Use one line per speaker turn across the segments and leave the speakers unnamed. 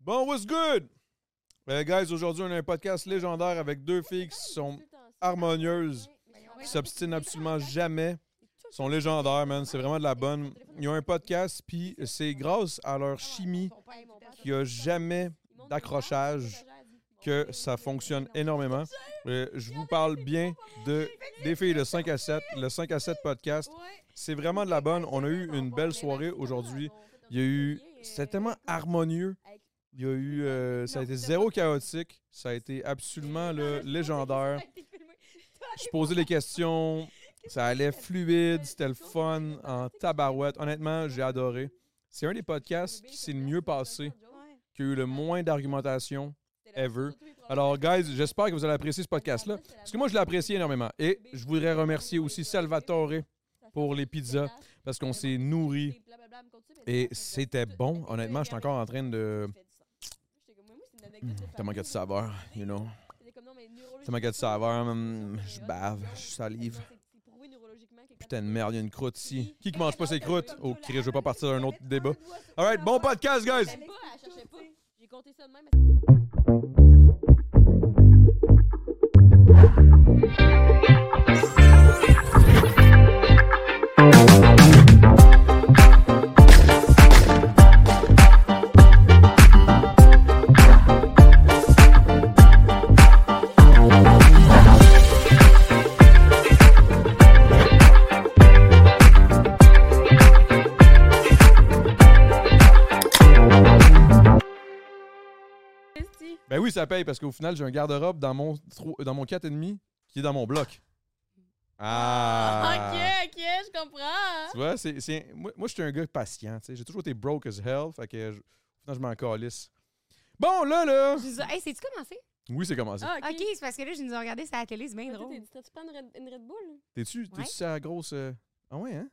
Bon, what's good? Euh, guys, aujourd'hui, on a un podcast légendaire avec deux filles qui sont harmonieuses, qui s'obstinent absolument jamais. sont légendaires, man. C'est vraiment de la bonne. Ils ont un podcast, puis c'est grâce à leur chimie qu'il n'y a jamais d'accrochage que ça fonctionne énormément. Euh, je vous parle bien de des filles de 5 à 7, le 5 à 7 podcast. C'est vraiment de la bonne. On a eu une belle soirée aujourd'hui. Il y a eu. C'était tellement harmonieux. Il y a eu. euh, ça a été zéro chaotique. Ça a été absolument là, légendaire. Je posais les questions. Ça allait fluide. C'était le fun en tabarouette. Honnêtement, j'ai adoré. C'est un des podcasts qui s'est le mieux passé, qui a eu le moins d'argumentation ever. Alors, guys, j'espère que vous allez apprécier ce podcast-là. Parce que moi, je l'ai apprécié énormément. Et je voudrais remercier aussi Salvatore pour les pizzas, parce qu'on s'est nourri. Et c'était bon. Honnêtement, je suis encore en train de. Tellement qu'il y a de saveur, you know. Tellement qu'il y a de saveur, hum, je bave, je salive. Putain de merde, il y a une croûte ici. Qui qui mange pas ses croûtes? Oh, Chris, je veux pas partir d'un autre débat. Alright, bon podcast, guys! Ben oui, ça paye parce qu'au final, j'ai un garde-robe dans mon, tro- dans mon 4,5 qui est dans mon bloc. Ah!
Ok, ok, je comprends. hein.
Tu vois, c'est, c'est- moi, moi, je suis un gars patient. tu sais. J'ai toujours été broke as hell. Fait que je, non, je m'en calisse. Bon, là, là.
Je dis, hey, c'est-tu commencé?
Oui, c'est commencé.
Ah,
Ok, c'est parce que là, je nous ai regardé sur la télé, c'est bien
Toi,
drôle.
t'es- T'as-tu pas une Red, une Red Bull?
T'es-tu, t'es-tu
Ouais.
sur la grosse. euh, Ah ouais, hein?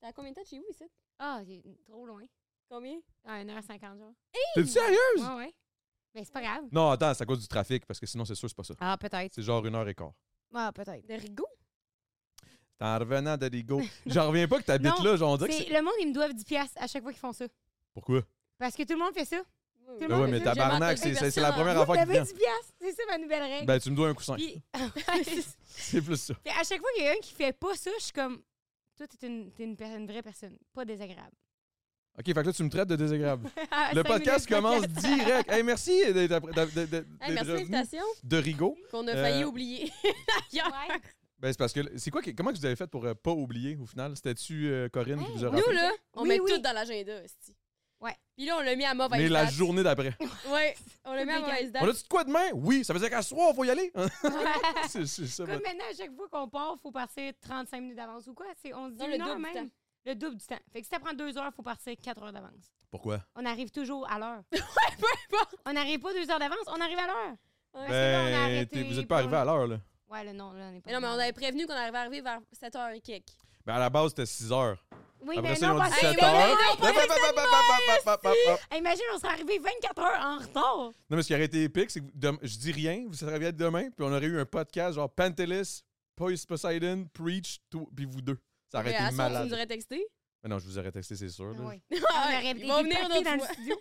T'es à combien de temps de chez vous ici?
Ah, c'est trop loin.
Combien?
Ah, 1h50, genre.
T'es-tu sérieuse?
Ouais, ouais. Mais c'est pas grave.
Non, attends, c'est à cause du trafic parce que sinon, c'est sûr, c'est pas ça.
Ah, peut-être.
C'est genre une heure et quart.
Ah, peut-être.
De Rigaud?
T'es en revenant de Ligo. J'en reviens pas que t'habites
Non,
là. Genre, on dirait que
C'est-
c'est.
Le monde, ils me doivent 10$ piastres à chaque fois qu'ils font ça.
Pourquoi?
Parce que tout le monde fait ça.
Oui,
Ben
Ben
non,
ouais,
mais
mais
ça,
j'ai
tabarnak,
manqué
c'est, c'est, c'est
personne.
la première
Vous
affaire qui
m'avez
vient.
10$, piastres, c'est ça ma nouvelle règle.
Ben, tu me dois un coussin.
Puis-
C'est plus ça.
Puis à chaque fois qu'il y a un qui fait pas ça, je suis comme, toi, t'es une, t'es une, per- une vraie personne, pas désagréable.
OK, fait que là, tu me traites de désagréable.
Ah,
Le
cinq minutes
podcast
de
commence
podcast.
direct. Hey, merci d'être d'être- d'être- d'être
Hey, merci de
revenu
l'invitation
de Rigaud.
qu'on a
Euh,
failli oublier. D'ailleurs.
Ouais.
Ben, c'est parce que c'est quoi que- comment que vous avez fait pour euh, pas oublier au final C'était-tu euh, Corinne qui vous a rappelé
Nous, là, on
Oui,
met
oui.
tout dans l'agenda, esti.
Ouais.
Puis là, on l'a mis à mauvaise
Mais
date.
la journée d'après.
Ouais, on l'a mis
Obligatoire.
à mauvaise
On a
date.
dit de quoi demain Oui, ça veut dire qu'à ce soir, faut y aller. c'est c'est ça.
Comme
votre-
maintenant, à chaque fois qu'on part, faut partir 35 minutes d'avance ou quoi? C'est, on se dit
Non, le
une heure
double du
même. Le double du temps. Fait que si ça prend deux heures, faut partir quatre heures d'avance.
Pourquoi
On arrive toujours à l'heure.
Peu importe.
on n'arrive pas deux heures d'avance, on arrive à l'heure. Ben-
Ouais.
là, on a
Ben,
arrêté
t'es- vous êtes pas arrivé
pour-
à l'heure là.
Ouais, le nom, là, on n'est pas.
Mais non, mais on
dedans.
avait prévenu qu'on arrivait à arriver vers 7h et quelques.
Ben à la base, c'était 6 heures.
Oui,
Après
mais
ça,
non,
ils ont
pas
dit
ça.
7
Hey,
heures.
non, pas
Hop, hop, hop, hop, hop, hop, hop, hop.
Hey, Imagine, on serait arrivé 24 heures en retard.
Non, mais ce qui aurait été épique, c'est que dem- je dis rien, vous seriez être demain, puis on aurait eu un podcast genre Pantelis, Poise Poseidon, Preach, tout, puis vous deux. Ça aurait
Mais à
été
soir, Tu nous
malade.
aurais texté?
Mais non, je vous aurais texté, c'est sûr. là.
Oui.
Ils
On aurait été
vont venir
débarqués
notre
dans
fois.
le studio.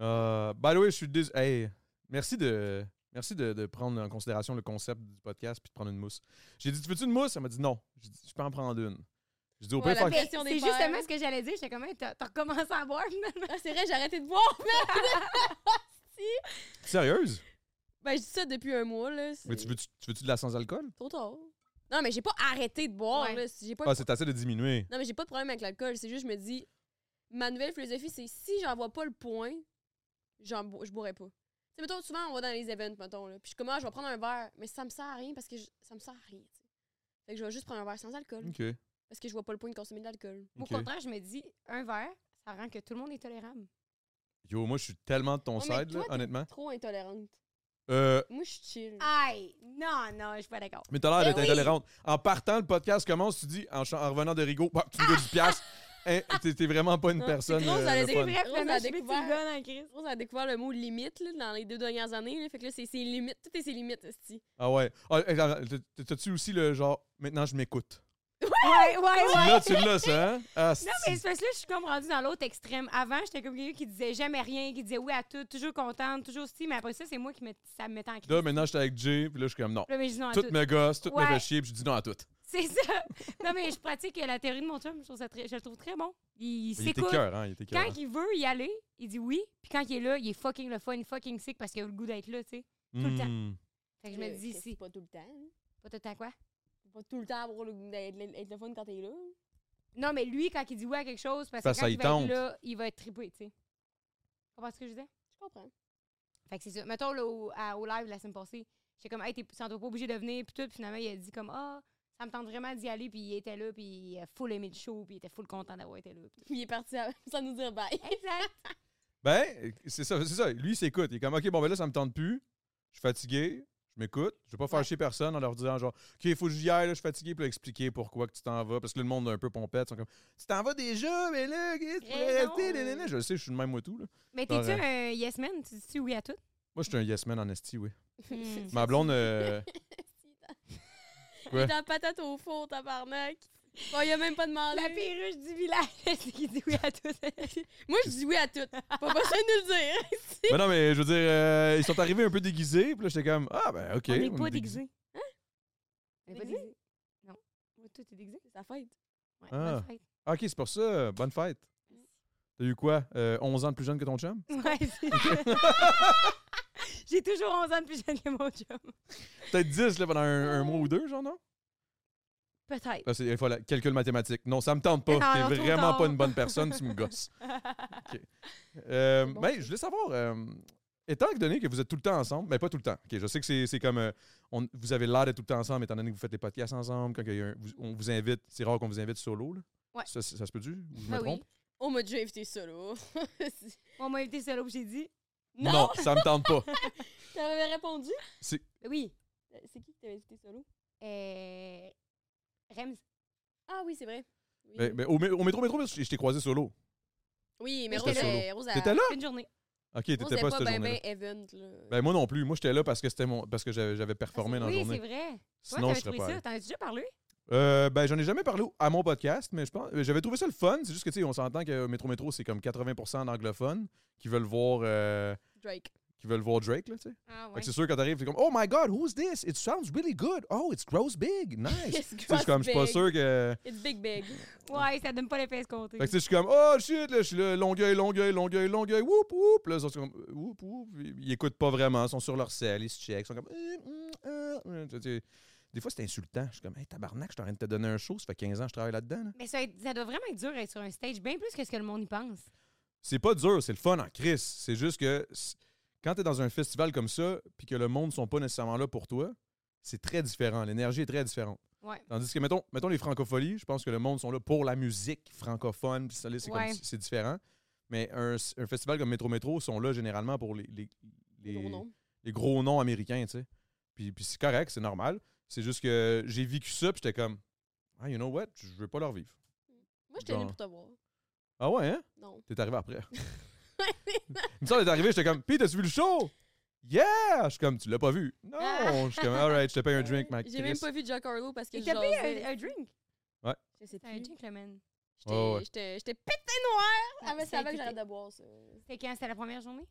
Euh, by the way, je suis désolé. Hey, merci de, merci de, de prendre en considération le concept du podcast puis de prendre une mousse. J'ai dit, tu veux-tu une mousse? Elle m'a dit non. J'ai dit, je peux en prendre une. J'ai dit, au pire, faire-
Voilà, mais-
Mais
Question
C'est
des pères.
justement ce que j'allais dire. J'étais comme, Hey, t'as t'as recommencé à boire finalement.
Ah, c'est vrai, j'ai arrêté de boire. mais-
Sérieuse?
ben, je dis ça depuis un mois, là. C'est
Mais tu veux-tu tu veux-tu de la sans-alcool?
trop tard. Non, mais j'ai pas arrêté de boire,
Ouais.
là. J'ai pas
Ah, c'est assez de diminuer.
Non, mais j'ai pas de problème avec l'alcool. C'est juste, je me dis, ma nouvelle philosophie, c'est si j'en vois pas le point, j'en bo- je boirai pas. Tu sais, mettons, souvent, on va dans les events, mettons, là. Puis je suis comme, ah, je vais prendre un verre, mais ça me sert à rien parce que je- ça me sert à rien, tu sais. Fait que je vais juste prendre un verre sans alcool
OK.
parce que je vois pas le point de consommer de l'alcool.
Au
OK.
contraire, je me dis, un verre, ça rend que tout le monde est tolérable.
Yo, moi, je suis tellement de ton
Ouais, mais
side, là,
toi, t'es
honnêtement.
Trop intolérante.
Euh,
Moi, je suis chill.
Aïe, non, non, je suis pas d'accord.
mais t'as l'air
Mais
d'être
Ben oui.
intolérante. En partant, le podcast commence, tu dis, en, chan- en revenant de Rigaud, bah, tu me donnes du piastre. Hein, t'es t'es vraiment pas une
Non,
personne.
c'est drôle,
euh,
ça allait
le
dire
fun.
vrai.
Bref,
Rose
finalement,
a
je suis plus
découvert.
le gars dans la crise.
On a découvert le mot limite là, dans les deux dernières années. Là. Fait que là, c'est ses limites. Tout est ses limites, esti.
Ah ouais. Ah, hey, attends, t'as- T'as-tu aussi le genre, maintenant je m'écoute?
Ouais, ouais, ouais.
Là, tu l'as, ça, hein? Ah,
Non,
c'est-
mais c'est parce que là, je suis comme rendue dans l'autre extrême. Avant, j'étais comme quelqu'un qui disait jamais rien, qui disait oui à tout, toujours contente, toujours si, mais après ça, c'est moi qui me, ça me mettait en crise.
Là, maintenant, j'étais avec Jay, puis là, je suis comme non.
Là, mais je dis non à
Tout
tout.
me gosse, tout me
Ouais.
fait chier, puis je dis non à tout.
C'est ça. non, mais je pratique la théorie de mon chum, je, trouve ça très- je le trouve très bon. Il,
Il était
s'écoute.
cœur, hein? Il était cœur.
Quand il veut y aller, il dit oui, puis quand il est là, il est fucking le fun, fucking sick parce qu'il a le goût d'être là, tu sais. tout le temps.
Hmm.
Fait que je me
Euh,
dis,
c'est
si.
pas tout le temps. hein.
Pas tout le temps quoi?
C'est Pas tout le temps pour le- être le être le fun quand t'es là.
Non, mais lui, quand il dit oui à quelque chose, parce que
Parce
quand
que
il
ça y
va être
tente.
là, il va être trippé, tu sais. Tu comprends ce que je disais?
Je comprends.
Fait que c'est ça. Mettons, là, au, à- au live la semaine passée, j'étais comme, hey, t'es sans doute pas obligé de venir, puis tout. Puis finalement, il a dit comme, ah, ça me tente vraiment d'y aller, puis il était là, puis il a full aimé le show, puis il était full content d'avoir été là. puis tout.
Il est parti à- sans nous dire bye.
Exact.
Ben, c'est ça, c'est ça. Lui, il s'écoute. Il est comme, OK, bon, ben là, ça me tente plus. Je suis fatigué. Je m'écoute. Je vais pas faire chier personne en leur disant, genre, OK, il faut que j'y aille, là, je suis fatigué, puis là, expliquer pourquoi que tu t'en vas. Parce que là, le monde est un peu pompette. Ils sont comme, Tu t'en vas déjà, mais là, qu'est-ce que tu pourrais
Raison.
rester, nanana. Je le sais, je suis le même, moi, tout. Là.
Eh Mais t'es-tu
Genre,
un yes man? Tu dis-tu oui à tout?
Moi, je suis un yes man en esti, oui.
Hmm.
Ma blonde, euh,
Il
Ouais.
est dans patate au four, tabarnak. Bon, il a même pas demandé.
La perruche du village, c'est qui dit oui à tout.
Moi, je dis oui à tout. Pas besoin de nous le dire.
Ben non, mais je veux dire, euh, ils sont arrivés un peu déguisés, puis là, j'étais comme, ah, ben, OK.
On
on
n'est
est
pas
déguisés.
déguisé. Hein? On n'est pas
Déguisé?
déguisé. Non. Moi, Tout est déguisé.
Ça fête.
Ouais,
Ah.
bonne fête.
Ah, OK, c'est pour ça. Bonne fête. T'as eu quoi? euh, 11 ans de plus jeune que ton chum?
Ouais, c'est J'ai toujours 11 ans de plus jeune que mon chum.
Peut-être 10 là, pendant un, un mois ou deux, genre, non?
Peut-être.
Là, c'est il faut la- calcul mathématique. Non, ça me tente pas.
Non, non,
T'es
trop
vraiment
tard.
pas une bonne personne, tu me gosses. OK. Euh,
C'est bon,
ben,
ça.
je voulais savoir, euh, étant donné que vous êtes tout le temps ensemble, mais pas tout le temps, OK, je sais que c'est, c'est comme, euh, on- vous avez l'air d'être tout le temps ensemble, étant donné que vous faites des podcasts ensemble, quand il y a un- vous- on vous invite, c'est rare qu'on vous invite solo, là.
Ouais.
Ça, ça- ça se peut-tu? Ou je me
Ah oui.
trompe?
On m'a déjà invité solo.
On m'a invité solo, puis j'ai dit
non!
ça me tente pas.
T'avais répondu?
Ben oui.
C'est qui qui t'avait invité solo?
Euh... Rems.
Ah oui, c'est vrai. Oui,
Ben, ben, au, mé- au métro, métro, parce que je t'ai croisé solo.
oui mais
mais
Rose,
j'étais
euh, Rose, a-
T'étais là?
Une journée.
OK, t'étais
Rose, elle
pas,
pas,
cette
ben,
journée-là.
ben event, là.
Ben, moi non plus. Moi, j'étais là parce que, c'était mon, parce que j'avais, j'avais performé dans la
oui,
journée.
Ah, c'est vrai.
Sinon,
Toi, t'avais
je serais
trouvé
pas allé.
ça. T'en as déjà parlé?
Euh, ben, j'en ai jamais parlé au- à mon podcast, mais je pense. euh, J'avais trouvé ça le fun. C'est juste que, tu sais, on s'entend que euh, Métro Métro, c'est comme 80 d'anglophones qui veulent voir. euh,
Drake.
qui veulent voir Drake, là, tu sais.
Ah
Fait que c'est sûr, quand t'arrives, t'es comme, oh my god, who's this? It sounds really good. Oh, it grows big. Nice.
It's
Tu sais, je suis comme, je suis pas
big.
sûr que.
It's big, big.
Ouais, ça donne pas les fesses comptées.
Fait que, tu sais, je suis comme, oh shit, là, je suis là, longueuil, longueuil, longueuil, longueuil, whoop, whoop. Là, ils sont comme, whoop, whoop. Ils, ils écoutent pas vraiment, ils sont sur leur selle, ils se checkent, ils sont comme, euh, mm, euh, euh. Tu sais, Des fois, c'est insultant. Je suis comme, hey, tabarnak, je suis en train de te donner un show, ça fait 15 ans que je travaille là-dedans. là.
Mais ça, ça doit vraiment être dur d'être sur un stage, bien plus que ce que le monde y pense.
c'est pas dur, c'est le fun en crise. C'est juste que c- quand tu es dans un festival comme ça, puis que le monde sont pas nécessairement là pour toi, c'est très différent. L'énergie est très différente.
Ouais.
Tandis que, mettons, mettons les francopholies, je pense que le monde sont là pour la musique francophone, puis ça, là, c'est comme-
Ouais.
c'est différent. Mais un, un festival comme Métro Métro sont là généralement pour les, les, les-
Gros nom.
les gros noms américains, tu sais. Puis, puis c'est correct, c'est normal. C'est juste que j'ai vécu ça, puis j'étais comme, ah, you know what, je veux pas leur vivre.
Moi, j'étais là
Genre.
pour te voir.
Ah ouais, hein?
Non.
T'es arrivé après. Il me semble d'être arrivé, j'étais comme, Pis, t'as-tu vu le show? Yeah! Je suis comme, tu l'as pas vu. Non! Je suis comme, alright, je te paye un drink, ma
J'ai même
Chris.
pas vu Giancarlo parce que
Il
je
t'a payé
jasais.
un, un drink.
Ouais.
Je sais
Un
plus.
drink, le man.
J'étais
Ouais, ouais.
j'étais- j'étais pété noir. Ah, mais
Ça
c'est
a
avec que
été-
j'arrête de boire, ça.
C'était quand? C'était la première journée?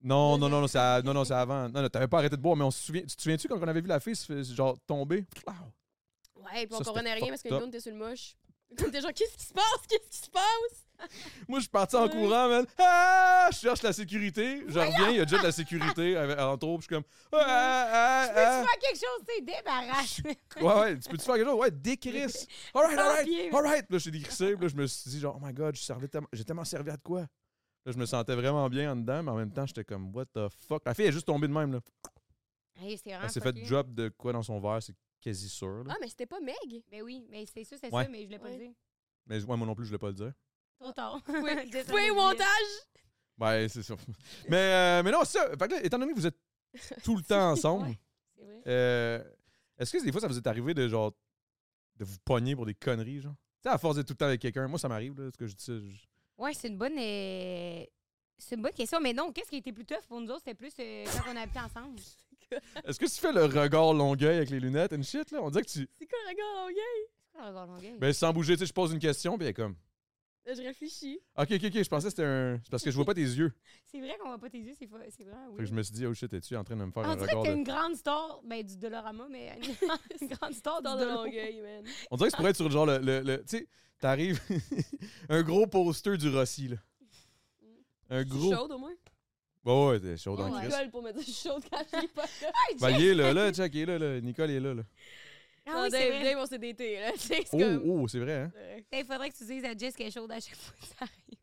Non, non, non, non, c'est à- non, non, c'est avant. Non, non, t'avais pas arrêté de boire, mais on se souvient. Tu te souviens-tu quand on avait vu la fille, se fait- genre, tomber? Wow.
Ouais, puis
Ça,
on
c'était
comprenait rien parce que
fucked
nous,
up.
on était sur le moche. On était genre, qu'est-ce qui se passe? Qu'est-ce qui se passe?
Moi, je suis parti en courant, man. Ah! Je cherche la sécurité. Je reviens, il y a déjà de la sécurité avec- en trop, puis je suis comme. Ah, ah,
Peux-tu
ah, ah.
faire quelque chose? T'es débarrasse.
Ouais, ouais, tu peux-tu faire quelque chose? Ouais, décrisse. Alright,
Sans
alright,
pied.
alright. Là, j'ai décrissé, puis là, je me suis dit, genre, oh my god, je servais tellement- j'ai tellement servi à de quoi? Là, je me sentais vraiment bien en dedans, mais en même temps, j'étais comme, what the fuck? La fille est juste tombée de même, là.
Hey, c'était vraiment
Elle s'est fait
fucké.
drop de quoi dans son verre, c'est quasi sûr, là.
Ah, mais c'était pas Meg.
Ben oui, mais c'est ça, c'est
Ouais.
ça, mais je l'ai pas
Ouais.
dit.
Mais ouais, moi non plus, je voulais pas le dire.
Trop tard.
Oui,
Désolée,
oui,
Juliette.
montage.
Ouais, Ben, c'est ça. Mais, euh, mais non, c'est ça. Fait que là, étant donné que vous êtes tout le temps ensemble,
Ouais, c'est vrai.
euh, est-ce que des fois, ça vous est arrivé de genre de vous pogner pour des conneries, genre? Tu sais, à force d'être tout le temps avec quelqu'un, moi, ça m'arrive, là, ce que je dis ça. je-
Ouais, c'est une bonne. euh, C'est une bonne question. Mais non, qu'est-ce qui était plus tough pour nous autres? C'était plus euh, quand on habitait ensemble.
Est-ce que tu fais le regard longueuil avec les lunettes and shit, là? On dirait que tu...
C'est quoi le regard, oh yeah?
C'est quoi le regard longueuil?
Ben, sans bouger, tu sais, je pose une question, puis elle est comme...
Je réfléchis.
OK, OK, OK, je pensais que c'était un... C'est parce que je vois pas tes yeux.
C'est vrai qu'on voit pas tes yeux, c'est fa- c'est vraiment
Fait que
oui.
je me suis dit, oh shit, es-tu en train de me faire
On
un
dirait que
regard
t'es
de-
une grande star, ben du Dolorama, mais une, une grande star du
Dans le
Dolorama.
longueuil, man.
On dirait que ça pourrait être sur genre le. le, le- tu sais, t'arrives. un gros poster du Rossi, là.
Mm.
Un
Je suis
gros.
chaude au moins.
Bah ouais, t'es chaud
Oh
en
my
Je
Christ.
gueule pour me dire je suis chaude quand je suis pas là.
Ben, il est là, là, check, il est là, là. Nicole est là, là.
Ah
Non,
oui, c'est
Dave,
vrai.
Dave, on s'est daté, là. C'est
Oh,
comme.
oh, c'est vrai, hein.
Ouais.
Il faudrait que tu dises à Jess qu'elle est chaude à chaque fois que ça arrive.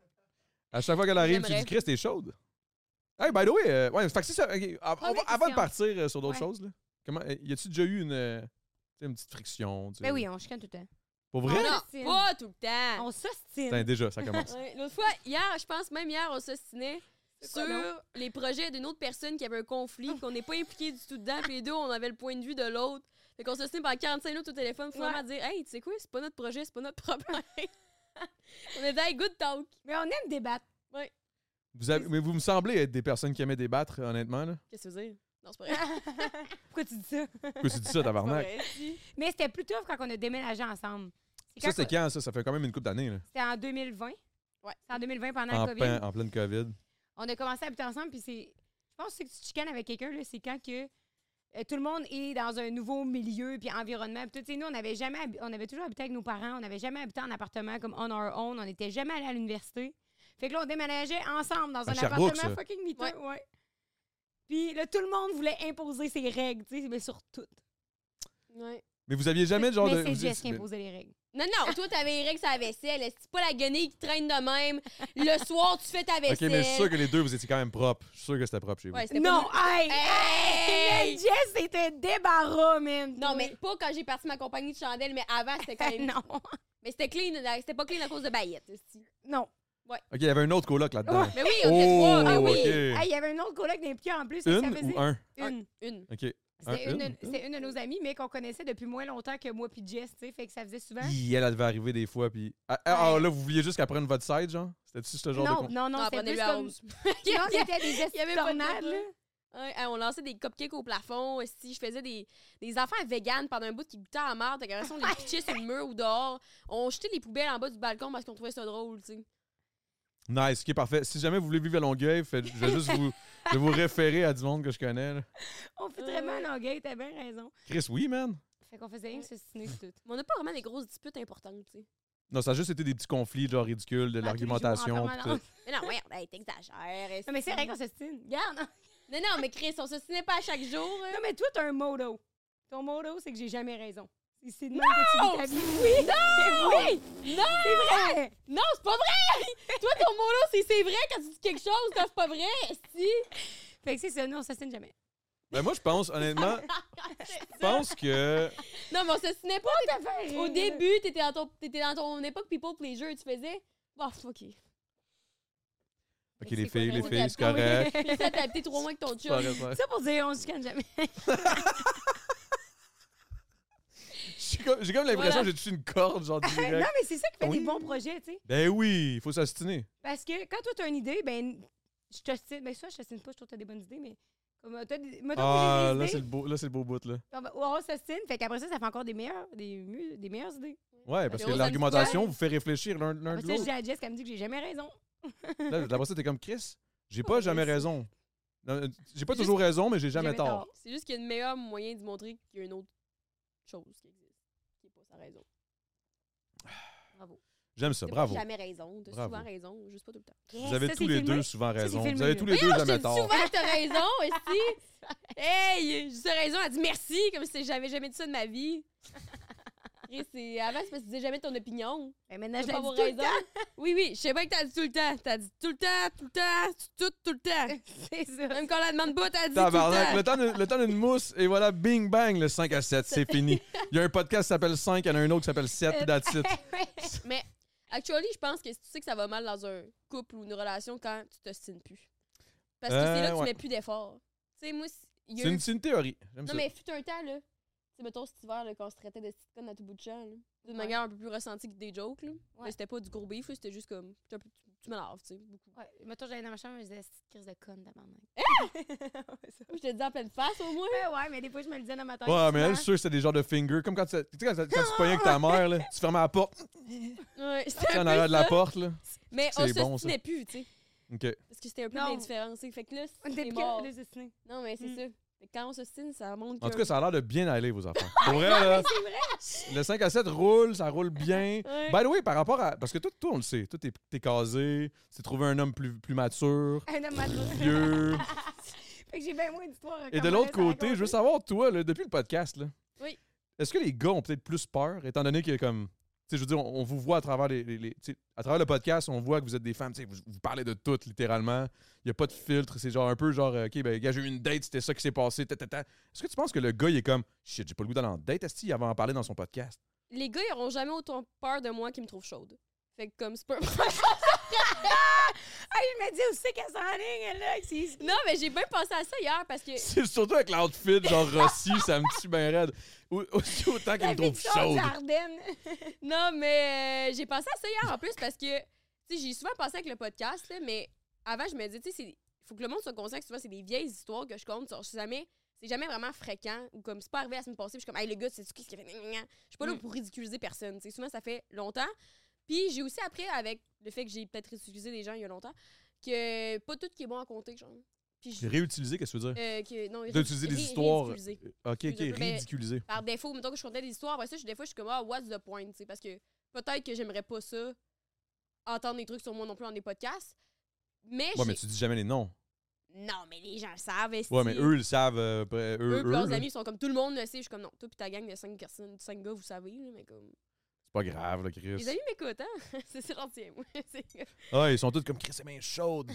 À chaque fois qu'elle arrive, tu
J'aimerais.
dis, Chris, t'es chaude. Hey, by the way, euh, ouais, fait que c'est ça. ok, av-
Première
on va- avant
question.
de partir euh, sur d'autres
Ouais.
choses, là, comment, euh, y a-tu déjà eu une, euh, tu sais, une petite friction? tu sais?
Ben oui, on chicane tout le temps.
Pour
Ah
vrai?
Non, pas tout le temps.
On
Putain,
s'ostine.
déjà, ça commence.
Ouais, L'autre fois, hier, je pense même hier, on s'ostinait sur les projets d'une autre personne qui avait un conflit, qu'on n'est pas impliqué du tout dedans, puis les deux, on avait le point de vue de l'autre. Fait qu'on s'ostinait pendant 45 minutes au téléphone, finalement, à dire Hey, tu sais quoi, c'est pas notre projet, c'est pas notre problème. on était à good talk.
Mais on aime débattre.
Vous avez- mais vous me semblez être des personnes qui aimaient débattre, honnêtement, là.
Qu'est-ce que vous dire? Non, c'est pas vrai.
Pourquoi tu dis ça?
Pourquoi tu dis ça, tabarnak?
Mais c'était plus tough quand on a déménagé ensemble.
Ça, c'est
qu'on-
quand, ça? Ça fait quand même une couple d'années, là.
C'était en 2020.
Ouais.
C'est en 2020 pendant
en,
le COVID.
plein- en pleine COVID.
On a commencé à habiter ensemble, puis c'est. Je pense que si tu chicanes avec quelqu'un, là, c'est quand que. euh, tout le monde est dans un nouveau milieu puis environnement. Puis tout, Tu sais, nous, on avait jamais, habi- on avait toujours habité avec nos parents. On n'avait jamais habité en appartement comme on our own. On n'était jamais allé à l'université. Fait que là, on déménageait ensemble dans
À
un
Sherbrooke,
appartement
ça.
fucking miteux. Ouais. Puis là, tout le monde voulait imposer ses règles, tu sais, mais sur tout.
Ouais.
Mais vous aviez jamais genre
mais
de.
c'est
vous-
Jess qui
mais-
imposait les règles.
Non, non, toi, t'avais les règles sur la vaisselle. C'est pas la guenille qui traîne de même. Le soir, tu fais ta vaisselle.
Ok, mais je suis sûr que les deux, vous étiez quand même propres. Je suis sûr que c'était propre chez vous.
Ouais, c'était pas
Non,
nous-
hey!
Hey!
hey! Jess, c'était un débarras, man!
Non, mais pas quand j'ai parti ma compagnie de chandelle, mais avant, c'était quand même.
non,
Mais c'était clean, là, c'était pas clean à cause de Bayette. esti.
non.
Ok, il y avait un autre coloc là-dedans.
Mais oui, on était
Oh,
trois.
Ah
mais oui.
Hey, Il
ok.
y avait un autre collègue d'impliqué en plus. ça
Une
faisait
ou un
Une.
Une.
Ok. un-
C'était une, c'était une de nos amies, mais qu'on connaissait depuis moins longtemps que moi puis Jess, tu sais. Fait que ça faisait souvent.
Hi, elle, elle devait arriver des fois, puis. Ah, ah,
Ouais.
ah, là, vous vouliez juste qu'elle prenne votre side, genre C'était-tu ce genre
Non,
de. con-
non, non,
Ah,
c'était
prenez-le
plus
à
comme...
11.
Non, c'était des
Il y avait pas de
estornades,
débat.
là.
Ouais, hey, on lançait des cupcakes au plafond. Si je faisais des, des affaires véganes pendant un bout qui goûtait à la marde, fait qu'après ça, on les pitchait sur le mur ou dehors. On jetait les poubelles en bas du balcon parce qu'on trouvait ça drôle, tu sais.
Nice, ok, parfait. Si jamais vous voulez vivre à Longueuil, faites- je vais juste vous, je vais vous référer à du monde que je connais. là.
On fait
Euh.
vraiment longueuil, t'as bien raison.
Chris, oui, man.
Fait qu'on faisait rien que se signer tout.
Mais on n'a pas vraiment des grosses disputes importantes, tu sais.
Non, ça a juste été des petits conflits, genre ridicules,
Ah,
de
tous les jours, en
l'argumentation. puis
permanence.
tout.
Mais non, ouais, hey, t'exagères. esti.
Non, mais c'est vrai qu'on se signe. Regarde, non.
Non, non, mais Chris, on se signait pas à chaque jour. hein.
Non, mais toi, t'as un motto. Ton motto, c'est que j'ai jamais raison. C'est- C'est de même que tu vis ta vie. Oui! Oui!
Non! Non!
C'est vrai!
Non, c'est pas vrai! Toi, ton mot là, c'est c'est vrai quand tu dis quelque chose, quand c'est pas vrai, si.
Fait que c'est ça, nous, on s'assine jamais.
Ben, moi, je pense, honnêtement, je pense que.
Ah, Non, mais on se tenait pas.
Tout à fait!
Au début, t'étais dans, ton- t'étais dans ton époque people pleasure, tu faisais. Bah, ok.
Ok,
Mais
les
c'est quoi,
filles, les
on
filles, c'est
tape-
correct.
Puis ça, t'as habité trois mois avec ton
C'est
chum.
correct, ouais.
Ça pour dire, on se calme jamais.
Je J'ai comme, j'ai comme l'impression
Voilà.
que j'ai touché une corde, genre
non,
direct.
mais c'est ça qui fait
Oui.
des bons projets, tu sais.
Ben oui, il faut s'astiner.
Parce que quand toi, t'as une idée, ben, je t'ostine. Ben, ça, je t'ostine pas, je trouve que t'as des bonnes idées, mais. Comme, euh, t'as des. Mettons
Ah,
que j'ai des
là,
idées,
c'est le beau, là, c'est le beau bout, là.
on va- on s'ostine, fait qu'après ça, ça fait encore des meilleures, des, mieux- des meilleures idées.
Ouais, parce
Puis
que
on
l'argumentation
s'amuse.
vous fait réfléchir l'un l'un
Après
de
ça, je
l'autre.
dis à Jess, elle me dit que j'ai jamais raison.
Là, d'après ça, t'es comme Chris. J'ai pas jamais raison. Non, euh, J'ai pas
Juste-
toujours raison, mais j'ai jamais tort.
C'est juste qu'il y a le meilleur moyen de montrer qu'il y a une autre chose qui existe, qui n'est pas sa raison. Bravo.
J'aime ça,
T'as pas
bravo.
jamais raison, t'as
Bravo.
souvent raison, juste pas tout le temps.
Vous avez tous les deux souvent raison. Vous avez tous les deux
Voyons, je te
jamais
dis
tort.
souvent que t'as raison, aussi. hey, j'ai raison, elle dit merci, comme si j'avais jamais dit ça de ma vie. Chris, c'est- Avant, c'est parce que tu disais jamais ton opinion.
Eh, Mais maintenant, je
T'as pas
la dis
vos
tout le
raisons.
temps.
Oui, oui, je sais pas que t'as dit tout le temps. T'as dit tout le temps, tout le temps, tout, tout le temps.
C'est ça.
Même quand on la demande pas, t'as dit tout le
Tabarnak, le
temps.
temps d'une- le temps d'une mousse, et voilà, bing bang, le 5 à 7, c'est fini. Il y a un podcast qui s'appelle 5, il y en a un autre qui s'appelle 7, puis that's it.
Mais, actually, je pense que si tu sais que ça va mal dans un couple ou une relation quand tu t'ostines plus. Parce que c'est
Euh,
là que tu
ouais.
mets plus d'efforts. Tu sais, moi, si- il y a
C'est
eu-
une, c'est une théorie. J'aime
Non,
ça.
mais fut un temps, là. Tu sais, mettons, cet hiver, là, quand on se traitait de petites connes à tout bout de champ, là. D'une
Ouais.
manière un peu plus ressentie que des jokes, là. Mais c'était pas du gros beef, là, c'était juste comme. t'es un peu- Tu, tu m'énerves, tu sais, beaucoup. Eh!
Ouais, mettons, j'allais dans ma chambre, je disais, c'est une crise de conne, tabarnak. Ouais, ça.
Je te le dis en pleine face, au moins.
Ouais, ouais, mais des fois, je me le disais dans ma tête.
Ouais, mais elle, je
souvent.
suis sûr que c'est des genres de finger. Comme quand tu, tu sais, quand, quand tu te pognais avec ta mère, là, tu fermais la porte, tu
Ouais, c'était
sais,
un
en
peu
arrière de la
ça.
porte. Là.
Mais
C'est
on
bon,
se
ça.
tenait plus, tu sais.
OK.
Parce que c'était un peu
Non.
d'indifférence. tu sais. Fait que là,
On était
c'est
plus
mort.
capable de se dessiner.
Non, mais c'est
Mm.
ça. Fait que quand on se signe, ça montre
En
que- Ah,
tout cas, ça a l'air de bien aller, vos enfants. Pour vrai, là, le 5 à 7 roule, ça roule bien.
Ouais.
By the way, par rapport à. Parce que toi, toi on le sait. Toi, t'es, t'es casé, t'es trouvé un homme plus, plus mature,
Un homme mature.
vieux.
Fait que j'ai bien moins d'histoires.
Et de l'autre côté, je veux savoir, toi, là, depuis le podcast, là,
Oui.
est-ce que les gars ont peut-être plus peur, étant donné que, comme, tu sais, je veux dire, on, on vous voit à travers les, les- les- tu sais, à travers le podcast, on voit que vous êtes des femmes, tu sais, vous, vous parlez de tout, littéralement. Il n'y a pas de filtre, c'est genre un peu genre, euh, OK, ben, gars, j'ai eu une date, c'était ça qui s'est passé, ta, ta, ta. Est-ce que tu penses que le gars, il est comme, shit, j'ai pas le goût d'aller en date, est-ce qu'il va en parler dans son podcast?
Les gars, ils auront jamais autant peur de moi qu'ils me trouvent chaude. Fait que comme c'est pas.
Ah, je me dis aussi qu'elle s'enligne, là. que c'est-
non, mais j'ai bien pensé à ça hier parce que.
C'est surtout avec l'outfit, genre Rossi, ça me tue bien raide. Ou- Aussi autant qu'il
La
me trouve
fiction de
chaude.
Ardennes.
Non, mais euh, j'ai pensé à ça hier en plus parce que, tu sais, j'ai souvent pensé avec le podcast, là, mais avant, je me disais, tu sais, il faut que le monde soit conscient que souvent, c'est des vieilles histoires que je compte. genre, je suis jamais, c'est jamais vraiment fréquent ou comme c'est pas arrivé à se me passer. Puis je suis comme, hey, le gars, c'est qui qui fait. gna, gna, gna. Je suis pas là
Mm.
pour ridiculiser personne. Tu sais, souvent, ça fait longtemps. Puis j'ai aussi appris avec le fait que j'ai peut-être ridiculisé des gens il y a longtemps que pas tout qui est bon à compter, genre. Puis je-
Réutiliser, qu'est-ce que tu veux dire?
euh, que, non,
D'utiliser des
ri-
histoires. euh,
ridiculiser
OK, OK,
excuse-moi, mais-
ridiculiser.
par défaut, mettons que je comptais des histoires, après ça, je- des fois, je suis comme, ah, what's the point, tu sais, parce que peut-être que j'aimerais pas ça, entendre des trucs sur moi non plus dans des podcasts, mais,
Ouais,
j'ai-
mais tu dis jamais les noms.
non, mais les gens le savent, esti.
Ouais, mais eux, ils savent. euh, après, eux,
eux, pis
eux,
leurs
là,
amis ils sont comme, tout le monde le sait, je suis comme, non, toi pis ta gang de 5 personnes, cinq gars, vous savez, là, mais comme,
c'est pas grave, là, Chris.
les amis m'écoutent, hein, c'est c'est gentil, moi, c'est
Ah, ils sont tous comme Chris, c'est bien chaude.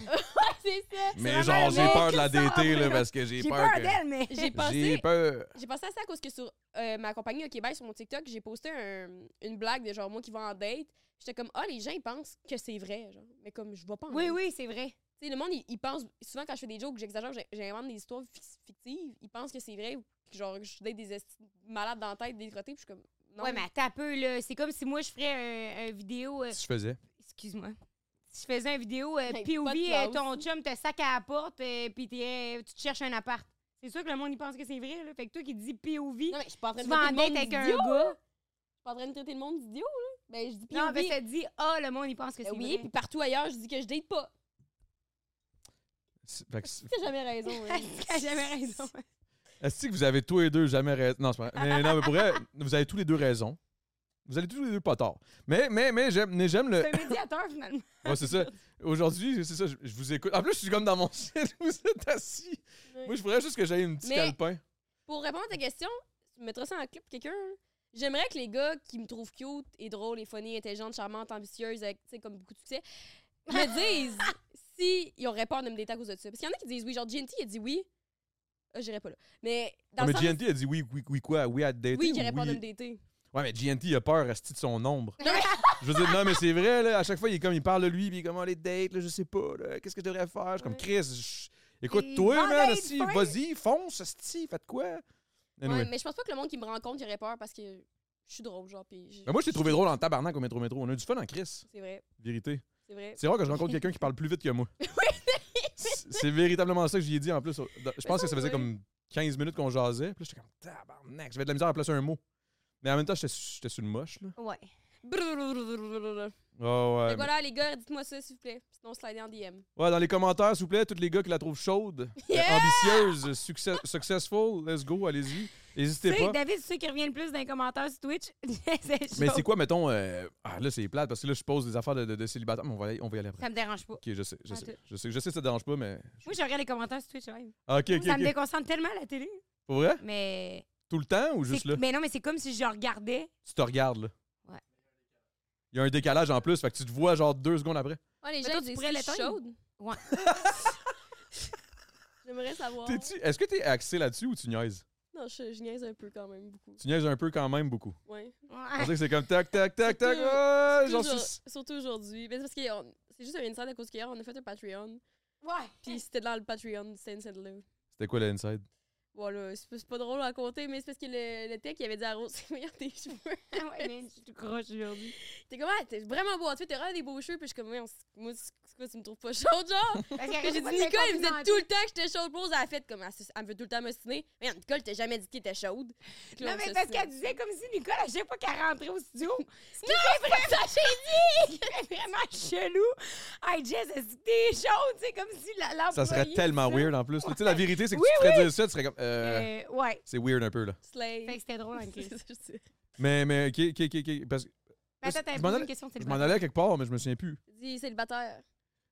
c'est ça,
mais
vraiment
genre,
le
j'ai
mot
peur de
qui
la
sort.
DT, là, parce que j'ai
J'ai
peur
peur
que.
d'elle, mais.
j'ai pensé...
J'ai peur.
J'ai pensé à ça à cause que sur euh, ma compagnie au Québec, sur mon TikTok, j'ai posté un- une blague de genre moi qui vais en date. J'étais comme, ah, les gens, ils pensent que c'est vrai, genre. Mais comme, je vais pas en
Oui,
date.
oui, c'est vrai.
Tu sais, le monde, il, il pense. Souvent, quand je fais des jokes, j'exagère, j'ai- j'invente des histoires fic- fictives. Ils pensent que c'est vrai. ou que Genre, je suis des esti- malades dans la tête, décrotés. Puis je suis comme. Non.
Ouais, mais attends un peu, là. C'est comme si moi, je ferais un, un vidéo. euh,
Si je faisais.
Excuse-moi. Si je faisais une vidéo euh,
Hey, pas de
POV,
classe.
euh, ton chum te sac à la porte, euh, puis t'es, euh, tu te cherches un appart. C'est sûr que le monde, il pense que c'est vrai, là. Fait que toi qui dis POV,
Non, mais je suis pas en train
tu
de
vas en
traiter
date
le monde
avec un
d'idiot. là.
gars.
Je suis pas en train de traiter le monde d'idiot, là. Ben, je dis
Non, mais
POV.
ça te dit, ah, le monde, il pense que c'est
Ben oui,
vrai.
puis partout ailleurs, je dis que je date pas.
C'est- fait que c'est-
T'as jamais raison. hein.
T'as jamais raison.
Est-ce que vous avez tous les deux jamais raison? Non, c'est pas vrai. Mais non, mais pour vrai, vous avez tous les deux raison. Vous avez tous les deux pas tort. Mais, mais, mais j'aime mais j'aime le.
C'est un médiateur, finalement.
Ouais, c'est ça. Aujourd'hui, c'est ça, je, je vous écoute. En plus, je suis comme dans mon site, vous êtes assis.
Ouais.
Moi, je voudrais juste que j'aille une petite
Mais-
calepin.
Pour répondre à ta question, tu mettras ça en clip pour quelqu'un. là. J'aimerais que les gars qui me trouvent cute et drôle et funny, intelligente, charmante, ambitieuse, avec, tu sais, comme beaucoup de succès, me disent si ils auraient peur de me dater à cause de ça. Parce qu'il y en a qui disent oui, genre GNT, il a dit oui. Ah, J'irais pas là. Mais dans
Non, mais
le sens,
GNT a dit oui, oui, oui, quoi? Oui, à te dater.
oui,
ou
j'aurais peur de
oui-
me dater.
Ouais, mais GNT, il a peur, reste de son ombre. je veux dire, non, mais c'est vrai, là, à chaque fois, il, est comme, il parle de lui, puis il est comme, oh, les dates, là, je sais pas, là, qu'est-ce que je devrais faire? Je suis comme,
Ouais.
Chris, je- écoute-toi,
Va en
man,
date,
esti,
fin.
vas-y, fonce, esti, faites quoi? Anyway.
Ouais, mais je pense pas que le monde qui me rencontre, il aurait peur parce que je suis drôle, genre. Puis je-
Mais moi, je t'ai trouvé drôle en tabarnak au métro-métro. On a du fun en Chris.
C'est vrai,
Vérité.
c'est vrai.
C'est rare que je rencontre quelqu'un qui parle plus vite que moi. C'est c'est véritablement ça que j'y ai dit en plus. Je pense que ça faisait
Oui.
comme 15 minutes qu'on jasait. Puis là, j'étais comme tabarnak. J'avais de la misère à placer un mot. Mais en même temps, j'étais su- j'étais sur le moche, là.
Ouais.
Brrrr.
Oh, ouais.
Fait que voilà, les gars, dites-moi ça, s'il vous plaît. Sinon, slidez en DM.
Ouais, dans les commentaires, s'il vous plaît, tous les gars qui la trouvent chaude, euh,
Yeah!
ambitieuse, success- successful, let's go, allez-y.
Tu
N'hésitez
sais,
pas.
David, c'est ceux qui reviennent le plus dans les commentaires sur Twitch. c'est
Mais
chaud.
c'est quoi, mettons. euh, Ah, là, c'est plate parce que là, je pose des affaires de, de- de célibataire. Mais on va y, on va y aller après.
Ça me dérange pas.
Ok, je sais, je
Ah,
sais.
tout.
Je sais, je sais que ça te dérange pas, mais.
Moi, je regarde les commentaires sur Twitch. ouais.
Ah, ok, ok,
ça
ok.
me déconcentre tellement la télé.
Pour vrai?
Mais.
Tout le temps ou juste
c'est-
là?
Mais non, mais c'est comme si je regardais.
Tu te regardes, là.
Ouais.
Il y a un décalage en plus, fait que tu te vois genre deux secondes après.
Ah, les
Mais
gens,
toi,
ils
tu
disent
pourrais
si je suis
l'éteindre?
chaude.
Ouais.
J'aimerais
Oh.
savoir.
T'es-tu- Est-ce que t'es axé là-dessus ou tu niaises?
Non, je, je niaise un peu quand même, beaucoup.
Tu niaises un peu quand même beaucoup.
Ouais.
On
Ouais.
dirait que c'est comme tac, tac, tac, tac,
Surtout-
ouais, j'en
Surtout
suis.
aujourd'hui- Surtout aujourd'hui. Mais c'est parce que euh, c'est juste un inside à cause qu'hier, on a fait un Patreon.
Ouais.
Puis c'était dans le Patreon, c'était inside là.
C'était quoi l'inside?
Voilà, c'est pas- c'est pas drôle à compter, mais c'est parce que le, le tech, il avait dit à Rose, regarde tes cheveux.
Ah ouais, mais je suis tout croche aujourd'hui.
T'es comme, ah, t'es vraiment beau, tu sais, t'as vraiment des beaux cheveux. Puis je suis comme, Ouais, on s- moi, c'est c'est quoi, tu me trouves pas chaude, genre?
Parce
J'ai dit, Nicole, elle me disait tout le temps que j'étais chaude. Rose, elle a fait comme, elle, se- elle me veut tout le temps m'ostiner. Mais Nicole, t'as jamais dit que t'étais chaude. Puis là,
Non,
on
mais
s'ostinait.
parce qu'elle disait comme si Nicole, à chaque fois qu'elle rentrait au studio, c'était vraiment chelou. I just, c'était chaud, c'est comme si la l'employée
Ça serait
dit
tellement
ça.
weird en plus. là. Tu sais, la vérité, c'est que
Oui,
tu te ferais
oui.
dire ça, tu serais comme. euh,
Euh, ouais.
C'est weird un peu, là.
Slay.
Fait que c'était drôle en crise.
C'est ça, je sais.
Mais, mais, ok, ok, ok. ok, Parce que
Mais attends,
Je
t'as
m'en
posé
allais-
une question, c'est
je
le
m'en
matin.
allais à quelque part, mais je me souviens plus.
Dis, célibataire.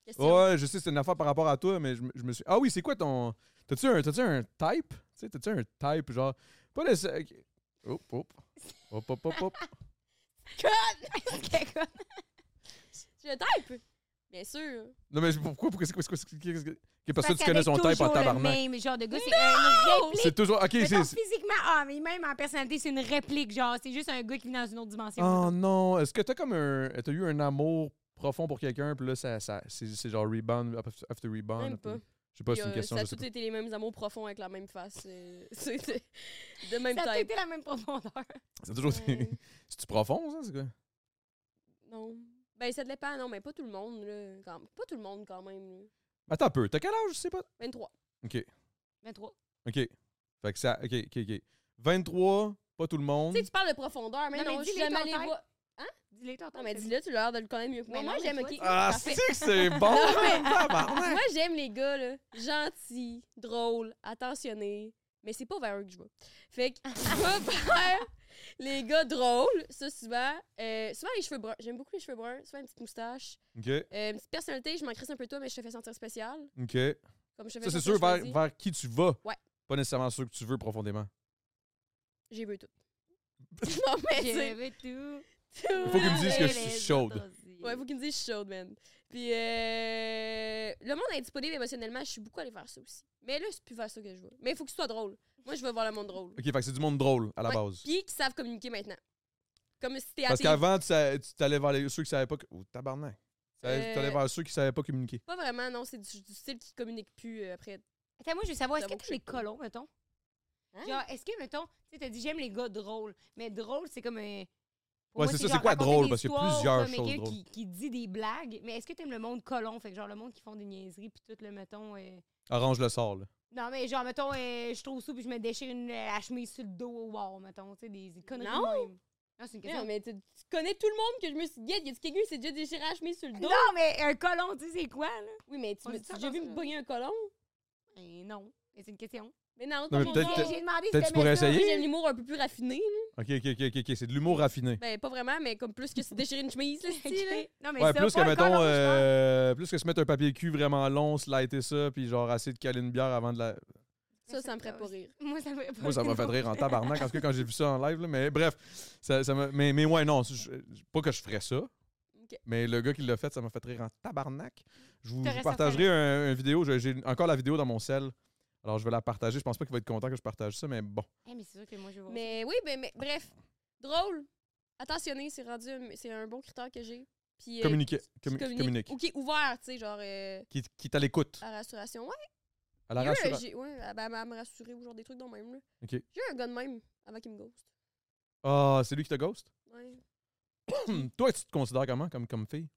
Question.
Ouais, je sais, c'est une affaire par rapport à toi, mais je, me- je me suis. Ah oui, c'est quoi ton. T'as-tu un, t'as-tu un type? Tu sais, t'as-tu un type, genre. Pas le. se- ok. Hop, hop. Hop, hop, hop, hop.
C'était comme-
Tu le type? Bien sûr.
Non, mais pourquoi? Pourquoi? C'est quoi? C'est quoi? C'est qu'est-ce que- Ok, parce que tu
qu'avec
connais son type en
toujours
tabarnak.
Le même genre de gars, c'est une réplique.
C'est toujours. Ok,
Mettons,
c'est.
physiquement, ah, mais même en personnalité, c'est une réplique. Genre, c'est juste un gars qui vit dans une autre dimension.
Oh non! Est-ce que t'as comme un. T'as eu un amour profond pour quelqu'un, puis là, ça, ça, c'est, c'est genre rebound after- after rebound?
Même
après-
pas.
Je sais pas,
Puis,
c'est une
euh,
question.
ça
Je
a
sais
tous
pas.
été les mêmes amours profonds avec la même face. euh, C'était de même
ça a
type.
été la même profondeur.
C'est toujours.
Ouais.
C'est-tu profond, ça? C'est quoi?
Non. Ben, ça dépend, non, mais pas tout le monde, là. Quand... Pas tout le monde, quand même. là.
Attends un peu. T'as quel âge? Je sais pas.
23.
Ok.
23.
OK. Fait que ça. OK, OK, OK. 23, pas tout le monde.
Tu sais, tu parles de profondeur, mais
Non,
non,
mais
je suis
dis-les
jamais
ton
allée
type.
voir.
Dis-le, toi.
Non, mais dis-le, tu as l'air de le connaître mieux que moi.
Mais
Moi,
non,
j'aime,
mais
ok.
toi, tu-
Ah,
Parfait.
c'est que c'est bon! hein,
Non, mais-
Tabarnak!
Moi, j'aime les gars, là. Gentils, drôles, attentionnés. Mais c'est pas vers eux que je vais. Fait que, je vais vers les gars drôles, ça, souvent. Euh, souvent, les cheveux bruns. J'aime beaucoup les cheveux bruns. Souvent, une petite moustache.
OK,
Euh, une petite personnalité, je m'en crisse un peu toi, mais je te fais sentir spécial.
OK.
Comme je te fais
Ça, c'est
sentir
sûr vers,
choisi.
vers qui tu vas.
Ouais.
Pas nécessairement ceux que tu veux profondément.
J'ai vu tout. non, mais
Je
c'est.
veux tout.
Faut qu'ils me disent que je suis
Les
chaude.
autres,
Ouais, faut qu'ils me disent je suis chaude, man. Puis, euh, le monde indisponible émotionnellement, je suis beaucoup allée faire ça aussi. Mais là, c'est plus vers ça que je veux. Mais il faut que ce soit drôle. Moi, je veux voir le monde drôle.
OK, fait que c'est du monde drôle à la
Ouais.
base.
Puis, qui savent communiquer maintenant. Comme si t'es à
Parce
tes-
qu'avant, tu sa- tu t'allais vers les- ceux qui savaient pas. que- Oh, tabarnak. Tu
Euh.
allais vers ceux qui savaient pas communiquer.
Pas vraiment, non, c'est du, du style qui communique plus euh, après.
Attends, moi, je veux savoir, est-ce que
Ça vaut
t'aimes les
que je sais
colons, mettons?
Hein?
Genre, est-ce que, mettons, tu sais, t'as dit j'aime les gars drôles, mais drôle, c'est comme un. pour
Ouais,
moi,
c'est ça, c'est
genre
quoi
raconter
drôle?
des
Parce qu'il y a
histoires,
plusieurs
comme
choses
quelqu'un
drôles.
Qui, qui dit des blagues, mais est-ce que t'aimes le monde colon? Fait que, genre, le monde qui font des niaiseries, puis tout, le mettons. euh,
Arrange le sort, là.
Non, mais genre, mettons, euh, je trouve ça, puis je me déchire une, euh, la chemise sur le dos au wow, mettons, tu sais, des, des conneries. de
Non.
même. Non, c'est une question.
Non, mais tu, tu connais tout le monde que je me suis dit, y a quelqu'un qui s'est déjà déchiré la chemise sur le dos?
Non, mais un colon, tu sais, c'est quoi, là?
Oui, mais tu
On
m'as
dit ça
déjà
dans
vu
ça.
me pogner un colon?
Eh non, mais c'est une question.
Mais non,
mais
tout le
peut-être-
monde-
peut-être-
J'ai demandé si
peut-être
t'aimais
tu pourrais
ça.
essayer.
Moi, J'aime l'humour un peu plus raffiné. là.
OK, OK, OK, OK, OK, C'est de l'humour raffiné.
Ben, pas vraiment, mais comme plus que se déchirer une chemise, là,
Ok.
style, là.
Non, mais
Ouais,
ça,
plus que,
pas un
mettons,
colon, je parle.
euh, plus que se mettre un papier cul vraiment long, slider ça, puis genre essayer de caler une bière avant de la.
Ça, ça me ferait pas rire.
Moi, ça me ferait pas
Moi, ça m'a fait rire en tabarnak, en tout cas, quand j'ai vu ça en live. là, mais bref, ça, ça m'a- mais, mais ouais, non, je- je- pas que je ferais ça. Mais le gars qui l'a fait, ça m'a fait rire en tabarnak. Je vous,
T'aurais
vous
ça
partagerai un- une vidéo. Je- J'ai encore la vidéo dans mon sel. Alors, je vais la partager. Je pense pas qu'il va être content que je partage ça, mais bon.
Eh, mais c'est sûr que moi, je vais voir.
Mais oui, ben, mais bref, drôle, attentionné, c'est rendu, un- c'est un bon critère que j'ai. Puis, euh,
Communiquer.
qui
commu-
communique,
communique.
Ou qui est ouvert, tu sais, genre, euh,
Qui, qui est à l'écoute.
à rassuration. Ouais,
À la
Ah. j'ai ah, ben, eu un-
rassura-
j'ai- ouais, à, à- à me rassurer ou genre des trucs dans le même, là.
Ok.
J'ai eu un gars de même avant qu'il me ghost.
Ah, c'est lui qui te ghost? Hmm,
Ouais.
Toi, tu te considères comment comme, comme fille?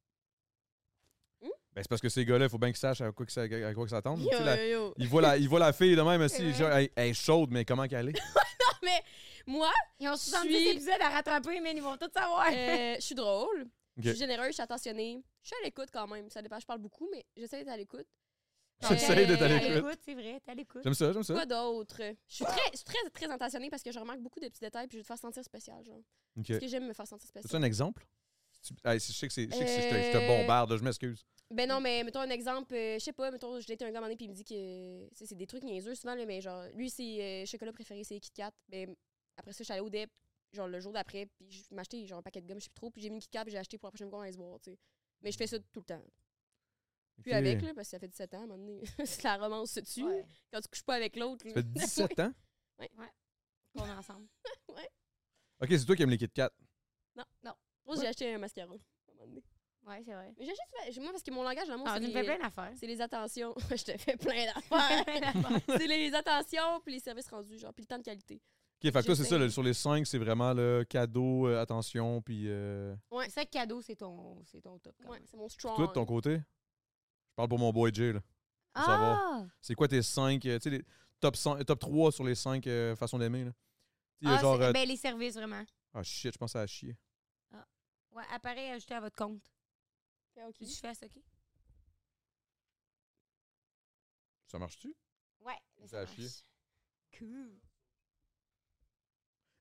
Hmm?
Ben, c'est parce que ces gars-là, il faut bien qu'ils sachent à quoi, que ça, à quoi que s'attendre.
Yo,
Tu sais, la-
yo, yo.
Ils voient la, ils voient la fille de même
C'est
aussi.
vrai.
genre, elle, elle est chaude, mais comment qu'elle est?
Moi,
Ils ont
Je
70
suis-
épisodes à rattraper, mais ils vont tout savoir.
euh, je suis drôle.
Ok.
Je suis généreuse, je suis attentionnée. Je suis à l'écoute quand même. Ça dépend, je parle beaucoup, mais j'essaie d'être à l'écoute.
J'essaie d'être à
Euh,
T'as
l'écoute.
c'est vrai, t'as l'écoute.
J'aime ça, j'aime ça.
Quoi d'autre? Je suis très, je suis très, très attentionnée parce que je remarque beaucoup de petits détails puis je veux te faire sentir spécial, genre.
Ok.
Parce que j'aime me faire sentir
As-tu
spécial.
un exemple? Si tu- Hey, si- je sais que, c'est- je sais que c'est- je te- je
Euh,
te bombarde, je m'excuse.
Ben non, mais mettons un exemple, euh, je sais pas, mettons, je date un gars à un moment donné, puis il me dit que c'est c'est des trucs niaiseux souvent, là, mais genre, lui, ses euh, chocolats préférés, c'est les Kit Kat. Ben, après ça, je suis allée au DEP, genre le jour d'après, puis je m'ai acheté genre un paquet de gomme, je sais plus trop, puis j'ai mis une Kit Kat, puis j'ai acheté pour la prochaine fois qu'on allait se voir, tu sais. Mais je fais ça tout le temps. Plus
Ok.
avec, là, parce que ça fait 17 ans, à un moment donné. c'est la romance se tue.
Ouais,
Quand tu couches pas avec l'autre.
Ça fait 17 ans?
qu'on est ensemble.
Ok, c'est toi qui aimes les Kit Kat.
Moi, j'ai acheté un mascara. à un moment donné.
Ouais, c'est vrai.
Mais j'achète souvent- moi parce que mon langage d'amour,
Ah,
c'est
tu me fais
les,
plein d'affaires.
c'est les attentions. je te fais plein d'affaires.
Ouais.
c'est les attentions puis les services rendus, genre, puis le temps de qualité.
Ok, fait que toi, c'est
J'essaie.
ça, le- sur les 5, c'est vraiment le cadeau, euh, attention, puis euh,
Ça, cadeau, c'est ton, c'est ton top. quand
Ah Ouais,
même.
c'est mon strong.
toi de ton côté. Je parle pour mon boy Jay, là. Faut savoir.
Ah!
C'est quoi tes 5, tu sais, les top, 100 top 3 sur les 5 façons d'aimer, là? Tu sais, il y a
Ah,
genre,
c'est-
euh,
ben, les services, vraiment.
ah shit, je pense à chier.
Ouais, appareil ajouté à votre compte.
Ouais, Ben, ok.
Tu je fais ça, OK?
Ça marche-tu?
Ouais.
Ça a chier.
marche. Cool.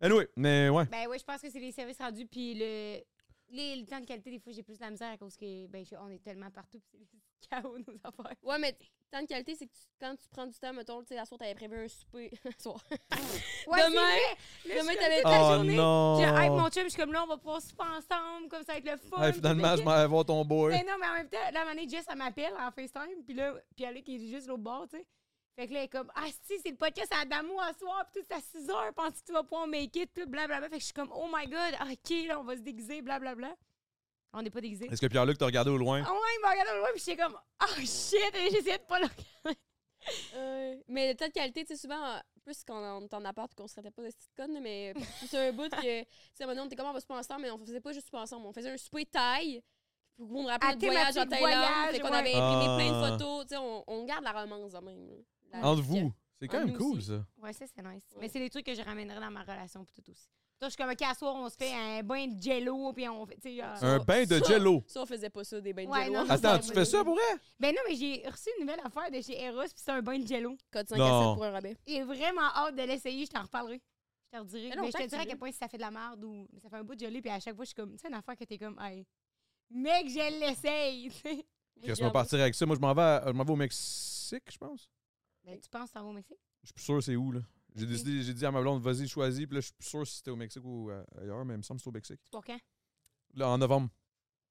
Anyway, mais ouais.
Ben oui, je pense que c'est les services rendus, puis le, les, le temps de qualité, des fois, j'ai plus de la misère à cause que, ben, je- on est tellement partout, puis c'est chaos, nos affaires.
Ouais, mais temps de qualité, c'est que tu- quand tu prends du temps, mettons, tu sais, la soirée, t'avais prévu un souper. soir.
Ouais,
Demain,
c'est vrai. Là, je
demain,
suis
t'avais-
comme toute la
Oh
journée.
non!
J'ai hype mon chum, je suis comme là, on va pouvoir souper ensemble, comme ça, avec le
Oh
fun.
Hey, finalement, je m'en vais voir ton boy.
Mais non, mais en même temps, là, à un moment donné, Jess, elle m'appelle en FaceTime, puis là, puis elle est qui est juste l'autre bord, tu sais. Fait que là, elle est comme, ah, si, c'est le podcast à Adamo à soir, puis tout, c'est à 6 heures, penses-tu que tu vas pouvoir make it, tout, blablabla. Fait que je suis comme, oh my god, ok, là, on va se déguiser, blablabla. On n'est pas déguisés.
Est-ce que Pierre-Luc t'a regardé au loin?
Oh
Ah ouais, il m'a regardé au loin, puis j'étais comme, oh shit, et j'essayais de pas le regarder.
Euh, mais le temps de qualité, tu sais, souvent, euh, plus qu'on on était en appart qu'on se traitait pas de petites connes, mais c'est un bout que, tu sais, à un moment donné, on était comme on va se ensemble, mais on faisait pas juste souper ensemble, on faisait un souper taille pour qu'on me
À
rappelle le voyage en
thématique
Thaïlande.
voyage,
Fait qu'on
ouais.
avait imprimé
Ah.
plein de photos, tu sais, on, on garde la romance en même. là. La-
Entre vous. C'est quand
Entre
même
Ah, nous
cool,
aussi.
ça.
Ouais, ça, c'est nice.
Ouais.
Mais c'est des trucs que je ramènerais dans ma relation, puis tout aussi. Donc, je suis comme, ok, à soir, on se fait un bain de jello, puis on fait, tu sais, euh,
Ça,
Un bain de
ça,
jello.
Ça, on faisait pas ça, des bains de
Ouais,
jello.
non,
on
non,
faisait
Attends,
un
tu
bain
fais
de
ça
jello.
pour elle?
Ben non, mais j'ai reçu une nouvelle affaire de chez Eros, puis c'est un bain de jello.
Code 5 à
Non.
7 pour un rabais.
J'ai vraiment hâte de l'essayer, je t'en reparlerai. Je te redirai.
Mais
Mais,
non,
je
tant
te
que
dirai à
tu veux.
quel point ça fait de la merde ou ça fait un bout de gelée, puis à chaque fois, je suis comme, tu sais, une affaire que t'es comme, hey, mec, je l'essaye, tu sais.
Laisse-moi partir avec ça. Moi, je m'en vais, à- je m'en vais au Mexique, je pense.
Ben, tu penses que ça va au Mexique?
Je suis plus sûr c'est où, là. J'ai décidé, j'ai dit à ma blonde, vas-y, choisis. Puis là, je suis plus sûr si c'était au Mexique ou euh, ailleurs, mais il me semble que c'est au Mexique.
C'est pour quand?
Là, en novembre.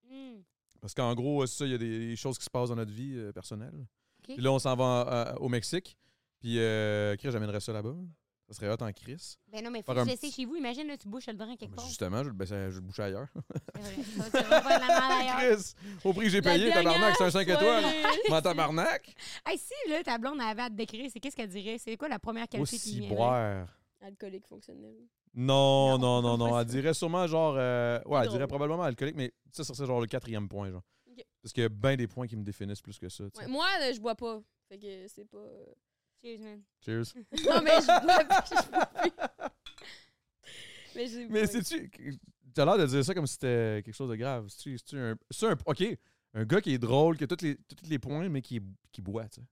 Hmm.
Parce qu'en gros, euh, c'est ça, il y a des, des choses qui se passent dans notre vie euh, personnelle.
OK.
Puis là, on s'en va en- à- au Mexique. Puis, euh, Chris, j'amènerais ça là-bas. Ça serait hot en Chris.
Ben non, mais faut
Faire
que
un
je l'essaye chez vous. Imagine, là, tu bouches le drain quelque
Mais
part.
justement, je le, baisse- je le bouche ailleurs.
C'est vrai. Ça, tu vas voir de la merde ailleurs.
Chris, au prix que j'ai
La
payé,
dernière
tabarnak, c'est un 5 étoiles.
soirée.
Mon tabarnak.
Hey, si, là, ta blonde avait à te décrire, c'est qu'est-ce qu'elle dirait? C'est quoi la première qualité qui
Aussi
viendrait?
boire.
Alcoolique fonctionnel.
Non, non,
Non,
non,
pas
non.
ça.
Elle dirait sûrement genre. euh, ouais, elle
Drôle.
dirait probablement alcoolique, mais ça, ça serait genre le quatrième point, genre.
Ok.
Parce qu'il y a bien des points qui me définissent plus que ça. tu sais.
Ouais, moi, là, je bois pas. Fait que c'est pas. euh,
Cheers, man.
Cheers.
Non, mais je bois plus, je bois plus. Mais, j'ai-
Mais
ouais.
c'est-tu. T'as l'air de dire ça comme si c'était quelque chose de grave. C'est-tu c'est-tu un. C'est un. Ok. Un gars qui est drôle, qui a tous les, tous les points, mais qui, qui boit, tu sais.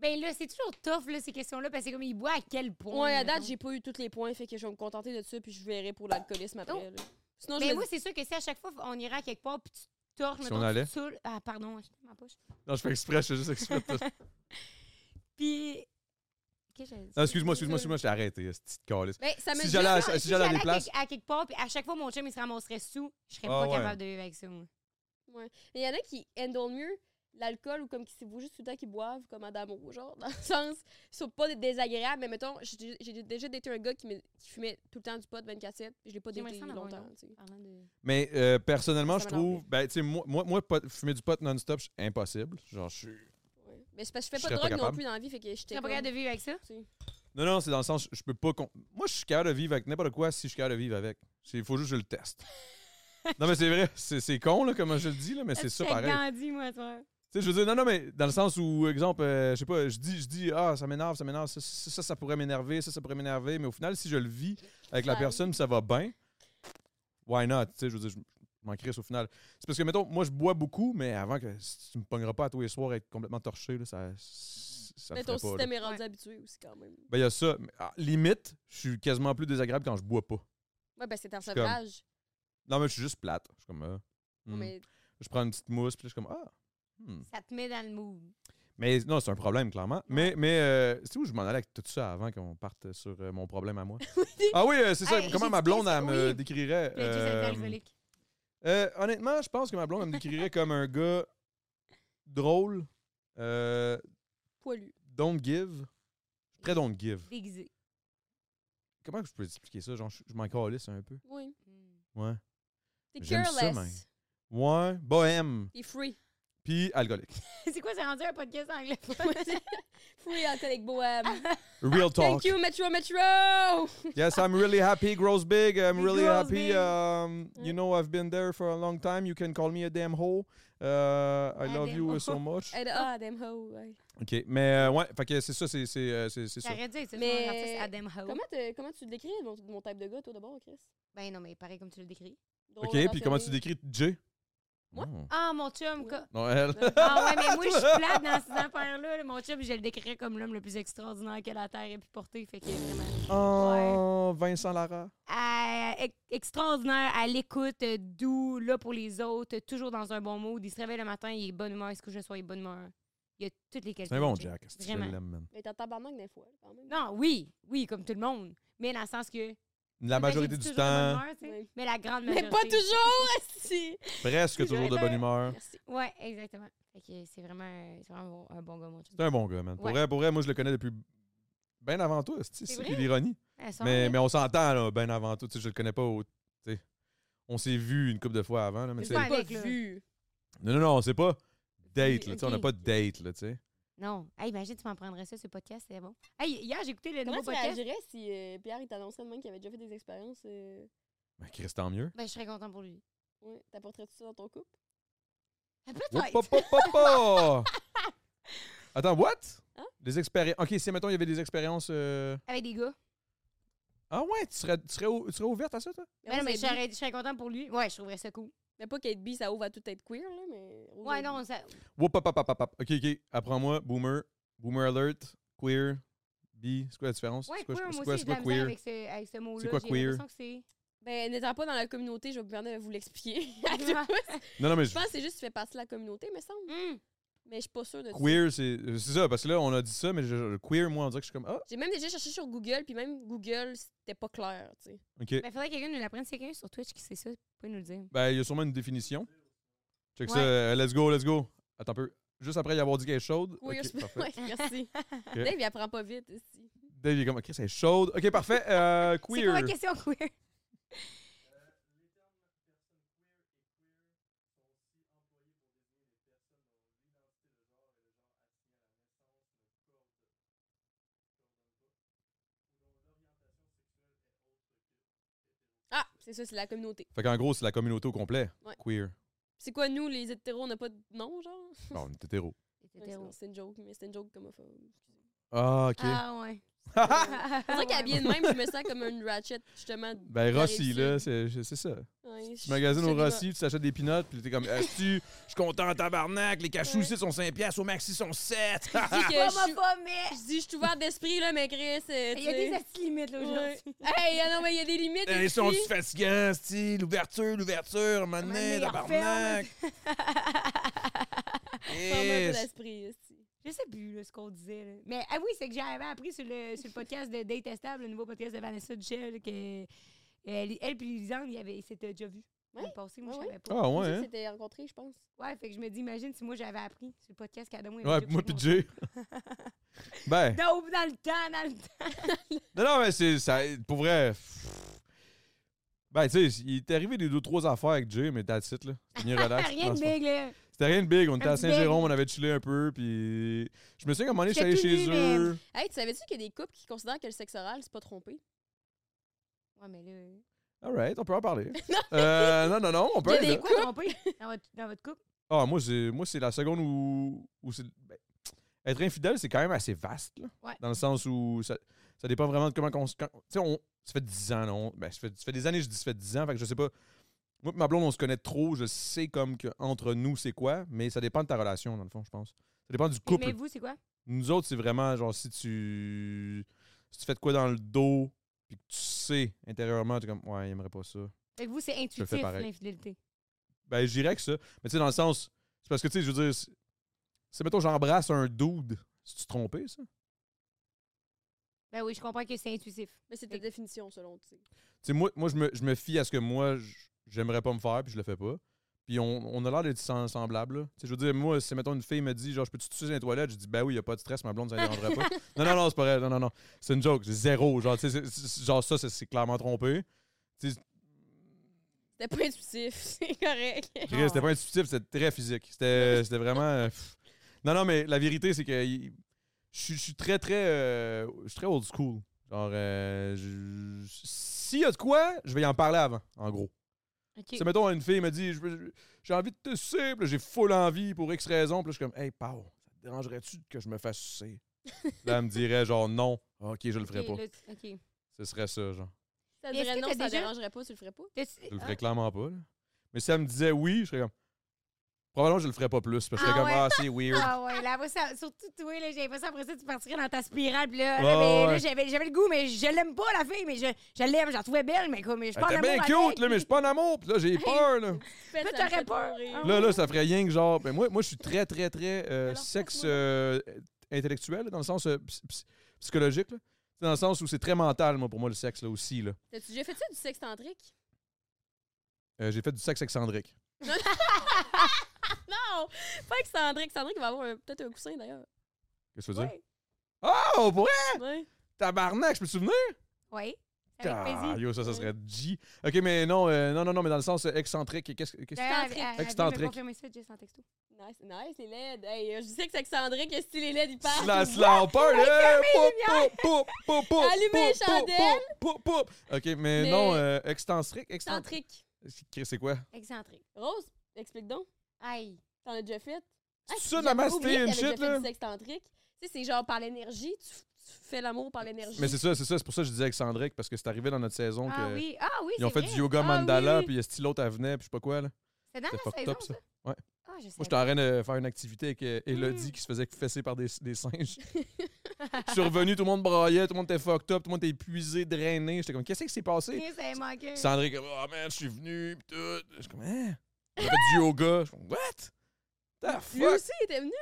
Ben là, c'est toujours tough, là, ces questions-là, parce que comme il boit à quel point.
Ouais, à
mettons.
date, j'ai pas eu tous les points, fait que je vais me contenter de ça, puis je verrai pour l'alcoolisme après. là. Sinon, je
Mais
me
ben moi,
dis-
c'est sûr que si à chaque fois on irait à quelque part puis tu torches,
Si
mettons,
on
tu
allait?
te saoules- Ah, pardon, je ma poche.
Non, je fais exprès, je fais juste exprès. de ça.
Puis. Qu'est-ce que j'allais dire?
Non, Ah, excuse-moi, excuse-moi, excuse-moi, je t'ai arrêté, cette petite calice.
Ben, ça me
Si
dit-
j'allais à,
Non,
si j'allais à des
quelque-
places.
à quelque part, puis à chaque fois, mon chum, il se ramasserait sous. Je serais
Ah
pas
ouais.
capable de vivre avec ça, moi.
Mais il y en a qui handle mieux l'alcool ou comme qui c'est juste tout le temps qu'ils boivent comme Adamo, genre, dans le sens, ils sont pas désagréables, mais mettons, j'ai j'ai déjà daté un gars qui, me- qui fumait tout le temps du pot 24-7, puis je l'ai pas
J'aimerais
daté
ça en avoir
longtemps.
un autre.
tu sais.
Parlant de-
Mais euh, personnellement,
Ça
je
m'a l'air
trouve. Ben, tu sais, moi, moi, moi, pot- fumer du pot non-stop, c'est impossible. Genre, je suis.
Ouais. Mais c'est parce que je
Je
fais
serais
pas de
pas
drogue non
capable.
plus dans la vie, fait que j'étais.
Tu serais pas
comme-
capable de vivre avec ça?
tu sais.
Non, non, c'est dans le sens, je peux pas. con- Moi, je suis capable de vivre avec n'importe quoi si je suis capable de vivre avec. Il faut juste que je le teste. non, mais c'est vrai, c'est c'est con, là, comment je le dis, là, mais c'est ça pareil.
Gandhi, moi, toi.
Tu sais, je veux dire, non, non, mais dans le sens où, exemple, euh, je sais pas, je dis, je dis, ah, ça m'énerve, ça m'énerve, ça, ça, ça, ça pourrait m'énerver, ça, ça pourrait m'énerver, mais au final, si je le vis avec la
Ouais.
personne, ça va bien, why not? Tu sais, je veux dire, je m'en crisse au final. C'est parce que, mettons, moi, je bois beaucoup, mais avant que si tu me pogneras pas à tous les soirs à être complètement torché, là, ça. ça me
Mais ton
ferait pas, là.
système est rendu habitué aussi, quand même.
Ben, il y a ça. Mais, ah, limite, je suis quasiment plus désagréable quand je bois pas.
Ouais,
ben,
parce que t'es en
suis
sevrage.
Non, mais je suis juste plate. Je suis comme, ah, hmm.
Mais
Je prends une petite mousse, puis là, je suis comme, ah. hmm.
Ça te met dans le mood.
Mais non, c'est un problème, clairement. Mais, mais euh, c'est où je m'en allais avec tout ça avant qu'on parte sur euh, mon problème à moi? ah oui, euh, c'est ça.
Hey,
Comment
j'ai
ma
dit
blonde,
qu'est-ce-
elle me
oui.
décrirait?
Le Dieu, c'est
euh,
alcoolique.
euh, honnêtement, je pense que ma blonde, elle me décrirait comme un gars drôle, euh,
poilu.
don't give. Très don't give.
Déguisé.
Comment que je peux expliquer ça? Genre, je, je m'en calisse un peu.
Oui.
Ouais.
T'es
J'aime ça, mais-
careless.
Ouais, bohème,
T'es free.
puis alcoolique.
c'est quoi, c'est rendu un podcast anglais?
free alcoolique bohème.
Real talk.
Thank you, Metro Metro!
Yes, I'm really happy. Grows big. I'm
He
really
grows
happy.
big.
Um, you know, I've been there for a long time. You can call me a damn hoe. Uh, I
A
love
Ah, damn
you
hoe.
so much.
Elle- Ah, damn ho. ouais.
OK, mais euh, ouais, fait que c'est ça, c'est c'est euh, c'est- c'est ça.
J'aurais dû être ça,
Mais-
mais... artiste Adam Howe.
Comment, te- comment tu le décris, mon, mon type de gars, toi, d'abord, Chris?
Ben non, mais pareil comme tu le décris.
Drôle,
OK, puis comment
attentionné.
tu décris Jay?
Moi?
Oh.
Ah, mon chum,
Ouais.
quoi.
Non, elle.
Ah ouais, mais moi, je suis plate dans ces affaires-là. là. Mon chum, je le décrirais comme l'homme le plus extraordinaire que la Terre ait pu porter. Fait que vraiment...
Oh, Vincent Lara.
Ah, ex- extraordinaire, à l'écoute, euh, doux, là pour les autres, euh, toujours dans un bon mood. Il se réveille le matin, il est de bonne humeur, il se couche le soir, il est de bonne humeur. Il y a toutes les qualités.
C'est un bon
de
Jack. c'est- Je
Vraiment.
l'aime, man.
Mais t'es en tabarnak des fois, quand même.
Non, oui, oui, comme tout le monde. Mais dans le sens que.
La
Ben, j'ai
majorité
dit
du
toujours de bonne
temps,
humeur, tu sais,
Oui.
Mais la grande
Mais
majorité.
pas toujours, si!
presque
J'aurais
toujours de bonne
pas-
humeur.
Merci.
Ouais, exactement. Fait que c'est vraiment, euh, c'est vraiment un bon gars, mon chum.
C'est un bon gars, man. Pour,
Ouais.
vrai, pour vrai, moi, je le connais depuis bien avant toi. C'est
C'est
ça qui
vrai?
est l'ironie.
Ah, son
Mais,
nom,
mais on s'entend, là, ben avant tout. Tu sais, Je le connais pas. au- tu sais, on s'est vu une couple de fois avant. Là,
Mais
mais tu sais-
pas
Pas
avec, là.
vu.
non, non, non, c'est pas date. Là,
Ok,
tu sais, On n'a
ok.
pas de date. Là, tu sais.
Non. Hey, imagine, tu m'en prendrais ça, ce podcast, c'est bon. Hey, hier, j'ai écouté le
Comment
nouveau
tu
podcast.
réagirais si euh, Pierre, il t'annonçait demain qu'il avait déjà fait des expériences? euh,
Mais Chris, tant mieux.
Ben, je serais content pour lui.
Ouais, t'apporterais-tu ça dans ton couple?
Ah,
Hop,
Peut-être.
hop, hop, hop, hop. Attends, what?
Hein?
Des expériences. Ok, si mettons, il y avait des expériences. euh,
Avec des gars.
Ah ouais, tu serais, tu, serais, ou- tu serais ouverte à ça, toi?
Mais non, mais je
j'arrête.
serais- je serais content pour lui. Ouais, je trouverais ça cool.
Mais pas qu'être bi, ça ouvre à tout être queer, là, mais...
Ouais, non, ça.
Whoop, hop, hop, hop, hop, hop. Ok, ok. Apprends-moi. Boomer. Boomer alert. Queer. Bi. C'est quoi la différence?
Ouais,
c'est quoi,
queer,
c'est
moi
quoi-
aussi, j'ai
c'est
de la
quoi
misère avec ce, avec ce mot-là.
C'est quoi
J'ai
queer?
l'impression que c'est.
Ben, n'étant pas dans la communauté, je vais me permettre de vous l'expliquer à
Ah.
tous.
Non, non, mais je-
Je pense que c'est juste que tu fais partie de la communauté, me semble.
Hum.
Mais je suis pas sûre de ça.
Queer, c'est euh, c'est ça, parce que là, on a dit ça, mais je- le queer, moi, on dirait que je suis comme, ah,
J'ai même déjà cherché sur Google, puis même Google, c'était pas clair, tu sais.
OK.
Ben, faudrait que quelqu'un nous l'apprenne. C'est quelqu'un sur Twitch qui sait ça, vous pouvez nous le dire.
Ben, il y a sûrement une définition. Check ça.
Ouais.
euh, let's go, let's go. Attends un peu. Juste après y avoir dit qu'elle est chaude.
Queer,
OK,
c'est pas-
parfait.
ouais, merci. Dave, il apprend pas vite, ici.
Dave, il est comme, OK, c'est chaude. OK, parfait. Euh,
C'est quoi
queer.
la question queer?
Ah, c'est ça, c'est la communauté.
Fait qu'en gros, c'est la communauté au complet.
Ouais.
Queer.
C'est quoi, nous, les hétéros, on n'a pas de nom, genre?
Bon, on est hétéro.
Ouais, c'est- C'est une joke, mais c'est une joke comme
Ah, OK.
Ah, ouais.
C'est vrai qu'habillé de même, je me sens comme une ratchet, justement.
Ben,
la
Rossi,
réussite.
là, c'est c'est ça.
Ouais, je-
Tu magasines
je
au
sais pas.
Rossi, tu t'achètes des pinottes, puis t'es comme, Astu, je suis content en tabarnak, les cachous ici sont 5 piastres, au maxi sont 7.
Je dis que je suis-
Homophobe, mais.
je dis, je suis ouvert d'esprit, là, mais Chris. euh,
Il y a
tu sais.
des petites limites, là,
Ouais.
aujourd'hui.
Hey, ah non, mais il y a des limites.
Ils
ici.
sont fatigants, style, l'ouverture, l'ouverture, un moment
Un moment
donné,
donné, il referme.
tabarnak.
Forme un peu
Yes.
d'esprit, ici.
Je sais plus là, ce qu'on disait. là. Mais ah oui, c'est que j'avais appris sur le, sur le podcast de Détestable, le nouveau podcast de Vanessa Duchel, là, que elle, elle puis Lisanne, il avait- ils s'étaient déjà vus. dans le
Ouais,
passé, moi,
ouais,
je savais pas.
Ah ouais,
Ouais.
hein?
C'était rencontré, je pense.
Ouais, fait que je me dis, imagine si moi j'avais appris sur le podcast qu'Adamo avait
Ouais,
déjà
moi
pris mon-
pis Jay. ben,
Dope dans le temps, dans le temps.
non, non, mais c'est, ça, pour vrai, pff. ben, tu sais, il est arrivé des deux, trois affaires avec Jay, mais that's it, là. C'est bien relax.
Rien de
dans le fond.
big, là.
C'était rien de big. On était
Un
à
petit big.
Saint-Jérôme, on avait chillé un peu, puis je me souviens qu'à un moment donné, je suis allé
J'étais
chez
tout nu,
eux.
Hey, tu savais-tu qu'il y a des couples qui considèrent que le sexe oral, c'est pas trompé?
Ouais, mais là.
Alright, on peut en parler. Euh, non, non, non, on peut
Il y a
aller
des
là.
Quoi, trompé dans votre, dans votre couple?
Ah, moi, c'est, moi, c'est la seconde où. où c'est- ben, être infidèle, c'est quand même assez vaste, là.
Ouais.
Dans le sens où ça, ça dépend vraiment de comment. qu'on se- quand- tu sais, on, ça fait 10 ans, non? Ben, ça, fait, ça fait des années, je dis ça fait 10 ans, fait que je sais pas. Moi, pis ma blonde, on se connaît trop, je sais comme que entre nous, c'est quoi, mais ça dépend de ta relation, dans le fond, je pense. Ça dépend du couple.
Mais vous, c'est quoi?
Nous autres, c'est vraiment genre si tu. Si tu fais de quoi dans le dos, puis que tu sais intérieurement, tu es comme, ouais, il aimerait pas ça.
Fait que vous, c'est
le fais
intuitif,
pareil.
l'infidélité.
Ben, je dirais que ça. Mais tu sais, dans le sens. C'est parce que, tu sais, je veux dire. c'est- C'est, mettons, j'embrasse un dude. C'est-tu trompé, ça? Tu
Ben oui, je comprends que c'est intuitif.
Mais c'est ta définition, selon tu sais.
sais, moi, moi je, me, je me fie à ce que moi, j- j'aimerais pas me faire, puis je le fais pas. Puis on, on a l'air d'être sem- semblables, là. Tu sais, je veux dire, moi, si, mettons, une fille me dit, genre, je peux-tu te sucer dans les toilettes? Je dis, ben oui, y a pas de stress, ma blonde, ça ne dérangerait pas. Non, non, non, c'est pas vrai. Non, non, non. C'est une joke. C'est zéro. Genre, tu sais, c'est- c'est- genre ça, c'est, c'est clairement trompé.
C'était pas intuitif, c'est correct.
Chris,
Ah,
c'était pas intuitif, c'était très physique. C'était c'était vraiment. euh, pff. Non, non, mais la vérité, c'est que il- je suis- je suis très, très. euh, je suis très old school. Genre, euh, je- s'il y a de quoi, je vais y en parler avant, en gros.
OK.
Si, mettons, une fille me dit, je veux- j'ai envie de te sucer, puis là, j'ai full envie pour X raison, puis là, je suis comme, hey, Pau, ça te dérangerait-tu que je me fasse sucer? là, elle me dirait, genre, non, ok, je le ferai
OK,
pas.
là, tu- OK.
Ce serait ça, genre.
Ça te
Mais est-ce
dirait
que
non,
t'as
ça
déjà-
dérangerait pas, tu le ferais pas.
T'as-
Je le ferais clairement pas. là. Mais si elle me disait oui, je serais comme. Probablement, je le ferais pas plus. Parce que je serais
Ah
comme,
ouais?
ah, c'est weird.
Ah ouais, là, après ça, surtout toi, là, j'avais pas ça après ça, tu partirais dans ta spirale, puis là,
Ouais,
là, mais, là,
ouais.
j'avais, j'avais le goût, mais je l'aime pas, la fille, mais je, je l'aime, je la trouvais belle, mais comme, mais je suis
Elle
pas en
était
amour
bien
avec.
cute, là, mais je suis pas en amour. Puis là, j'ai peur, là.
Faites,
Là,
ça me
t'aurais
fait
peur.
trop rire.
Là, là, ça ferait rien que genre. Ben, moi, moi, je suis très, très, très euh,
Alors,
sexe
faites-moi.
euh, intellectuel, là, dans le sens euh, ps- ps- psychologique. là. C'est Dans le sens où c'est très mental, moi, pour moi, le sexe, là aussi. Là.
T'as-tu déjà fait ça du sexe tantrique?
Euh, j'ai fait du sexe excentrique.
Non! Pas avec Sandrick. Sandrick va avoir un- peut-être un coussin d'ailleurs.
Qu'est-ce que tu veux dire?
Ouais.
Oh, pour vrai?
Ouais.
Tabarnak, je peux te souvenir?
Oui, avec
Ah,
plaisir.
yo, ça, ça serait G. Ok, mais non, euh, non, non, non, mais dans le sens euh, excentrique. Qu'est-ce qu'est-ce-
D'ailleurs,
Excentrique.
elle- elle- elle vient de Euh, me
Excentrique.
confirmer ça, Jess, en texto.
Nice, nice, les LED. Hey, euh, je sais que c'est avec Sandrick, que si les LED, ils partent.
La slumper, là! Poup, poup, poup, poup, poup,
Allumez les
poup,
chandelles.
poup, poup, poup. OK, mais,
Mais-
non, euh, extentrique, extentrique.
Tantrique.
C'est quoi?
Ah. Excentrique.
Rose, explique donc.
Aïe.
T'en as déjà fait?
C'est
Ah,
ça,
j'avais
namasté,
oublié
une
qu'il y avait
shit,
déjà fait
là?
du sexe tantrique. Tu sais, c'est genre par l'énergie, tu, tu fais l'amour par l'énergie.
Mais c'est ça, c'est ça. C'est pour ça que je disais excentrique, parce que c'est arrivé dans notre saison
ah
que...
oui, ah oui,
Ils ont
c'est
fait
vrai.
du yoga
Ah
mandala,
oui. Ah,
puis il y a ce l'autre, elle venait, puis je sais pas quoi, là.
C'est dans
C'était
la
fucked
saison,
up,
ça?
ça. Ouais.
Ah, je sais.
Moi, j'étais en train de faire une activité avec euh, Elodie qui se faisait fesser par des, des singes. je suis revenu, tout le monde braillait, tout le monde était fucked up, tout le monde était épuisé, drainé. J'étais comme, qu'est-ce qui s'est passé?
Ça avait manqué.
Sandrine comme Ah man, je suis venu pis tout. Je suis comme Hein? J'ai fait du yoga. Je suis comme What? The
Lui
fuck?
aussi, il était venu.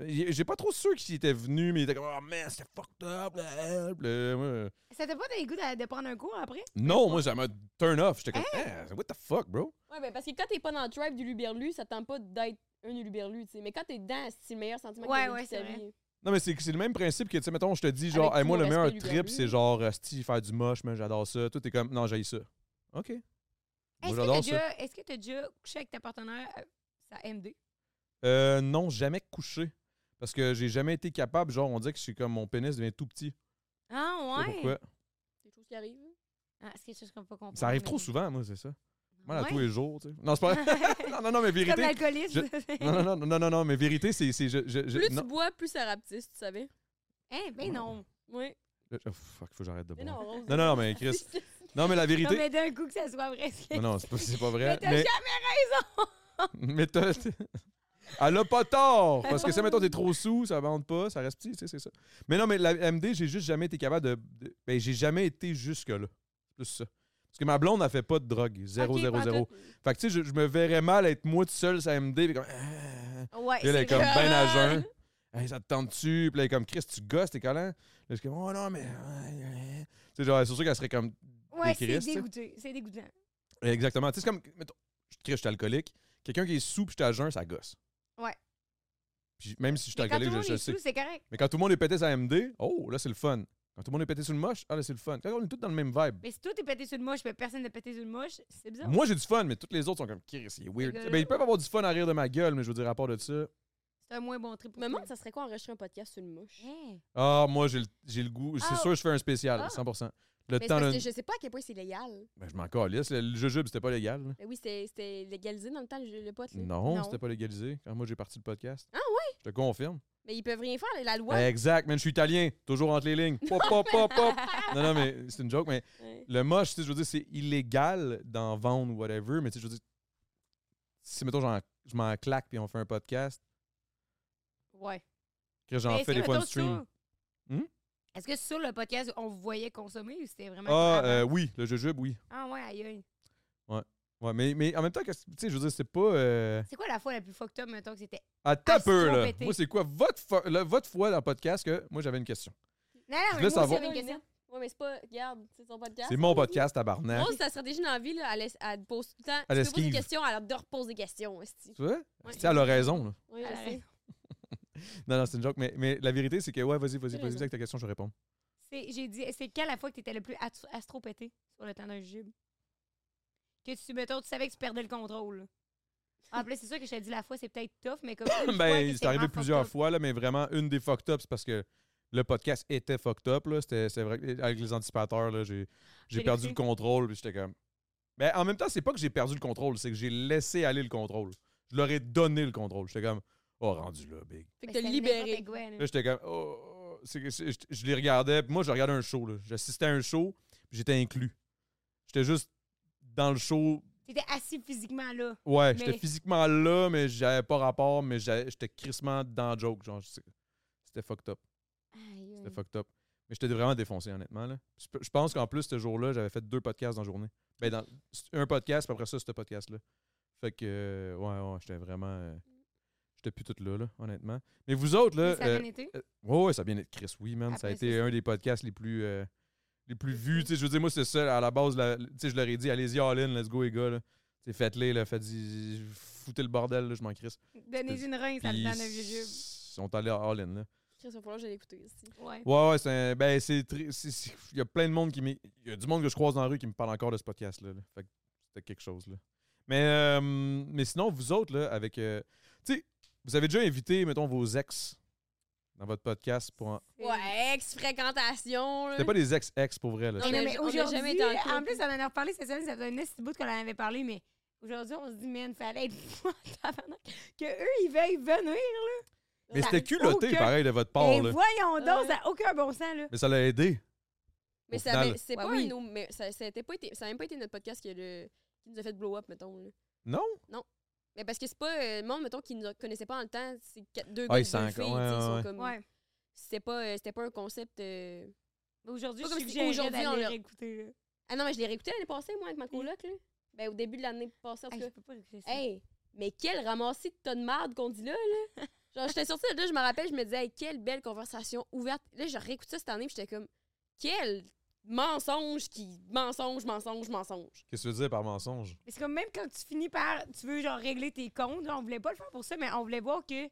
Il- J'ai pas trop sûr qu'il était venu, mais il était comme Ah man, c'était fucked up. bla, bla, bla, moi.
Ça t'a pas donné le goût de, de prendre un cours après?
Non, moi ça m'a turn off. J'étais comme Hein? What the fuck, bro?
Ouais, ben parce que quand t'es pas dans le tribe du Luberlu, ça te tente pas d'être un Luberlu, tu sais. Mais quand t'es dedans, c'est le meilleur sentiment
Ouais,
que t'as
ouais,
vécu de
c'est
ta
vrai.
vie.
Non, mais c'est c'est le même principe que, tu sais, mettons, je te dis, genre,
Avec
Hey, moi,
tout
le
mon
meilleur
respect, Lugarlu.
trip, c'est genre, si faire du moche, mais j'adore ça. Tout est comme, non, j'ai ça. OK. Moi,
Est-ce que t'as
j'adore ça.
déjà, est-ce que t'as déjà couché avec ta partenaire, euh, sa MD?
Euh, non, jamais couché. Parce que j'ai jamais été capable, genre, on dirait que je suis comme, mon pénis devient tout petit. Je
Ah,
sais pas
ouais.
pourquoi.
C'est des choses qui arrivent.
Ah, c'est quelque chose qu'on peut pas comprendre.
Ça arrive trop
mais-
souvent, moi, c'est ça. Moi, à
Ouais.
tous les jours, tu sais. Non, c'est pas vrai. non, non, non, mais
Comme
vérité.
l'alcoolisme.
Non, non, non, non, non, non, mais vérité, c'est. c'est je, je, je-
Plus
non.
tu bois, plus ça rapetisse, tu savais.
Hein, ben non.
Oui.
Je- oh, fuck, faut que j'arrête de
Mais
boire.
non,
Non,
Rose.
non, non, mais Chris. Non, mais la
Non,
vérité.
mais d'un coup que ça soit vrai. c'est-
Non, non, c'est pas, c'est pas vrai.
Mais t'as jamais raison!
Mais t'as. Elle a pas tort! Parce que si, mettons, t'es trop sous, ça vente pas, ça reste petit, tu sais, c'est ça. Mais non, mais la MD, j'ai juste jamais été capable de. de- ben, j'ai jamais été jusque-là. C'est Plus ça. Parce que ma blonde, elle fait pas de drogue. Zéro,
Ok,
zéro,
pas
zéro. Fait que, tu sais, je, je me verrais mal être moi tout seul, sa MD, puis comme. Ah.
Ouais,
Puis elle est
c'est
comme
vrai.
ben à jeun. Hey, ça te tente-tu? Puis là, elle est comme Chris, tu gosses, t'es collant. Là, je suis comme, oh non, mais. Tu sais, genre, c'est sûr qu'elle serait comme.
Ouais,
des
c'est
Christ,
dégoûté. C'est dégoûtant.
Exactement. Tu sais, c'est comme. Mettons, je- Chris, je suis alcoolique. Quelqu'un qui est sous, puis je suis à jeun, ça gosse.
Ouais.
Puis même si je suis
Mais quand tout
alcoolique,
le
je,
monde
je
est
sais.
sous, c'est correct.
Mais quand tout le monde est pété sa MD, oh, là, c'est le fun. Quand tout le monde est pété sur le moche, ah là, c'est le fun. Quand on est tous dans le même vibe.
Mais si toi, t'es pété sur le mouche, mais personne n'est pété sur le mouche, c'est bizarre.
Moi, j'ai du fun, mais toutes les autres sont comme, Chris, il est weird.
Fait que-
Ben, ils peuvent avoir du fun à rire de ma gueule, mais je veux dire, à part de ça.
C'est un moins bon trip pour toi.
Me
Eh,
demande, ça serait quoi enregistrer un podcast sur une mouche?
Hey.
Ah, moi, j'ai le, j'ai le goût. C'est
Ah.
sûr, je fais un spécial,
Ah.
100%. Le
Mais c'est
temps
parce
d'un.
que je sais pas à quel point c'est légal.
Ben, je m'en calisse. Le, le jujube, c'était pas légal. là.
Mais Ben oui, c'était c'était légalisé dans le temps, le, le pot. là.
Non,
Non.
c'était pas légalisé quand moi j'ai parti le podcast.
Ah ouais?
Je te confirme. Ben,
Mais ils peuvent rien faire, la loi.
Exact, man, je suis italien, toujours entre les lignes. Pop, pop, pop, pop. Non, non, mais c'est une joke, mais
Ouais.
le moche, tu sais, je veux dire, c'est illégal d'en vendre ou whatever, mais tu sais, je veux dire, si, mettons, j'en- je m'en claque puis on fait un podcast,
Ouais.
que j'en
Ben,
Mais
fais
est-ce
des
que,
fois une
mettons,
stream.
sur-
Hmm?
Est-ce que sur le podcast, on vous voyait consommer ou c'était vraiment.
Ah,
avant?
euh, oui, le jujube, oui.
Ah, ouais, aïe, aïe.
Ouais, mais, mais en même temps, qu'est-ce- tu sais, je veux dire, c'est pas. euh,
C'est quoi la fois la plus fucked up, mettons, que c'était.
Attends un peu, là.
Astrompété.
Moi, c'est quoi votre, fo- le- votre fois dans le podcast que moi, j'avais une question.
Non, non,
Je
mais
veux
moi,
savoir-
aussi, j'avais une question.
Ouais, mais c'est pas. Regarde, c'est son podcast.
C'est mon podcast, hein. tabarnak.
Rose, sa stratégie dans la vie, là, elle, laisse- elle pose tout le temps.
Elle
Elle tu peux poser
esquive.
des questions, elle leur repose des questions. esti.
Tu vois?
Ouais.
Tu sais, elle a raison, là.
Oui, je
Elle a
sais.
raison.
Non, non, c'est une joke, mais, mais la vérité, c'est que, ouais, vas-y, vas-y,
T'as
vas-y,
raison.
avec ta question, je réponds.
C'est, j'ai dit, c'est quand la fois que t'étais le plus astro- astropété sur le temps d'un jujube? Que tu, mettons, tu savais que tu perdais le contrôle. là. Ah, puis là, c'est sûr que je t'ai dit la fois, c'est peut-être tough, mais comme. une fois que
ben, c'est
t'es
arrivé
en
plusieurs
fucked up.
fois, là, mais vraiment, une des fucked up, c'est parce que le podcast était fucked up, là. C'était, c'est vrai, que avec les anticipateurs, là, j'ai, j'ai
J'ai
perdu
laissé.
le contrôle, puis j'étais comme. Ben, en même temps, c'est pas que j'ai perdu le contrôle, c'est que j'ai laissé aller le contrôle. Je leur ai donné le contrôle. J'étais comme, oh, rendu là, big.
Fait
Ben,
que t'as
c'était
libéré.
n'importe quoi, là.
Là, j'étais comme, oh, oh, c'est que c'est- je- je les regardais. Puis moi, je regardais un show. là. J'assistais à un show, puis j'étais inclus. J'étais juste dans le show.
T'étais assis physiquement là.
Ouais,
Mais-
j'étais physiquement là, mais j'avais pas rapport, mais j'avais- j'étais crissement dans le joke. Genre, c'est- c'était fucked up.
Aïe,
C'était fucked up. Mais j'étais vraiment défoncé, honnêtement. Là. Je pe- Je pense qu'en plus, ce jour-là, j'avais fait deux podcasts dans la journée. Ben, dans, un podcast, puis après ça, ce podcast-là. Fait que, euh, ouais, ouais, j'étais vraiment. euh, j'étais plus tout là, là, honnêtement. Mais vous autres, là.
Ça a
euh,
bien été.
euh, Ouais, ouais, ça a bien été Chris, oui, man. ça a
Après,
été
c'est
un des podcasts les plus, euh, les plus vus. Tu sais, je veux dire, moi, c'est ça, à la base, la- tu sais, je leur ai dit, allez-y, all in, let's go, les gars. là. Tu sais, Faites-les, là, faites foutez le bordel, là, je m'en crisse.
Donnez une reine, ça le
Puis,
temps d'un jujube.
ils sont allés all in, là.
Chris, il va falloir que je l'écoute ici.
Ouais.
Ouais, ouais, c'est un- Ben, c'est. tri- c'est- c'est- Il y a plein de monde qui. m'é- Il y a du monde que je croise dans la rue qui me parle encore de ce podcast-là. là. Fait que c'était quelque chose, là. Mais, euh, mais sinon, vous autres, là, avec. euh, tu sais, vous avez déjà invité, mettons, vos ex dans votre podcast pour. en-
Ouais, ex-fréquentation. là.
C'était pas des ex-ex pour vrai, là.
On
Non,
a-
mais
on a
aujourd'hui,
jamais été en couple.
en plus, on en a reparlé cette semaine, ça faisait un petit bout qu'on en avait parlé, mais aujourd'hui, on se dit, man, fallait être fou en tabarnak, que eux, ils veuillent venir, là.
Mais
Ça-
c'était culotté,
aucun-
pareil, de votre part.
Ben
Et
là.
voyons donc,
Ouais.
ça n'a aucun bon sens, là.
Mais ça l'a aidé.
Mais
au
ça
final-
avait- c'est
Ouais,
pas
oui.
un autre- mais ça, ça a été pas été- ça a même pas été notre podcast qui, a le- qui nous a fait blow up, mettons. là.
Non?
Mais parce que c'est pas. euh, le monde, mettons, qui nous connaissait pas en le temps, c'est quatre- deux
Ah,
gars,
ils
deux
sont
filles. tu sais,
encore- ouais,
ils sont
ouais, ouais.
comme-
Ouais.
C'était pas, euh, c'était pas un concept. euh,
Mais Aujourd'hui,
Pas
je
comme
suis
si
gênée
aujourd'hui,
d'aller
on l'a-
réécouter, là.
Ah non, mais je l'ai réécouté l'année passée, moi, avec ma coloc, là. Ben, au début de l'année passée, en tout
Hey,
cas.
je peux pas réécouter ça.
Hey, mais quel ramassis de tas de marde qu'on dit là, là. Genre, j'étais sortie de là, je me rappelle, je me disais, hey, quelle belle conversation ouverte. Là, je réécoute ça cette année, puis j'étais comme, quel mensonge qui. Mensonge, mensonge, mensonge.
Qu'est-ce que tu veux dire par mensonge?
Mais c'est comme même quand tu finis par, tu veux, genre, régler tes comptes, là, on voulait pas le faire pour ça, mais on voulait voir que,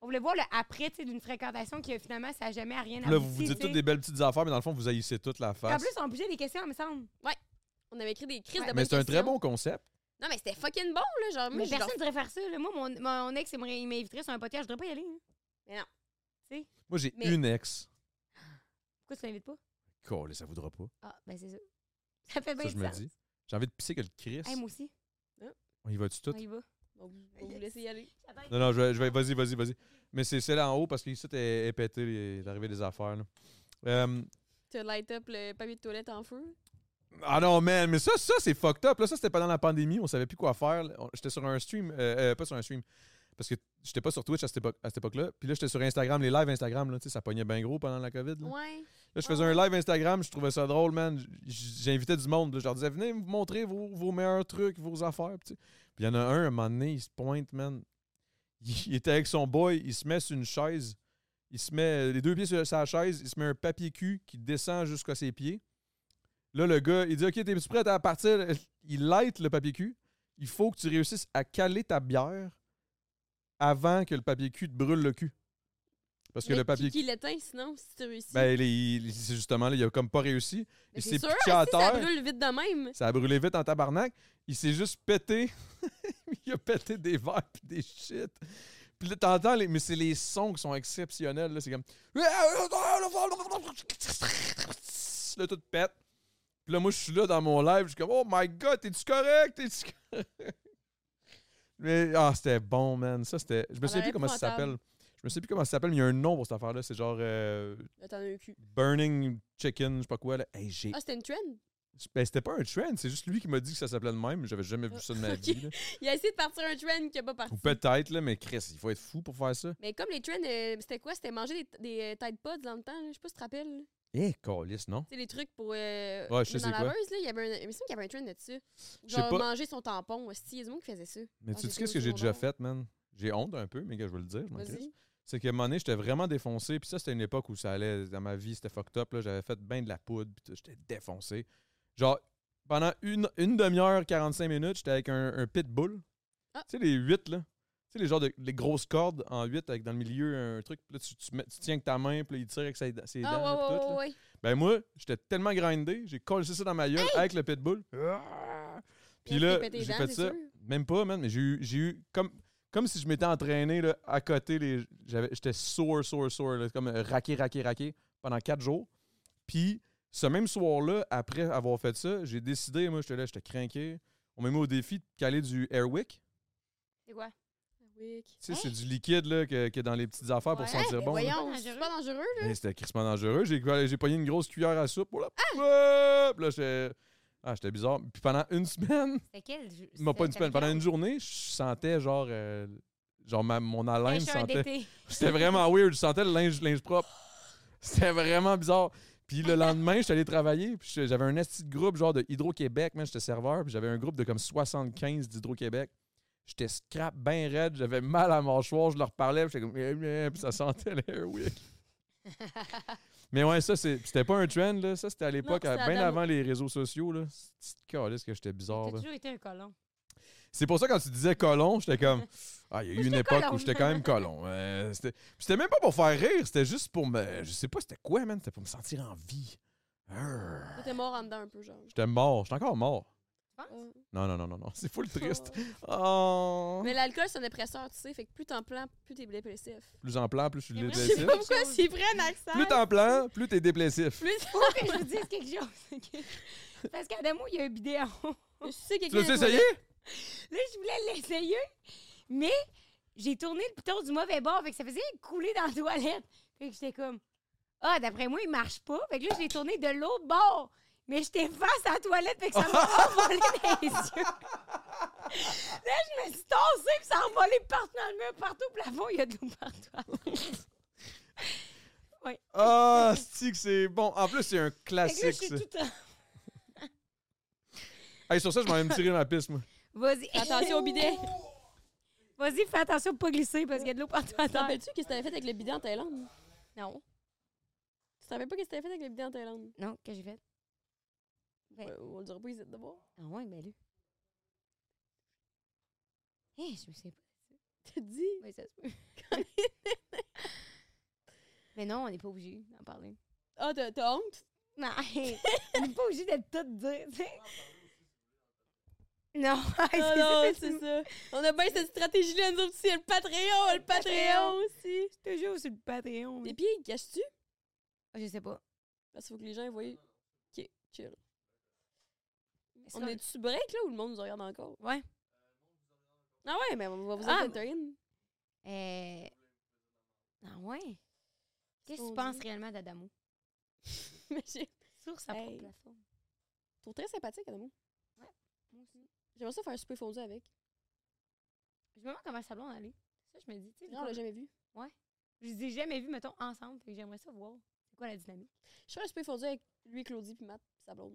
on voulait voir le après, tu sais, d'une fréquentation qui, euh, finalement, ça n'a jamais à rien
Là, vous
abouti,
vous dites
tu sais.
toutes des belles petites affaires, mais dans le fond, vous haïssez toute la
En
face.
plus, on bougeait des questions, il me semble.
On avait écrit des crises
Ouais.
de
Mais
bonnes
c'est un très
questions.
bon concept.
Non, mais c'était fucking bon, là. Genre, moi,
Mais
je- genre,
personne ne devrait faire ça. là. Moi, mon, mon ex, il m'aurait- il m'inviterait sur un podcast. Je ne devrais pas y aller. hein.
Moi, j'ai
Mais-
une ex.
Pourquoi tu l'invites pas?
Colle, ça voudra pas.
Ah, ben c'est ça. Ça fait bien
Ça, je me
du sens.
dis. J'ai envie de pisser que le Chris.
Hey, moi aussi.
On y va-tu tout?
On y va.
on vous- on vous laisse y aller.
Non, non, je vais, je vais- vas-y, vas-y, vas-y. Mais c'est celle en haut parce qu'ici, t'es est pété, il est arrivé des affaires. là. Euh,
Tu light up le papier de toilette en feu.
ah non, man, mais ça, ça c'est fucked up. Là, ça, c'était pendant la pandémie, on savait plus quoi faire. On- J'étais sur un stream, euh, euh, pas sur un stream, parce que j'étais pas sur Twitch à cette, époque, à cette époque-là. Puis là, j'étais sur Instagram, les lives Instagram, là, tu sais, ça pognait bien gros pendant la COVID. Là.
Ah Ouais.
Là, je faisais un live Instagram, je trouvais ça drôle, man. J- j- J'invitais du monde. là. Je leur disais, venez vous montrer vos, vos meilleurs trucs, vos affaires. Puis tu sais. Puis il y en a un, à un moment donné, il se pointe, man. Il, il était avec son boy, il se met sur une chaise. Il se met les deux pieds sur sa chaise, il se met un papier cul qui descend jusqu'à ses pieds. Là, le gars, il dit, OK, t'es prêt à partir? Il light le papier cul. Il faut que tu réussisses à caler ta bière avant que le papier cul te brûle le cul. Parce que le papier.
Qui, qui l'éteint, sinon, si tu réussis.
Ben, les- les- c'est justement, là, il a comme pas réussi.
Mais
Il
c'est
s'est
sûr, ah,
pitché à
si, ça
terre.
brûle vite de même.
Ça a brûlé vite en tabarnak. Il s'est juste pété. il a pété des verres puis des shit. Puis là, t'entends, les... mais c'est les sons qui sont exceptionnels. là. C'est comme. Là, tout pète. Puis là, moi, je suis là dans mon live. Je suis comme, oh my god, t'es-tu correct? T'es-tu correct? Mais, ah, c'était bon, man. Ça, c'était. Je me
Ça
sais
a l'air
plus comment ça
épouvantable.
s'appelle. Je me sais plus comment ça s'appelle, mais il y a un nom pour cette affaire-là. C'est genre euh,
Là, t'en as un cul.
Burning Chicken, je sais pas quoi. Là. Hey, j'ai
Ah, c'était une trend.
ben, c'était pas un trend, c'est juste lui qui m'a dit que ça s'appelait de même. J'avais jamais vu ça de ma
Ah, Ok.
vie. là.
Il a essayé de partir un trend qui a pas parti.
Ou peut-être, là, mais Chris, il faut être fou pour faire ça.
Mais comme les trends, euh, c'était quoi? C'était manger des, des euh, Tide Pods dans le temps. là. Je sais pas si tu te rappelles. là.
Eh, calice, non?
Tu sais, les trucs pour. euh,
Ouais, je sais
dans
c'est
la
quoi.
laveuse, là, il y avait un, il me semble qu'il y avait un trend là-dessus.
Je sais
Genre
pas.
manger son tampon. hostie, Il y a du monde qui faisait ça.
Mais
Ah,
tu sais
j'étais
qu'est-ce
au
que j'ai déjà
secondaire.
fait, man? J'ai honte un peu, mais que je veux le dire. je m'en crisse.
Vas-y.
C'est qu'à un moment donné, j'étais vraiment défoncé. Puis ça, c'était une époque où ça allait. Dans ma vie, c'était fucked up. là. J'avais fait bien de la poudre. Puis tout, j'étais défoncé. Genre, pendant une, une demi-heure, 45 minutes, j'étais avec un, un pitbull.
Ah.
Tu sais, les huit, là. Tu sais, les genres de les grosses cordes en huit, avec dans le milieu un truc. Puis là, tu, tu mets- tu tiens avec ta main. Puis là, il tire avec ses, ses dents. là,
Ah,
puis
ouais,
tout,
ouais,
là.
ouais, ouais.
Ben moi, j'étais tellement grindé, j'ai collé ça dans ma gueule avec le pitbull.
Ah!
Puis
Là,
là,
tu t'es pété les
j'ai
dents,
fait
c'est
ça.
sûr.
Même pas, man, mais j'ai eu, j'ai eu comme, comme si je m'étais entraîné là, à côté. Les, j'avais, j'étais sourd, sourd, sourd, là, comme euh, raqué, raqué, raqué pendant quatre jours. Puis ce même soir-là, après avoir fait ça, j'ai décidé, moi, j'étais là, j'étais craqué. On m'a mis au défi de caler du Airwick.
C'est quoi?
Oui.
Tu sais, c'est du liquide là, que, que dans les petites affaires pour
Ouais.
sentir
Eh,
bon. là.
voyons,
là.
c'est pas dangereux, là.
Mais c'était crissement dangereux. J'ai, j'ai pogné une grosse cuillère à soupe. Oh là, hop, là, j'étais. Ah, j'étais bizarre. Puis pendant une semaine,
C'était quel? jeu-
non, pas une
c'était
semaine, pendant
quel
une journée, je sentais genre. euh, genre ma- mon haleine
pêcheur
sentait.
d'été?
C'était vraiment weird. Je sentais le linge, linge propre. C'était vraiment bizarre. Puis le lendemain, j'étais allé travailler. Puis j'étais- j'avais un esti de groupe genre de Hydro-Québec. man, J'étais serveur. Puis j'avais un groupe de comme 75 d'Hydro-Québec. J'étais scrap, bien raide. J'avais mal à la mâchoire. Je leur parlais. Puis j'étais comme. eh, eh, Puis ça sentait l'airwick. Mais ouais, ça, c'est- c'était pas un trend. Là. Ça, c'était à l'époque,
c'était
à-
à
bien
la-
avant les réseaux sociaux. là. C'est calisse que j'étais bizarre.
T'as
là.
toujours été un colon.
C'est pour ça quand tu disais colon, j'étais comme ah, il y a eu une époque
colon.
où j'étais quand même colon. Euh, c'était puis c'était même pas pour faire rire, c'était juste pour me je sais pas c'était quoi man, c'était pour me sentir en vie. Arr.
Là, T'es mort en dedans un peu, genre.
J'étais mort, j'étais encore mort.
Tu penses?
Ouais.
Non non non non non, c'est full triste. Oh.
Mais l'alcool, c'est un dépresseur, tu sais. Fait que plus t'en plans, plus t'es dépressif.
Plus en plan, plus je suis
Mais moi,
Je sais
dépressif.
pas pourquoi s'ils prennent accent.
Plus t'en plan, plus t'es dépressif.
Plus
Faut que je vous dise quelque chose. ok? Parce qu'Adamo, il y a un bidéo.
Je sais
Tu
quelqu'un.
l'as essayé
Là, je voulais l'essayer, mais j'ai tourné le piton du mauvais bord, fait que ça faisait couler dans la toilette. Fait que j'étais comme, ah, d'après moi, il marche pas. Fait que là, je l'ai tourné de l'autre bord. Mais j'étais face à la toilette, fait que ça m'a envolé dans les yeux. Là, je me suis tossée, puis ça a envolé partout dans le mur, partout au plafond, il y a de l'eau partout.
Ah, c'est que c'est bon. En plus, c'est un
Fait que là, je
classique.
suis
ça.
tout en...
Hey, sur ça, je m'en vais me tirer dans la piste moi.
Vas-y.
Attention au bidet.
Vas-y, fais attention de pas glisser, parce qu'il y a de l'eau partout à
T'en
terre.
rappelles-tu qu'est-ce que t'avais fait avec le bidet en Thaïlande?
Non.
Tu savais pas qu'est-ce que t'avais fait avec le bidet en Thaïlande?
Non, que j'ai fait? Ouais.
Ouais, on le dira pas, ils étaient de voir.
Ah ouais, ben là. Hé, Eh, je me sais pas.
T'as dit?
mais ça se peut. Mais non, on n'est pas obligé d'en parler.
Ah, t'as t'as honte?
Non, on n'est pas obligé d'être tout dire, tu sais. Non, Ah, c'est
Non,
ça,
Ah non,
c'est
c'est ça. On a bien cette stratégie-là, nous autres aussi. Il y a le Patreon, le Patreon aussi.
toujours sur le Patreon.
Les pieds, ils caches-tu?
Ah, Je sais pas.
Parce qu'il faut que les gens ils voient. Ok, chill.
Est-ce
On
qu'on-
est-tu break, là, ou le monde nous regarde encore?
Ouais.
Ah ouais, mais on va vous
Ah,
en enter une.
Euh... Ah ouais. Qu'est-ce que
qu'on
tu penses
dit?
réellement d'Adamo?
Mais j'ai-
Sur sa
Hey.
propre plateforme.
Je trouve très sympathique, Adamo.
Ouais, moi aussi.
J'aimerais ça faire un souper fondu avec.
Je me demande comment ça blonde aller. Ça, je me dis, tu sais,
Non, on l'a jamais vu.
je les ai jamais vus, mettons, ensemble. Fait que j'aimerais ça voir. C'est quoi la dynamique?
Je ferais un souper fondu avec lui, Claudie, puis Matt, puis sa blonde.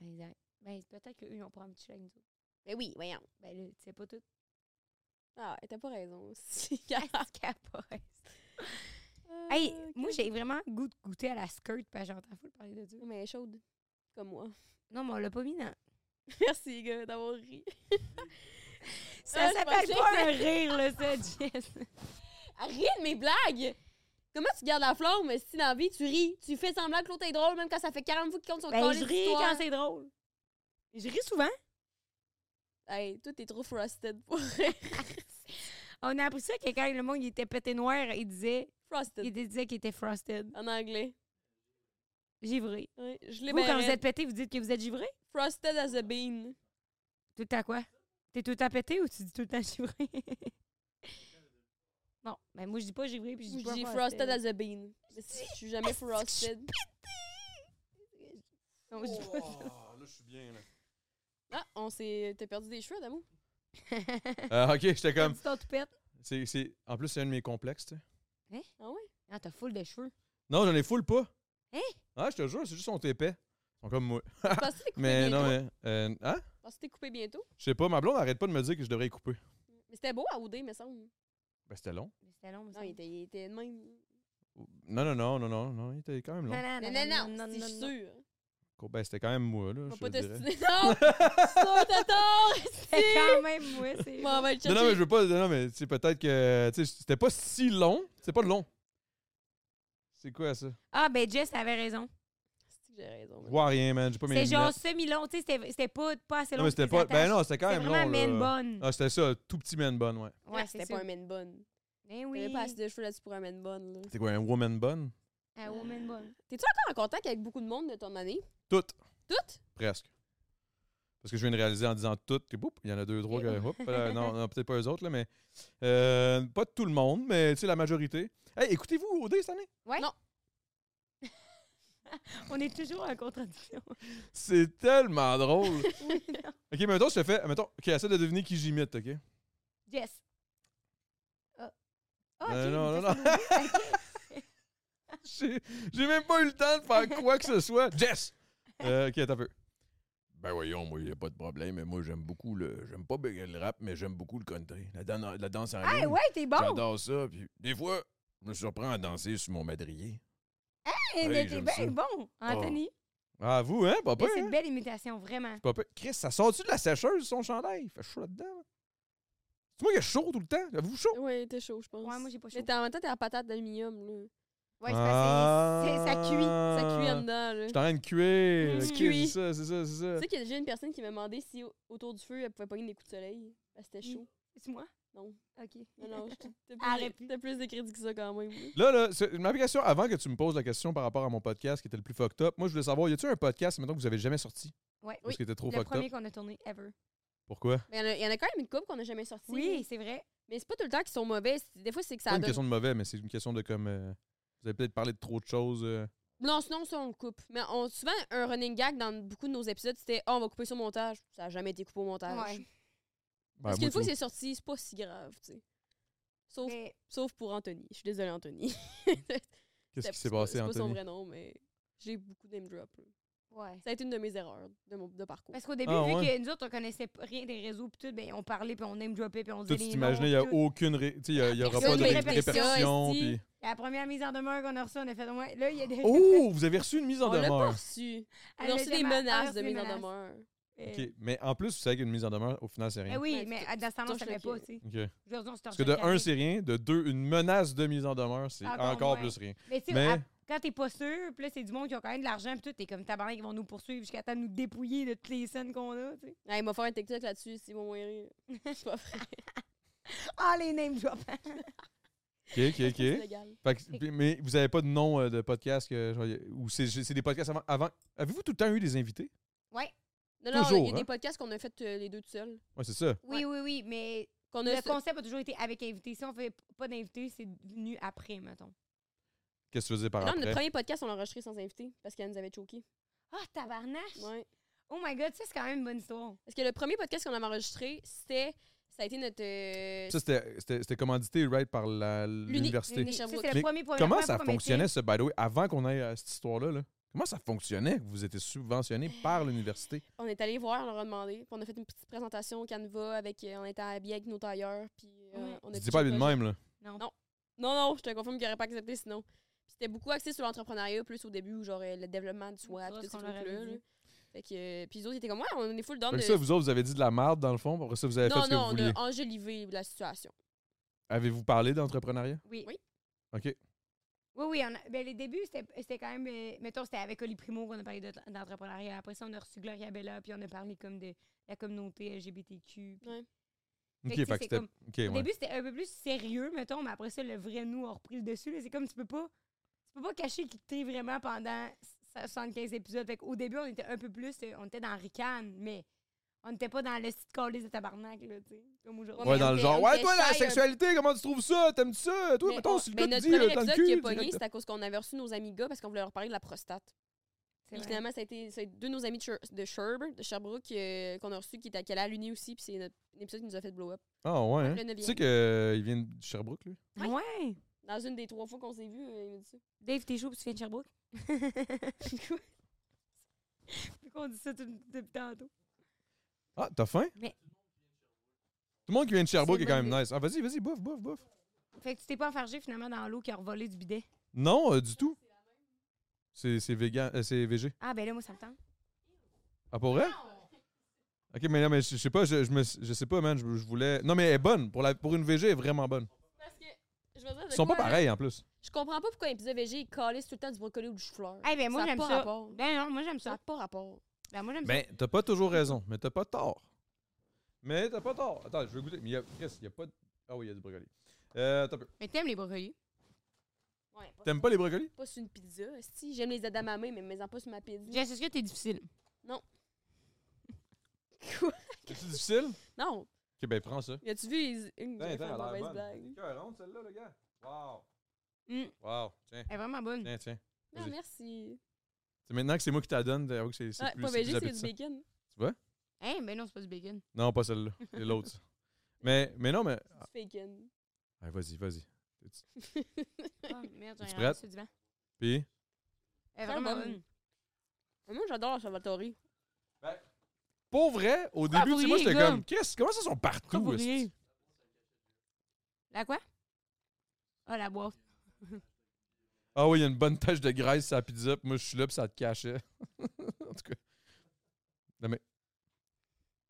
Exact. Ben, c'est peut-être qu'eux, ils ont pas envie de chiller avec nous autres.
Mais oui, voyons.
Ben là, tu sais pas tout.
Ah, t'as pas raison.
Capote.
Ah,
Hey, moi, j'ai vraiment le goût de goûter à la skirt, parce que j'entends fou parler de ça.
Mais elle est chaude. Comme moi.
Non, mais on l'a pas mis dans.
Merci, les gars, d'avoir ri.
Ça
Ah, je
s'appelle
pensais
pas
que-
un rire, là, ça, Jess.
Rien de mes blagues! Comment tu gardes la flamme si dans la vie tu ris? Tu fais semblant que l'autre est drôle, même quand ça fait 40 fois qu'il compte son
Ben,
câlisse
je ris
d'histoire.
quand c'est drôle. Je ris souvent.
Hey, toi, t'es trop frosted pour rire.
On a appris ça que quand le monde il était pété noir, il disait
Frosted,
il disait qu'il était frosted.
en anglais.
Givré.
Oui, je l'ai
Vous,
bien
quand vous
raide.
êtes pété, vous dites que vous êtes givré?
Frosted as a bean.
Tout le temps quoi? T'es tout le temps pété ou tu dis tout le temps givré? non, ben moi, je dis pas givré puis je dis
Je
pas
dis frosted as a bean. Mais si je suis jamais frosted. Oh.
Non, je dis pas ça.
là, je suis bien, là.
Ah, on s'est. T'as perdu des cheveux, Damo?
Euh, ok, j'étais
Comme...
comme.
Tu t'en toupette.
c'est c'est- En plus, c'est un de mes complexes, tu sais.
Ah ouais?
Non, t'as full de cheveux.
Non, j'en ai full pas.
Hein?
Ah, je te jure, c'est juste son épais. Ils sont comme moi.
Tu penses que t'es coupé
Ah, mais
bientôt?
non, mais. euh, hein?
Penses que t'es coupé bientôt?
Je sais pas, ma blonde arrête pas de me dire que je devrais y couper.
Mais c'était beau à ouder, me semble.
Ben, c'était long.
Mais c'était long, mais
Non, il était, il était de même.
Non, non, non, non, non, non, il était quand même long.
Ah,
Non, non, non, c'est sûr.
Ben, c'était quand même moi, là.
On
je
va pas
te dirais.
t'estimer. Non! Ça, t'as tort!
C'est quand même, moi, c'est.
Oh, Bon, on va le chercher.
Non, non, mais je veux pas. Non, mais tu sais, peut-être que. Tu sais, c'était pas si long. C'est pas long. C'est quoi ça?
Ah, ben Jess avait raison.
C'est que J'ai raison.
Je vois rien, man. J'ai pas mes
C'est genre
lunettes.
semi-long, tu sais, c'était- c'était pas, pas assez long.
Non, mais
pour
c'était
tes
pas. Ben
attaches.
non, c'était quand
C'est
même long.
vraiment man
là.
bonne.
Ah, c'était ça, tout petit man bun, ouais.
Ouais,
Ouais,
Ah, c'était
c'est
pas
ça.
un man bun.
Ben
T'avais
oui.
pas assez de cheveux là-dessus pour un man bun. là.
C'est quoi, un woman bun?
Un woman Eh, bun.
T'es-tu encore en contact avec beaucoup de monde de ton année?
Toutes.
Toutes?
Presque. Parce que je viens de réaliser en disant tout que boum, il y en a deux, trois que hop, euh, non, non, peut-être pas eux autres, là, mais euh, pas tout le monde, mais tu sais, la majorité. Hey, écoutez-vous OD cette année?
Ouais.
Non.
On est toujours en contradiction.
C'est tellement drôle!
oui, non.
ok, mais mettons, je te fais. Mettons, ok, essaie de deviner qui j'imite, ok?
Jess. Ah. Ah,
Euh,
ok,
non,
mais
non,
Jess,
non.
elle nous dit.
J'ai j'ai même pas eu le temps de faire quoi que ce soit. Jess! Euh, ok, attends un peu. Ben voyons, moi, il a pas de problème, mais moi, j'aime beaucoup le. J'aime pas le rap, mais j'aime beaucoup le country. La, danse en
Hey, Ah, ouais, t'es bon.
J'adore ça. Puis des fois, je me surprends à danser sur mon madrier.
Hey, Hein, mais t'es
Hey, j'aime
bien
ça.
bon, Anthony.
Ah, vous, hein, papa?
Mais C'est une belle imitation, vraiment.
Papa. Chris, ça sort-tu de la sécheuse, son chandail? Il fait chaud là-dedans. C'est moi qui ai chaud tout le temps. Avez-vous chaud?
Ouais, t'es chaud, je pense.
Ouais, moi, j'ai pas chaud.
Mais t'es- en même temps, t'es en patate d'aluminium, là.
Ouais, c'est parce que c'est- c'est- ça cuit.
Euh,
Ça cuit en dedans,
Ah!
là.
Je suis en train de cuire.
Mm.
Ok,
Cuit.
C'est ça, c'est ça, c'est ça.
Tu sais qu'il y a déjà une personne qui m'a demandé si au- autour du feu, elle pouvait pogner des coups de soleil. Parce que c'était
Mm.
chaud.
C'est moi?
Non.
OK.
Non, non, je- t'as
Arrête
plus, de- t'as plus de crédit que ça quand même.
Là,
là.
là, c'est- ma question, avant que tu me poses la question par rapport à mon podcast qui était le plus fucked up, moi, je voulais savoir, y a-tu un podcast, maintenant que vous avez jamais sorti?
Ouais.
Parce qu'il était trop
Le
fucked
premier
up.
qu'on a tourné ever.
Pourquoi?
Mais Il y, en a- il y en a quand même une coupe qu'on n'a jamais sortie.
Oui, c'est vrai.
Mais c'est pas tout le temps qu'ils sont mauvais. c'est- Des fois, c'est que
C'est
ça
pas une
donne.
question de mauvais, mais c'est une question de comme. euh, vous avez peut-être parlé de trop de choses. euh.
Non, sinon, ça, on le coupe. Mais on, souvent, un running gag dans beaucoup de nos épisodes, c'était Ah, on va couper ça au montage. Ça n'a jamais été coupé au montage.
Ouais.
Ben,
Parce
moi,
qu'une fois
tu
que c'est sorti, c'est pas si grave, tu sais. Sauf,
Mais
sauf pour Anthony. Je suis désolée, Anthony.
Qu'est-ce
C'est-
qui
c'est
s'est
pas-
passé,
C'est pas son
Anthony?
vrai nom, mais j'ai beaucoup de name drop. là.
ouais.
Ça a été une de mes erreurs de, mon, de parcours.
Parce qu'au début,
Ah,
vu
ouais.
que nous autres, on connaissait pas rien des réseaux, puis tout, ben, on parlait, puis on name droppait, puis on
Toi,
disait
tu
les
t'imaginais, il
noms,
n'y a
tout.
aucune. ré- Tu sais, il n'y aura
Personne
pas de
ne
ré-
répète ça,
répercussions.
esti.
puis-
La première mise en demeure qu'on a reçue, on a fait au moins. Là, il y a des.
Oh, vous avez reçu une mise en
on l'a pas
demeure.
reçu.
Elle
On a
a
reçu des
jamais- elle a
menaces
reçu
de
des
mise en
menaces.
demeure.
Mais-
OK. Mais en plus, vous savez qu'une mise en demeure, au final, c'est rien.
Ben oui,
Ben,
Euh, mais
tu-
à- dans ce temps-là, on
torches
savait
le
pas,
cul.
tu sais.
OK.
Aujourd'hui, on se
Parce que de un, c'est rien. De deux, une menace de mise en demeure, c'est
Ah,
Encore
ben,
encore,
moins.
plus rien.
Mais tu sais,
Mais-
à- quand t'es pas sûr, puis là, c'est du monde qui a quand même de l'argent, puis tout, t'es comme tabarnak, ils vont nous poursuivre jusqu'à temps de nous dépouiller de toutes les scènes qu'on a, tu sais.
Ah, il m'a fait un TikTok là-dessus, Simon Moiri. C'est pas vrai.
Ah, les name drops!
OK, OK,
C'est
OK.
légal.
Fait que- puis- mais vous n'avez pas de nom euh, de podcast que, genre, y a- ou c'est c'est des podcasts avant. avant. Avez-vous tout le temps eu des invités?
ouais.
Non, non, il
Toujours,
y a
hein?
des podcasts qu'on a fait euh, les deux tout seuls.
Oui, c'est ça.
Oui, oui, oui, mais
Qu'on a
le concept a toujours été avec invité. Si on fait p- pas d'invité, c'est venu après, mettons.
Qu'est-ce que tu faisais par
Non,
après?
notre premier podcast, on l'a enregistré sans invité parce qu'elle nous avait choqué.
Ah, tabarnache!
Ouais.
Oh my god, ça, c'est quand même une bonne histoire.
Parce que le premier podcast qu'on avait enregistré, c'était. Ça a été notre. euh,
Ça, c'était- c'était c'était commandité, right, par la- l'université.
l'uni-
Ça,
Sherbrooke.
c'est le
Mais
premier premier-
Comment
première
ça
fois qu'on
fonctionnait,
mettait-
ce by the way, avant qu'on aille à cette histoire-là? là? Comment ça fonctionnait que vous étiez subventionné par l'université?
on est allé voir, on leur a demandé. Puis on a fait une petite présentation au Canva avec. euh, on était habillés avec nos tailleurs. Puis euh,
Ouais.
on a
Tu dis
pitché
pas
le
lui de
projet.
même, là.
Non, non, je te confirme qu'il n'aurait pas accepté sinon. Puis C'était beaucoup axé sur l'entrepreneuriat, plus au début, où genre euh, le développement du
Ça,
soi, puis
ce
tous ces
qu'on leur
trucs-là.
avait
là.
dit.
Fait que, euh, puis les autres, ils étaient comme, ouais, on est full down
Fait
de.
que ça, vous autres, vous avez dit de la merde, dans le fond, puis après ça, vous avez fait
non,
ce que vous
non, on
vouliez.
a enjolivé la situation.
Avez-vous parlé d'entrepreneuriat?
Oui.
Oui.
OK.
Oui, oui. on a- ben, les débuts, c'était c'était quand même. euh, mettons, c'était avec Oli Primo qu'on a parlé de- d'entrepreneuriat. Après ça, on a reçu Gloria Bella, puis on a parlé comme de la communauté LGBTQ. Puis
Ouais.
Fait
OK,
que, tu sais,
fait que
c'est
c'était...
comme-
OK, ouais.
Au début, c'était un peu plus sérieux, mettons, mais après ça, le vrai nous a repris le dessus. là. C'est comme tu peux pas. Tu peux pas cacher qui t'es vraiment pendant 75 épisodes. Fait Au début, on était un peu plus. euh, On était dans Ricane, mais on n'était pas dans le site calice de tabarnak, là, tu sais, comme aujourd'hui.
Ouais,
mais
dans
on
le
était-
genre,
on
ouais,
était
toi, la
shy, un-
sexualité, comment tu trouves ça? T'aimes-tu ça? Toi,
Mais
mettons,
on-
si le
ben,
gars te
notre
dit,
premier
euh, dans le
épisode qui a
cul,
pogné,
direct-
c'est à cause qu'on avait reçu nos amis gars parce qu'on voulait leur parler de la prostate.
C'est
Puis
vrai.
finalement, ça a été, ça a été deux de nos amis de, Sher- de Sherbrooke, de Sherbrooke euh, qu'on a reçu, qui, était, qui allait à l'Uni aussi, puis c'est notre épisode qui nous a fait blow up.
Ah, ouais, hein?
Le
Tu
neuvième.
sais qu'il vient de Sherbrooke, lui?
Ouais.
Dans une des trois fois qu'on s'est vus, euh, il m'a dit ça.
Dave, t'es chaud, puis tu viens de Sherbrooke? Quoi? Pourquoi on dit ça tout- depuis tantôt?
Ah, t'as faim?
Mais-
Tout le monde qui vient de Sherbrooke
C'est
est
une
quand
bonne
même nice. Ah, vas-y, vas-y, bouffe, bouffe, bouffe.
Fait que tu t'es pas enfargé finalement dans l'eau qui a revolé du bidet.
Non, euh, du tout. C'est c'est vegan, euh, c'est végé.
Ah, ben là, moi, ça me tente.
Ah, pour vrai? Ok, mais non, mais je je sais pas, je, je, me, je sais pas, man, je, je voulais... Non, mais elle est bonne. Pour, la, pour une VG, elle est vraiment bonne.
Parce que, je veux dire, de
Ils sont pas
quoi, là,
pareils, en plus.
Je comprends pas pourquoi un épisode végé, il calisse tout le temps du brocoli ou du chou-fleur.
Eh ben, moi,
a
j'aime
pas
ça.
rapport.
Ben non, moi, j'aime
Ça
ça.
n'a pas rapport.
Ben moi, j'aime ça.
Ben, t'as pas toujours raison, mais t'as pas tort. Mais t'as pas tort. Attends, je vais goûter. Mais il y a, Chris, il y a pas de... Ah oui, il y a du brocoli. Euh, attends un peu.
Mais t'aimes les brocolis?
Ouais, pas,
T'aimes pas les brocolis?
pas sur une pizza. Si, j'aime les adamamés, mais mets-en pas sur ma pizza.
Jess, est-ce que t'es difficile?
C'est difficile? Ok,
Non.
ben prends ça.
As-tu vu les... une
Tiens,
j'ai fait
tiens,
une
Ben, elle a
mauvaise
l'air bonne.
blague?
C'est écœurante, celle-là, le gars. Wow.
Mm.
Wow. Tiens,
Elle est vraiment bonne.
tiens, tiens.
Non,
Vas-y.
merci.
C'est maintenant que c'est moi qui t'la donne, j'avoue que c'est c'est
Ouais,
plus,
pas
c'est plus
végé, c'est du
appétissant.
bacon.
Hein? Ben non, c'est pas du bacon.
Non, pas celle-là. C'est l'autre. ça. mais, mais non, mais...
Du bacon.
Ah, vas-y, vas-y.
Ah, merde,
Es-tu
j'ai
prête?
du divan.
Puis...
Elle est
Ça,
vraiment
bonne.
bonne.
Moi, j'adore la Salvatore.
Pour vrai, au
Pourquoi
début,
vous
tu sais, moi,
riez,
j'étais
gars?
comme... Qu'est-ce? Comment ça, ils sont
Pourquoi vous
partout? esti?
riez? La quoi? Ah, la boîte.
Ah oui, il y a une bonne tache de graisse sur la pizza, puis moi je suis là, puis ça te cachait. en tout cas. Non mais.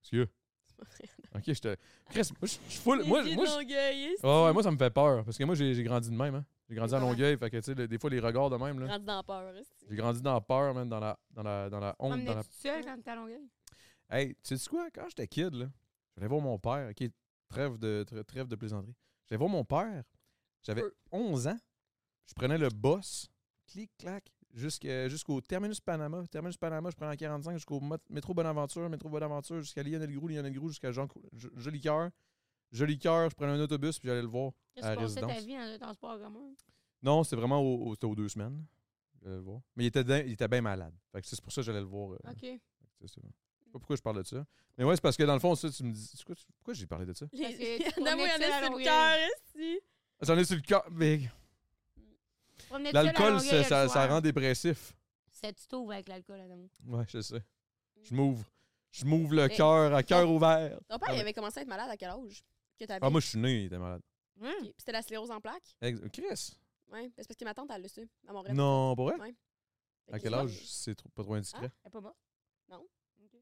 Excuse. Ok, je te. Chris, moi je je suis full. Moi, moi, je- Ah ouais, moi ça me fait peur, parce que moi j'ai j'ai grandi de même. Hein. J'ai grandi à
Comment?
Longueuil, fait que tu sais, le- des fois les regards de même. là.
Rendu dans la peur. esti.
J'ai grandi dans la peur, même, dans la, dans la, dans la honte. Dans
M'emmenais-tu
la...
toute seule quand t'es à Longueuil?
Hey, tu sais quoi? Quand j'étais kid, là, j'allais voir mon père. Ok, trêve de, tr- trêve de plaisanterie. J'allais voir mon père. J'avais
Peu.
11 ans. Je prenais le boss, clic, clac, jusqu'à- jusqu'au terminus Panama. Terminus Panama, je prenais en 45 jusqu'au mot- métro Bonaventure, métro Bonaventure, jusqu'à Lionel Groux, Lionel Groux, jusqu'à Jean Cou- Jo- Joli Cœur. Joli Cœur, je prenais un autobus puis j'allais le voir
Qu'est-ce
à
que
la
tu passais ta
résidence.
vie dans un transport commun?
Non, c'est vraiment au, au- c'était aux deux semaines. J'allais le voir. Mais il était, din- il était bien malade. Fait que c'est pour ça que j'allais le voir. euh,
OK.
ça, c'est bon. Je sais pas pourquoi je parle de ça. Mais ouais, c'est parce que dans le fond, ça, tu me dis. c'est quoi- pourquoi j'ai parlé de ça?
Les-
Parce que tu
Il y en a moi, il y en
prenais
a
ça à
sur le
Longueuil.
cœur, esti.
Ah, J'en ai sur le cœur. mais
Promenais-tu seule à
L'alcool,
Longueuil
ça,
le
ça, ça
soir?
rend dépressif.
C'est tu t'ouvres avec l'alcool, Adam.
Ouais, je sais. Je m'ouvre. Je m'ouvre le
Mais-
cœur à cœur ouvert.
Ton père,
Ah
il
ouais.
avait commencé à être malade à quel âge? Que t'avais?
Ah, moi, je suis né, il était malade.
Hum.
Ok. C'était la sclérose en plaques?
Ex- Chris?
Ouais. C'est parce que ma tante, elle l'a su, à Montréal.
Non, pour vrai?
Ouais. Fait
À
que
quel
c'est Ah.
âge? C'est trop- pas trop indiscret.
Elle est pas morte?
Non.
OK.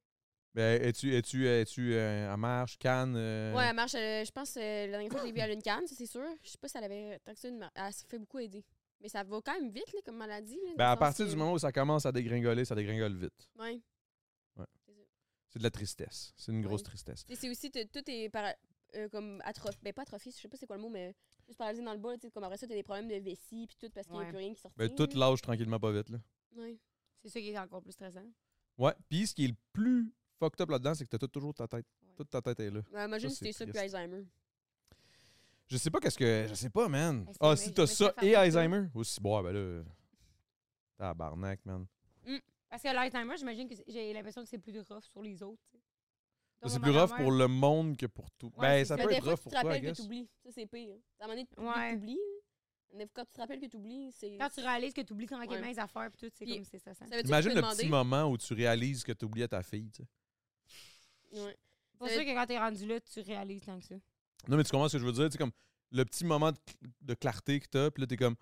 Ben, es-tu, es-tu, es-tu euh, à marche, canne? euh,
Ouais, elle marche. euh, je pense euh, la dernière fois que je l'ai vue, elle a une canne, ça, c'est sûr. Je sais pas si elle avait tant que ça une mar- Elle se fait beaucoup aider. Mais ça va quand même vite, là, comme maladie. là, dans
Ben,
le
à
sens
partir
que-
du moment où ça commence à dégringoler, ça dégringole vite.
Ouais.
C'est de la tristesse. C'est une grosse
Ouais.
tristesse.
Tu sais, C'est aussi, t'es- tout est para- euh, comme atrophié. Ben, pas atrophié, je sais pas c'est quoi le mot, mais juste paralysé dans le bas. là, tu sais, Comme après ça, t'as des problèmes de vessie, puis tout, parce qu'il n'y a
Ouais.
plus rien qui sort.
Ben, tout lâche tranquillement pas vite, là.
Ouais.
C'est ça qui est encore plus stressant.
Ouais. Puis ce qui est le plus fucked up là-dedans, c'est que t'as tout- toujours ta tête. Toute ta tête est là.
Ouais, imagine
Ça,
si t'es
c'est
ça depuis
triste.
Alzheimer.
Je sais pas qu'est-ce que. Je sais pas, man.
Hey, c'est
Ah,
vrai,
si
je
t'as
me
ça
serais
et
fait
Alzheimer. Aussi, bon, ben là. Tabarnak, man.
Mmh. Parce que l'Alzheimer, j'imagine que c'est- j'ai l'impression que c'est plus rough sur les autres. tu sais. Donc,
C'est
ma
plus rough
grand-mère-
pour le monde que pour tout.
Ouais,
ben,
c'est
ça
ça.
peut
Mais des
être
fois,
rough
tu
pour
te
toi, I
rappelles que
guess.
t'oublies. Ça, c'est pire. À un moment donné, t'oublies,
Ouais.
t'oublies. Mais Quand tu te rappelles que t'oublies, c'est.
Quand tu réalises que tu oublies tranquillement
Ouais.
les affaires, puis tout, c'est
Puis-
comme c'est stressant.
Ça veut dire que tu
Imagine
peux
le
demander-
petit moment où tu réalises que tu oubliais ta fille. tu sais.
Ouais.
C'est pour
ça
ça
veut-
que quand t'es rendu là, tu réalises tant que ça.
Non, mais tu comprends ce que je veux dire? C'est comme le petit moment de, cl- de clarté que t'as, puis là, t'es comme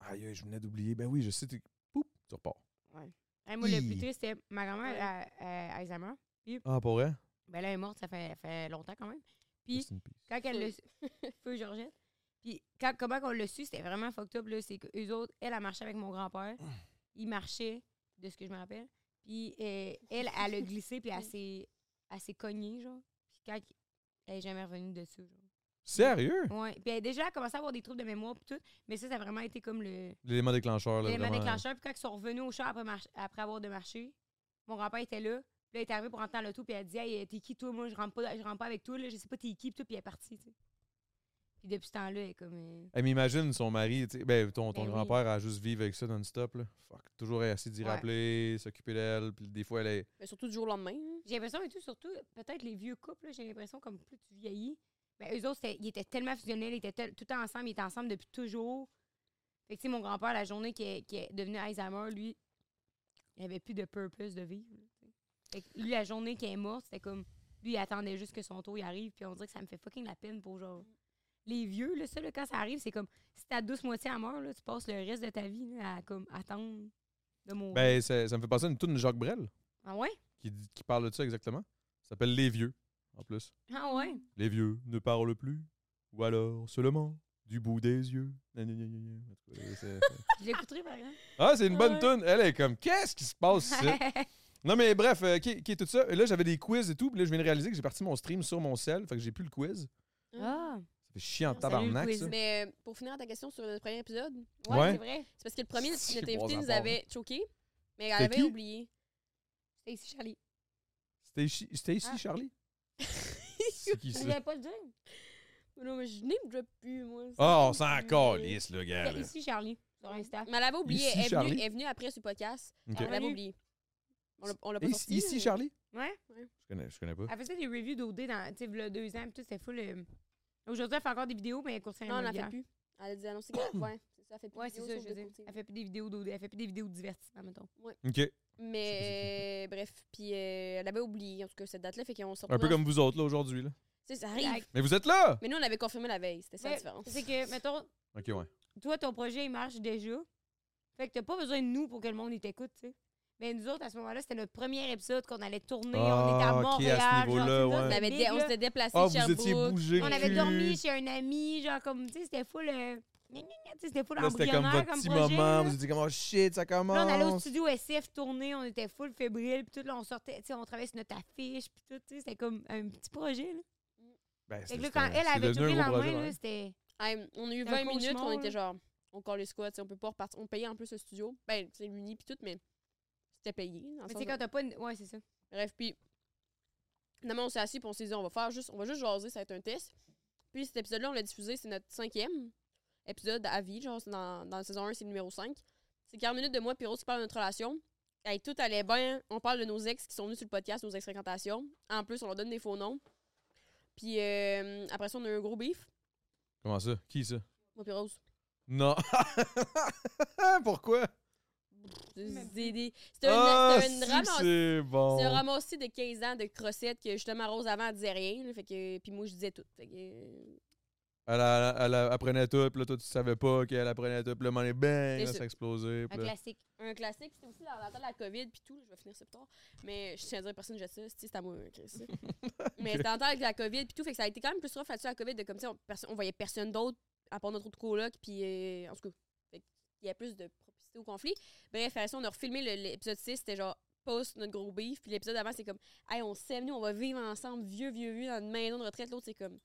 Aïe, aïe, je venais d'oublier. Ben oui, je sais. t'es- Poup, tu repars.
Hey, moi, le
Hi.
plus triste, c'était ma grand-mère elle- elle- elle a Alzheimer.
Ah, pour vrai?
Ben là, elle est morte, ça fait, fait longtemps quand même. Puis
Rest in peace.
quand elle le su- feu Georgette. Puis quand, comment qu'on l'a su, c'était vraiment fucked up là, c'est que eux autres, elle a marché avec mon grand-père. Il marchait de ce que je me rappelle. Puis euh, elle elle a glissé puis elle s'est elle s'est cognée genre. Puis quand elle est jamais revenue dessus. Genre.
Sérieux?
Ouais, puis elle a déjà commencé à avoir des troubles de mémoire puis tout, mais ça ça a vraiment été comme le
L'élément déclencheur. là,
l'élément
vraiment.
déclencheur. Puis quand ils sont revenus au char après, march- après avoir démarché, mon grand-père était là. Puis là, il est arrivé pour rentrer dans l'auto, puis elle dit Hey, euh, t'es qui toi Moi, je rentre pas, je rentre pas avec toi, là, je sais pas t'es qui, puis tout, puis elle est partie. tu sais. Puis depuis ce temps-là, elle est comme. euh,
Eh, mais imagine son mari, tu sais, ben, ton, ton
Ben oui.
grand-père a juste vivre avec ça non-stop. là. Fuck, toujours essayer d'y
Ouais.
rappeler, s'occuper d'elle, puis des fois, elle est.
Mais surtout du jour au lendemain. hein.
J'ai l'impression, et tout, surtout, peut-être les vieux couples, là, j'ai l'impression, comme plus tu vieillis, ben, eux autres, c'était- ils étaient tellement fusionnels, ils étaient tel- tout le temps ensemble, ils étaient ensemble depuis toujours. Fait que, tu sais, mon grand-père, la journée qui est, qui est devenu Alzheimer, lui, il avait plus de purpose de vivre. là, tu sais. fait que, lui, la journée qui est morte, c'était comme, lui, il attendait juste que son tour il arrive, puis on dirait que ça me fait fucking la peine pour genre. Les vieux, là, ça, là, quand ça arrive, c'est comme, si ta douce moitié à mort, là, tu passes le reste de ta vie là, à comme, attendre de mourir.
Ben, ça, ça me fait penser à une toune de Jacques Brel
ah ouais?
qui, dit- qui parle de ça exactement. Ça s'appelle Les Vieux, en plus.
Ah ouais?
Les vieux ne parlent plus, ou alors seulement du bout des yeux. Gna, gna, gna, gna, gna. En tout cas, là, c'est-
Je l'écouterai, par exemple.
Ah, c'est une bonne
Ouais.
tune. Elle est comme, qu'est-ce qui se passe ici? Non, mais bref, euh, qui, qui est tout ça? Et Là, j'avais des quiz et tout, puis là, je viens de réaliser que j'ai parti mon stream sur mon sel, fait que j'ai plus le quiz.
ah!
Ça fait chiant en
Ah, salut, le
tabarnak,
quiz.
ça.
Mais euh, pour finir ta question sur notre premier épisode,
Ouais,
Ouais.
c'est vrai.
c'est parce que le premier,
C'est
notre
bon
invité nous
rapport,
avait choqué, mais elle
C'était
avait
qui?
oublié.
C'était ici, Charlie.
C'était ici, c'était ici,
Ah.
Charlie? C'est qui
Je
ça?
voulais pas le dire.
Non, mais je n'ai drop plus, moi.
Oh, on s'en
Mais
calisse, le gars.
C'était
là.
ici, Charlie, sur Insta.
elle avait oublié.
ben, Ici,
Elle est, venue,
Charlie.
elle est venue après ce podcast.
Ok.
Elle l'avait
Revenu.
oublié. On l'a- On l'a pas
Ici,
sorti,
ici,
mais-
Charlie?
Ouais.
Je connais, je connais pas.
Elle faisait des reviews d'OD dans, tu sais, v'là deux ans, pis tout, c'était full. euh, Aujourd'hui, elle fait encore des vidéos, mais elle court
Non, on n'en fait plus. Elle a dit annoncé que. Ouais, c'est ça, elle fait plus.
Ouais,
de
c'est ça,
vidéos
je
sur
veux
le
dire.
côté.
Elle fait plus des vidéos d'OD, elle fait plus des vidéos de divertissement, mettons.
OK.
Mais euh, bref, puis euh, elle avait oublié, en tout cas, cette date-là, fait qu'on sort.
Un peu comme vous autres, là, aujourd'hui. là.
Tu sais, ça arrive.
Mais vous êtes là!
Mais nous, on l'avait confirmé la veille. C'était ça la
Mais
différence.
C'est que, mettons,
OK, ouais.
toi, ton projet, il marche déjà. Fait que t'as pas besoin de nous pour que le monde il t'écoute, tu sais. Mais nous autres, à ce moment-là, c'était notre premier épisode qu'on allait tourner. on était
Ah,
à
ok, à ce
Montréal. genre,
niveau-là,
c'est ça,
ouais.
On,
c'était
avait dé-
big,
on
là.
s'était déplacé
Ah,
de
vous étiez
Sherbrooke.
bougé.
On avait
cul.
dormi chez un ami, genre comme, tu sais, c'était full. Euh, gna, gna, gna, tu sais, c'était full
Là, c'était comme
embryonnaire
votre
comme,
petit
projet. là.
moment. Vous étiez comme, oh shit, ça commence.
Là, on allait au studio SF tourner, on était full fébrile, puis tout, là, on sortait, tu sais, on travaillait sur notre affiche, puis tout, tu sais, c'était comme un petit projet, là.
Ben,
Fait
c'est-
que là,
c'est
quand
un-
elle
c'est
avait
devenu
tourné
un
la
gros projet,
main,
ouais.
là, c'était.
Hey, on a eu
C'est un
20 minutes,
cauchemar,
on
là.
était genre, on colle les squats, on peut pas repartir. On payait en plus le studio. Ben, c'est l'uni puis tout, mais c'était payé. dans le
Mais tu
sens
sais, quand
de-
t'as pas une. Ouais, c'est ça.
Bref, puis finalement, on s'est assis, puis on s'est dit, on va faire juste, on va juste jaser, ça va être un test. Puis cet épisode-là, on l'a diffusé, c'est notre cinquième épisode à vie, genre, c'est dans, dans la saison 1, c'est le numéro 5. C'est 40 minutes de moi, puis Rose qui parle de notre relation. Hey, tout allait bien. On parle de nos ex qui sont venus sur le podcast, nos ex-fréquentations. En plus, on leur donne des faux noms. Puis euh, après ça, on a eu un gros beef.
Comment ça? Qui ça?
Moi, puis Rose.
Non. Pourquoi?
Des-
Même
des- des- C'était un,
Ah,
c'était une
si,
ramasse-
C'est bon.
c'était un ramassis de 15 ans de crossettes que justement Rose avant elle disait rien. là, fait que, puis moi je disais tout. Fait que, euh,
Elle, elle- elle apprenait tout, puis là, toi, tu savais pas qu'elle apprenait tout, puis là, mon est bang,
C'est
là,
sûr.
ça a explosé. puis
Un
là-
classique.
Un classique, c'est aussi dans la, dans la COVID, puis tout, je vais finir ça plus tard. Mais je tiens à dire, personne ne jette ça, c'est à moi, hein, Chris. Mais c'était en temps avec la COVID, puis tout, fait que ça a été quand même plus rough là-dessus, la COVID, de comme ça, on, perso- on voyait personne d'autre, à part notre autre coloc, puis euh, en tout cas, fait qu'il y a plus de propicité au conflit. Bref, à ça, on a refilmé le- l'épisode 6, c'était genre post notre gros beef, puis l'épisode avant, c'est comme, hey, on s'aime, nous, on va vivre ensemble, vieux, vieux, vieux, dans une maison de retraite, l'autre, c'est comme,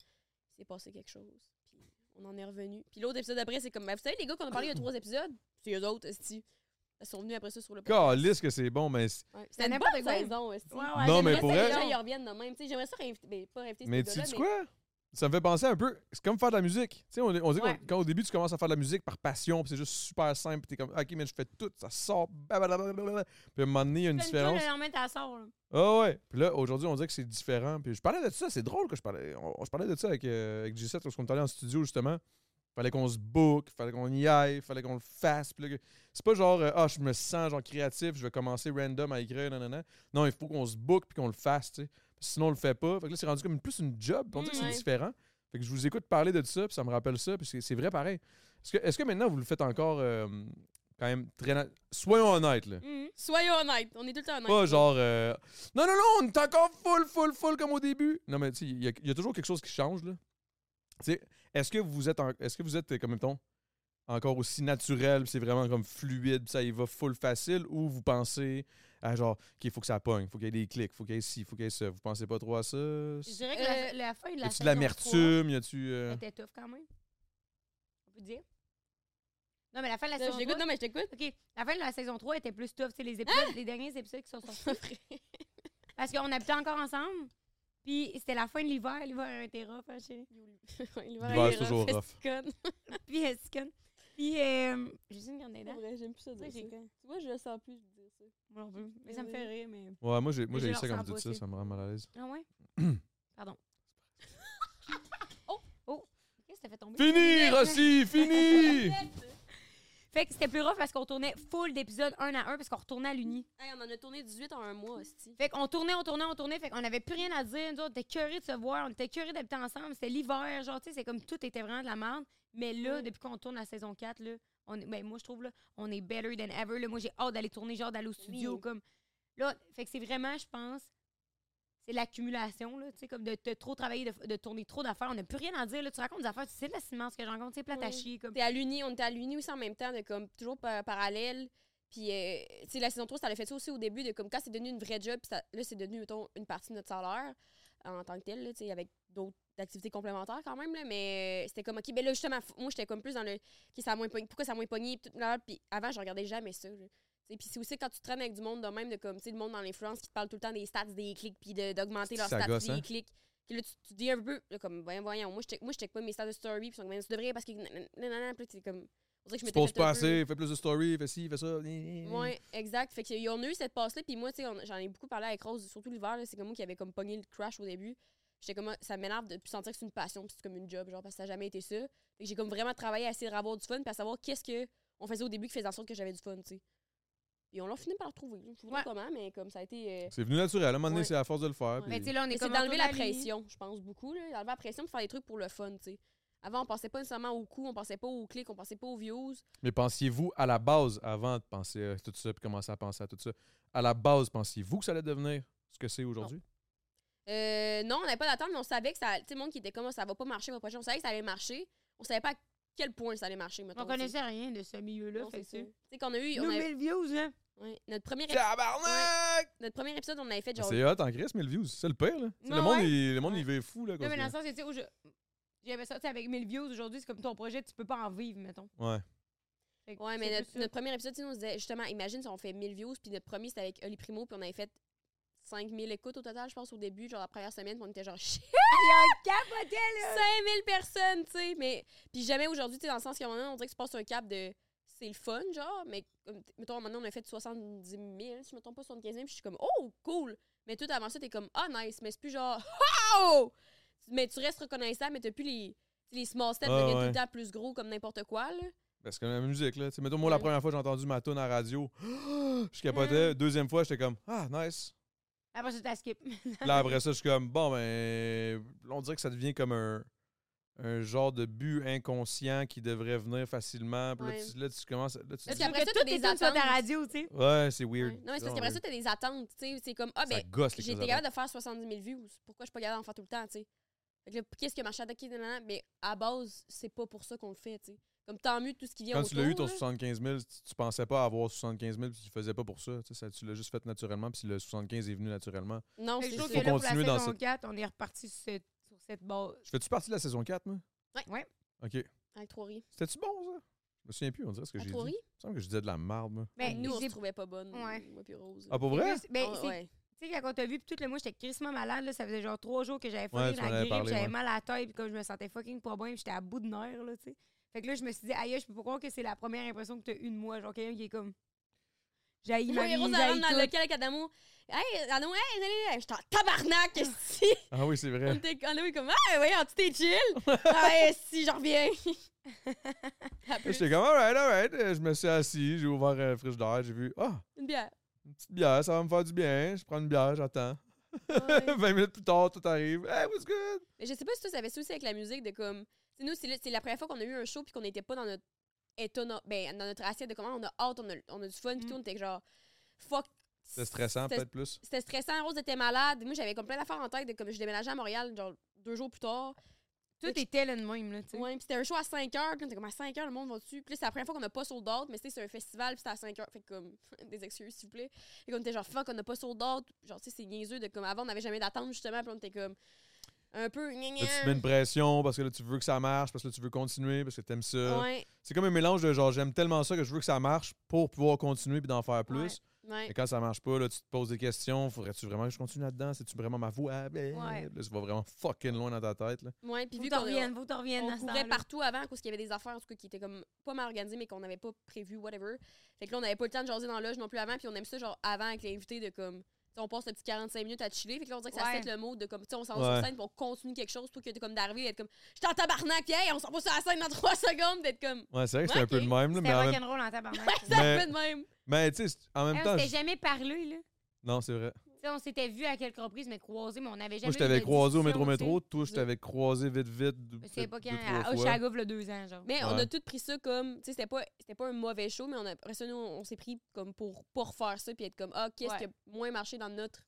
c'est passé quelque chose, puis on en est revenu. Puis l'autre épisode après, c'est comme, Ben, vous savez, les gars, qu'on a parlé il y a trois épisodes, c'est eux autres, esti. Ils sont venus après ça sur le
Calisse que c'est bon, mais, c'est-
Ouais. C'était une
n'importe
bonne
quoi.
saison. esti.
ouais,
Non, mais
J'aimerais
pour
ça que
vrai-
les gens, ils reviennent de même. Tu sais, J'aimerais ça réinviter. Mais pas réinviter ce
mais tu
gars-là,
sais quoi? Ça me fait penser un peu. C'est comme faire de la musique. Tu sais, on, on dit
Ouais.
qu'on- quand au début, tu commences à faire de la musique par passion, puis c'est juste super simple, puis t'es comme, OK, mais je fais tout, ça sort, blablabla. Puis à un moment donné, il y a une différence.
le lendemain, t'as sort. là.
Ah ouais. Puis là, aujourd'hui, on dirait que c'est différent. Puis je parlais de ça, c'est drôle que je parlais. On, on- je parlais de ça avec, euh, avec G7 lorsqu'on est allé en studio, justement. Fallait qu'on se book, fallait qu'on y aille, fallait qu'on le fasse. Puis là, que- c'est pas genre, euh, ah, je me sens genre créatif, je vais commencer random à écrire, non, non, non. Non, il faut qu'on se book puis qu'on le fasse, tu sais. Sinon, on le fait pas. Fait que là, c'est rendu comme une- plus une job. puis On dirait que
Mm,
c'est
ouais.
différent. Fait que je vous écoute parler de ça, puis ça me rappelle ça, puis c'est, c'est vrai pareil. Est-ce que, est-ce que maintenant, vous le faites encore euh, quand même très. na- Soyons honnêtes, là.
mais- Soyons honnêtes. On est tout le temps honnêtes.
Pas genre. euh, Non, non, non, on est encore full, full, full comme au début. Non, mais tu sais, il y, a- il y a toujours quelque chose qui change, là. Tu sais, est-ce que vous êtes, en- est-ce que vous êtes euh, comme mettons, encore aussi naturel, puis c'est vraiment comme fluide, puis ça y va full facile, ou vous pensez à genre, qu'il faut que ça pogne, faut qu'il y ait des clics, faut qu'il y ait ci, faut qu'il y ait ça. Vous pensez pas trop à ça?
Je
Y
dirais que la, la fin de la
a-tu
saison
de l'amertume? Y a-tu.
trois,
euh,
était tough quand même. On peut dire. Non, mais la fin de la
Là,
saison
Je l'écoute,
3...
non, mais je t'écoute. Ah!
OK, la fin de la saison 3 était plus tough. C'est les épisodes, les derniers épisodes qui sont sortis. Parce qu'on habitait encore ensemble. Puis c'était la fin de l'hiver. L'hiver était rough, hein, chérie.
L'hiver, c'est toujours rough.
Puis elle se conne. Puis, euh, j'ai juste une grande dedans.
J'aime plus ça
Tu sais,
dire ça.
j'ai
Tu
conne.
vois, je le sens plus de dire ça.
Moi non plus. Mais ça me fait rire, mais...
Ouais, moi j'ai, moi,
Mais
j'ai
je
ça
le
quand
ressens pas
vous dites ça,
aussi.
ça me rend mal à l'aise.
Ah ouais? Pardon. oh! Oh! Qu'est-ce que t'as fait tomber?
Fini, Rossi, fini!
Fait que c'était plus rough parce qu'on tournait full d'épisodes un à un parce qu'on retournait à l'uni.
Hey, on en a tourné 18 en un mois, aussi.
Fait qu'on tournait, on tournait, on tournait. Fait qu'on avait plus rien à dire. Nous autres, on était curieux de se voir. On était curieux d'habiter ensemble. C'était l'hiver. Genre, tu sais, c'est comme tout était vraiment de la merde. Mais là, depuis qu'on tourne la saison 4, là, on est- ben, moi, je trouve, là, on est better than ever. Là. Moi, j'ai hâte d'aller tourner, genre, d'aller au studio.
Oui.
Comme, là, fait que c'est vraiment, je pense, c'est l'accumulation, là, tu sais, comme de, de trop travailler, de, de tourner trop d'affaires. On n'a plus rien à dire, là. Tu racontes des affaires, tu sais, de la ciment, ce que je rencontre, tu sais, plate à
Oui.
chier, comme.
T'es à l'Uni, on était à l'Uni aussi en même temps, de comme toujours par- parallèle. Puis, euh, tu sais, la saison 3, ça l'a fait ça aussi au début, de comme quand c'est devenu une vraie job, puis ça- là, c'est devenu, mettons, une partie de notre salaire en tant que tel, là, tu sais, avec d'autres activités complémentaires quand même, là, mais c'était comme, OK, ben là, justement, f- moi, j'étais comme plus dans le, qui ça a moins pogné, pourquoi ça a moins pogné, puis tout, là, là, puis avant, je regardais jamais ça, là. Tu sais, Puis c'est aussi quand tu traînes avec du monde de même, de comme, tu sais, le monde dans l'influence qui te parle tout le temps des stats, des clics, puis de-
C'est
d'augmenter leurs
ça
stats,
gosse,
des
hein?
clics. Puis là, tu, tu dis un peu, là, comme, voyons, voyons, moi, je check, moi, je check pas mes stats de story, puis ils sont comme, tu devrais, parce que, nanana, nanana, puis là, c'est comme, on dirait que je
Tu
m'étais
poses
fait un
pas
peu-
assez, fais plus de stories, fais ci, fais ça.
Ouais, exact. Fait qu'ils ont eu cette passe-là, puis moi, tu sais, on- j'en ai beaucoup parlé avec Rose, surtout l'hiver, là, c'est comme moi qui avait comme pogné le crash au début. J'étais comme, ah, ça m'énerve de puis sentir que c'est une passion, puis c'est comme une job, genre, parce que ça n'a jamais été ça. Fait que j'ai comme vraiment travaillé à essayer de avoir du fun, puis à savoir qu'est-ce que on faisait au début qui faisait en sorte que j'avais du fun, tu sais. Et on l'a fini par le trouver. Je sais pas
Ouais.
comment, mais comme ça a été. euh,
C'est venu naturel. À un moment donné,
Ouais.
c'est à force de le faire.
Mais
Ah, puis-
tu sais, là, on est
mais c'est
comme
d'enlever
retourné
la
à l'uni.
pression, je pense, beaucoup. Là, d'enlever la pression pour faire des trucs pour le fun, tu sais. Avant, on pensait pas nécessairement au coût, on pensait pas aux clics, on pensait pas aux views.
Mais pensiez-vous à la base, avant de penser à tout ça, puis commencer à penser à tout ça, à la base, pensiez-vous que ça allait devenir ce que c'est aujourd'hui?
Euh, non, on n'avait pas d'attente, mais on savait que ça. Tu sais, le monde qui était comme ça va pas marcher, va pas marcher. On savait que ça allait marcher. On savait pas à quel point ça allait marcher. Mettons,
On connaissait rien de ce milieu-là, fait que
Tu
c'est.
sais, qu'on a eu. on
Nous,
avait-
1000 views, hein!
ouais, notre, premier ép-
Tabarnak! Ah,
notre premier épisode, on avait fait genre.
C'est hot en Grèce, mais le views, c'est le pire, là. C'est
Ouais,
le monde,
ouais.
il, le monde,
Ouais.
il vit fou, là.
Non, mais dans le sens,
parce
tu sais, où je- j'avais ça, tu sais, avec 1000 views aujourd'hui, c'est comme ton projet, tu peux pas en vivre, mettons.
que- Ouais.
Fait que
Ouais, mais
c'est
notre,
plus ça.
notre premier épisode, tu sais, on se disait justement, imagine si on fait 1000 views, puis notre premier c'était avec Oli Primo, puis on avait fait 5000 écoutes au total, je pense, au début, genre la première semaine, puis on était genre shit,
Il a capoté, là!
5000 personnes, tu sais. Mais. Puis jamais aujourd'hui, tu sais, dans le sens qu'à un moment donné, on dirait que tu passes un cap de. C'est le fun, genre, mais comme, t- mettons, à un moment donné, on a fait 70 000, si je me trompe pas, 75 000, puis je suis comme, oh, cool! Mais tout avant ça, t'es comme, ah, nice, mais c'est plus genre, wow! Mais tu restes reconnaissable, mais t'as plus les, tu sais, les small steps
Ouais,
deviennent
ouais.
tout le temps plus gros comme n'importe quoi, là.
Ben, c'est comme la musique, là. Tu sais, mettons, moi, la
Mm.
première fois, j'ai entendu ma tune à la radio. Je capotais. Deuxième fois, j'étais comme, ah, nice.
Après, ça, t'as skip.
Là, après ça, je suis comme, bon, ben, on dirait que ça devient comme un, un genre de but inconscient qui devrait venir facilement. Puis là,
Ouais.
tu- là, tu commences. à- Là, tu
Parce
dis-
Tu veux
Après
que
ça, t'as
toutes
des
les tunes soient à ta
attentes.
radio, tu sais.
Ouais, c'est weird.
Non, mais c'est parce
vraiment
qu'après ça,
weird.
t'as des attentes, tu sais. C'est comme,
Ça
ah, ben,
gosse les crises
j'ai été
d'attente.
capable de faire 70 000 views. Pourquoi je suis pas capable d'en faire tout le temps, tu sais? Fait que là, qu'est-ce que ma chatte, ok, nan, nan, mais Ben, à base, c'est pas pour ça qu'on le fait, tu sais. Comme tant mieux tout ce qui vient
Quand tu
autour.
l'as eu, ton
là.
75 000, tu, tu pensais pas avoir 75 000 puis tu le faisais pas pour ça. Tu, sais, ça- tu l'as juste fait naturellement puis le 75 est venu naturellement.
Non,
Fait que Je
c'est ça.
trouve que là, pour la
continuer dans
saison
cette-
4, on est reparti sur cette, sur cette base.
Je fais-tu partie de la saison 4, moi?
Ouais.
Ouais.
OK.
Avec Trois-Ries.
C'était-tu bon, ça? Je me souviens plus, on dirait ce que
À
j'ai dit.
Trois-Ries?
Il me semble que je disais de la marde, moi.
Mais
nous, on se
Ben, j'ai-
trouvait pas bonne. euh,
Ouais.
Moi, puis Rose.
Ah, pour vrai?
Ben,
Ah,
c'est-
ouais.
Tu sais, quand on t'a vu, puis tout le mois, j'étais crissement malade. Là, ça faisait genre trois jours que j'avais
Ouais,
fucking
tu m'en
la grippe,
avais parlé,
j'avais
ouais.
mal à la tête, puis comme je me sentais fucking pas bien, puis j'étais à bout de nerfs, là, tu sais. Fait que là, je me suis dit, aïe, je peux pas croire que c'est la première impression que t'as eue de moi. Genre, quelqu'un qui est comme. J'ai
Moi,
ma vie,
et Rose, elle
j'haïs
rentre dans le
tout.
local avec Adamo. Hey, Adamo, hey, allez, allez, j'étais en tabarnak, si.
Ah oui, c'est
On
vrai.
était on était comme, ah, voyons, tu t'es chill. ah, hey, si, j'en reviens. À plus.
J'étais comme, alright, alright. Euh, Je me suis assis, j'ai ouvert un friche d'air, j'ai vu, ah,
Une bière.
une petite bière, ça va me faire du bien. Je prends une bière, j'attends.
Ouais.
20 minutes plus tard, tout arrive. Hey, what's good?
Mais je sais pas si toi, ça avait ça aussi avec la musique de comme. Tu sais, nous, c'est le- c'est la première fois qu'on a eu un show puis qu'on n'était pas dans notre état, no- ben, dans notre assiette de comment on a hâte, on a, on a du fun puis tout, on était genre fuck.
Mm. C'était stressant, peut-être plus.
C'était stressant, Rose était malade. Moi, j'avais comme plein d'affaires en tête de comme je déménageais à Montréal, genre deux jours plus tard.
Tout était le même, là, tu sais.
Ouais, puis c'était un show à 5 heures. Puis là, t'es comme à 5 heures, le monde va dessus. Puis là, c'est la première fois qu'on n'a pas sold out, mais tu sais, c'est un festival, puis c'était à 5 heures. Fait que comme, des excuses, s'il vous plaît. Et comme, t'es genre, fuck, on n'a pas sold out. Genre, tu sais, c'est niaiseux de comme, avant, on n'avait jamais d'attente, justement. Puis là, on était comme, un peu, gna,
Là, tu
gna.
te mets une pression parce que là, tu veux que ça marche, parce que là, tu veux continuer, parce que t'aimes ça.
Ouais,
C'est comme un mélange de genre, j'aime tellement ça que je veux que ça marche pour pouvoir continuer puis d'en faire plus.
Ouais.
ouais.
Et quand ça marche pas, là, tu te poses des questions. Faudrait-tu vraiment que je continue là-dedans? C'est-tu vraiment ma voix? Ah, ben,
Ouais.
Là, ça va vraiment fucking loin dans ta tête. Là.
Ouais, puis
Faut
vu
que t'en
qu'on
reviennes,
on,
faut que t'en reviennes. à
on
cette
courait
heure-là.
partout avant, parce qu'il y avait des affaires, en tout cas, qui étaient comme pas mal organisées, mais qu'on n'avait pas prévu, whatever. Fait que là, on n'avait pas le temps de jaser dans la loge non plus avant, puis on aime ça, genre, avant avec les invités, de comme, tu sais, on passe le petit 45 minutes à chiller. Fait que là, on dirait que ça
Ouais.
fait le mode de comme, tu sais, on s'en
Ouais.
va sur scène, puis on continue quelque chose, plutôt que de comme d'arriver et être comme, je suis en tabarnak, puis hey, on s'en va sur la scène dans 3 secondes, d'être comme,
Ouais, c'est vrai que c'était
Ouais,
un peu
ok.
le même. Là, mais
C'était
en même,
rock'n'roll en tabarnak.
ça
Mais-
fait de même.
mais, tu sais, c'est- en même
Hey,
temps.
on s'était
je-
Ah, jamais parlé, là.
Non, c'est vrai.
Tu sais, on s'était vu à quelques reprises, mais croisés, mais on n'avait jamais.
Moi, je
eu
t'avais
de
croisé au
discussion,
métro-métro. Toi, je
Oui.
t'avais croisé vite, vite.
tu sais. Je sais pas
deux,
quand,
trois
à
fois.
Oshagov, le deux ans, genre.
Mais on
Ouais.
a tout pris ça comme, tu sais, c'était pas, c'était pas un mauvais show, mais on a, après ça, nous, on s'est pris comme pour pas refaire ça, puis être comme, ah, qu'est-ce
Ouais.
qui a moins marché dans notre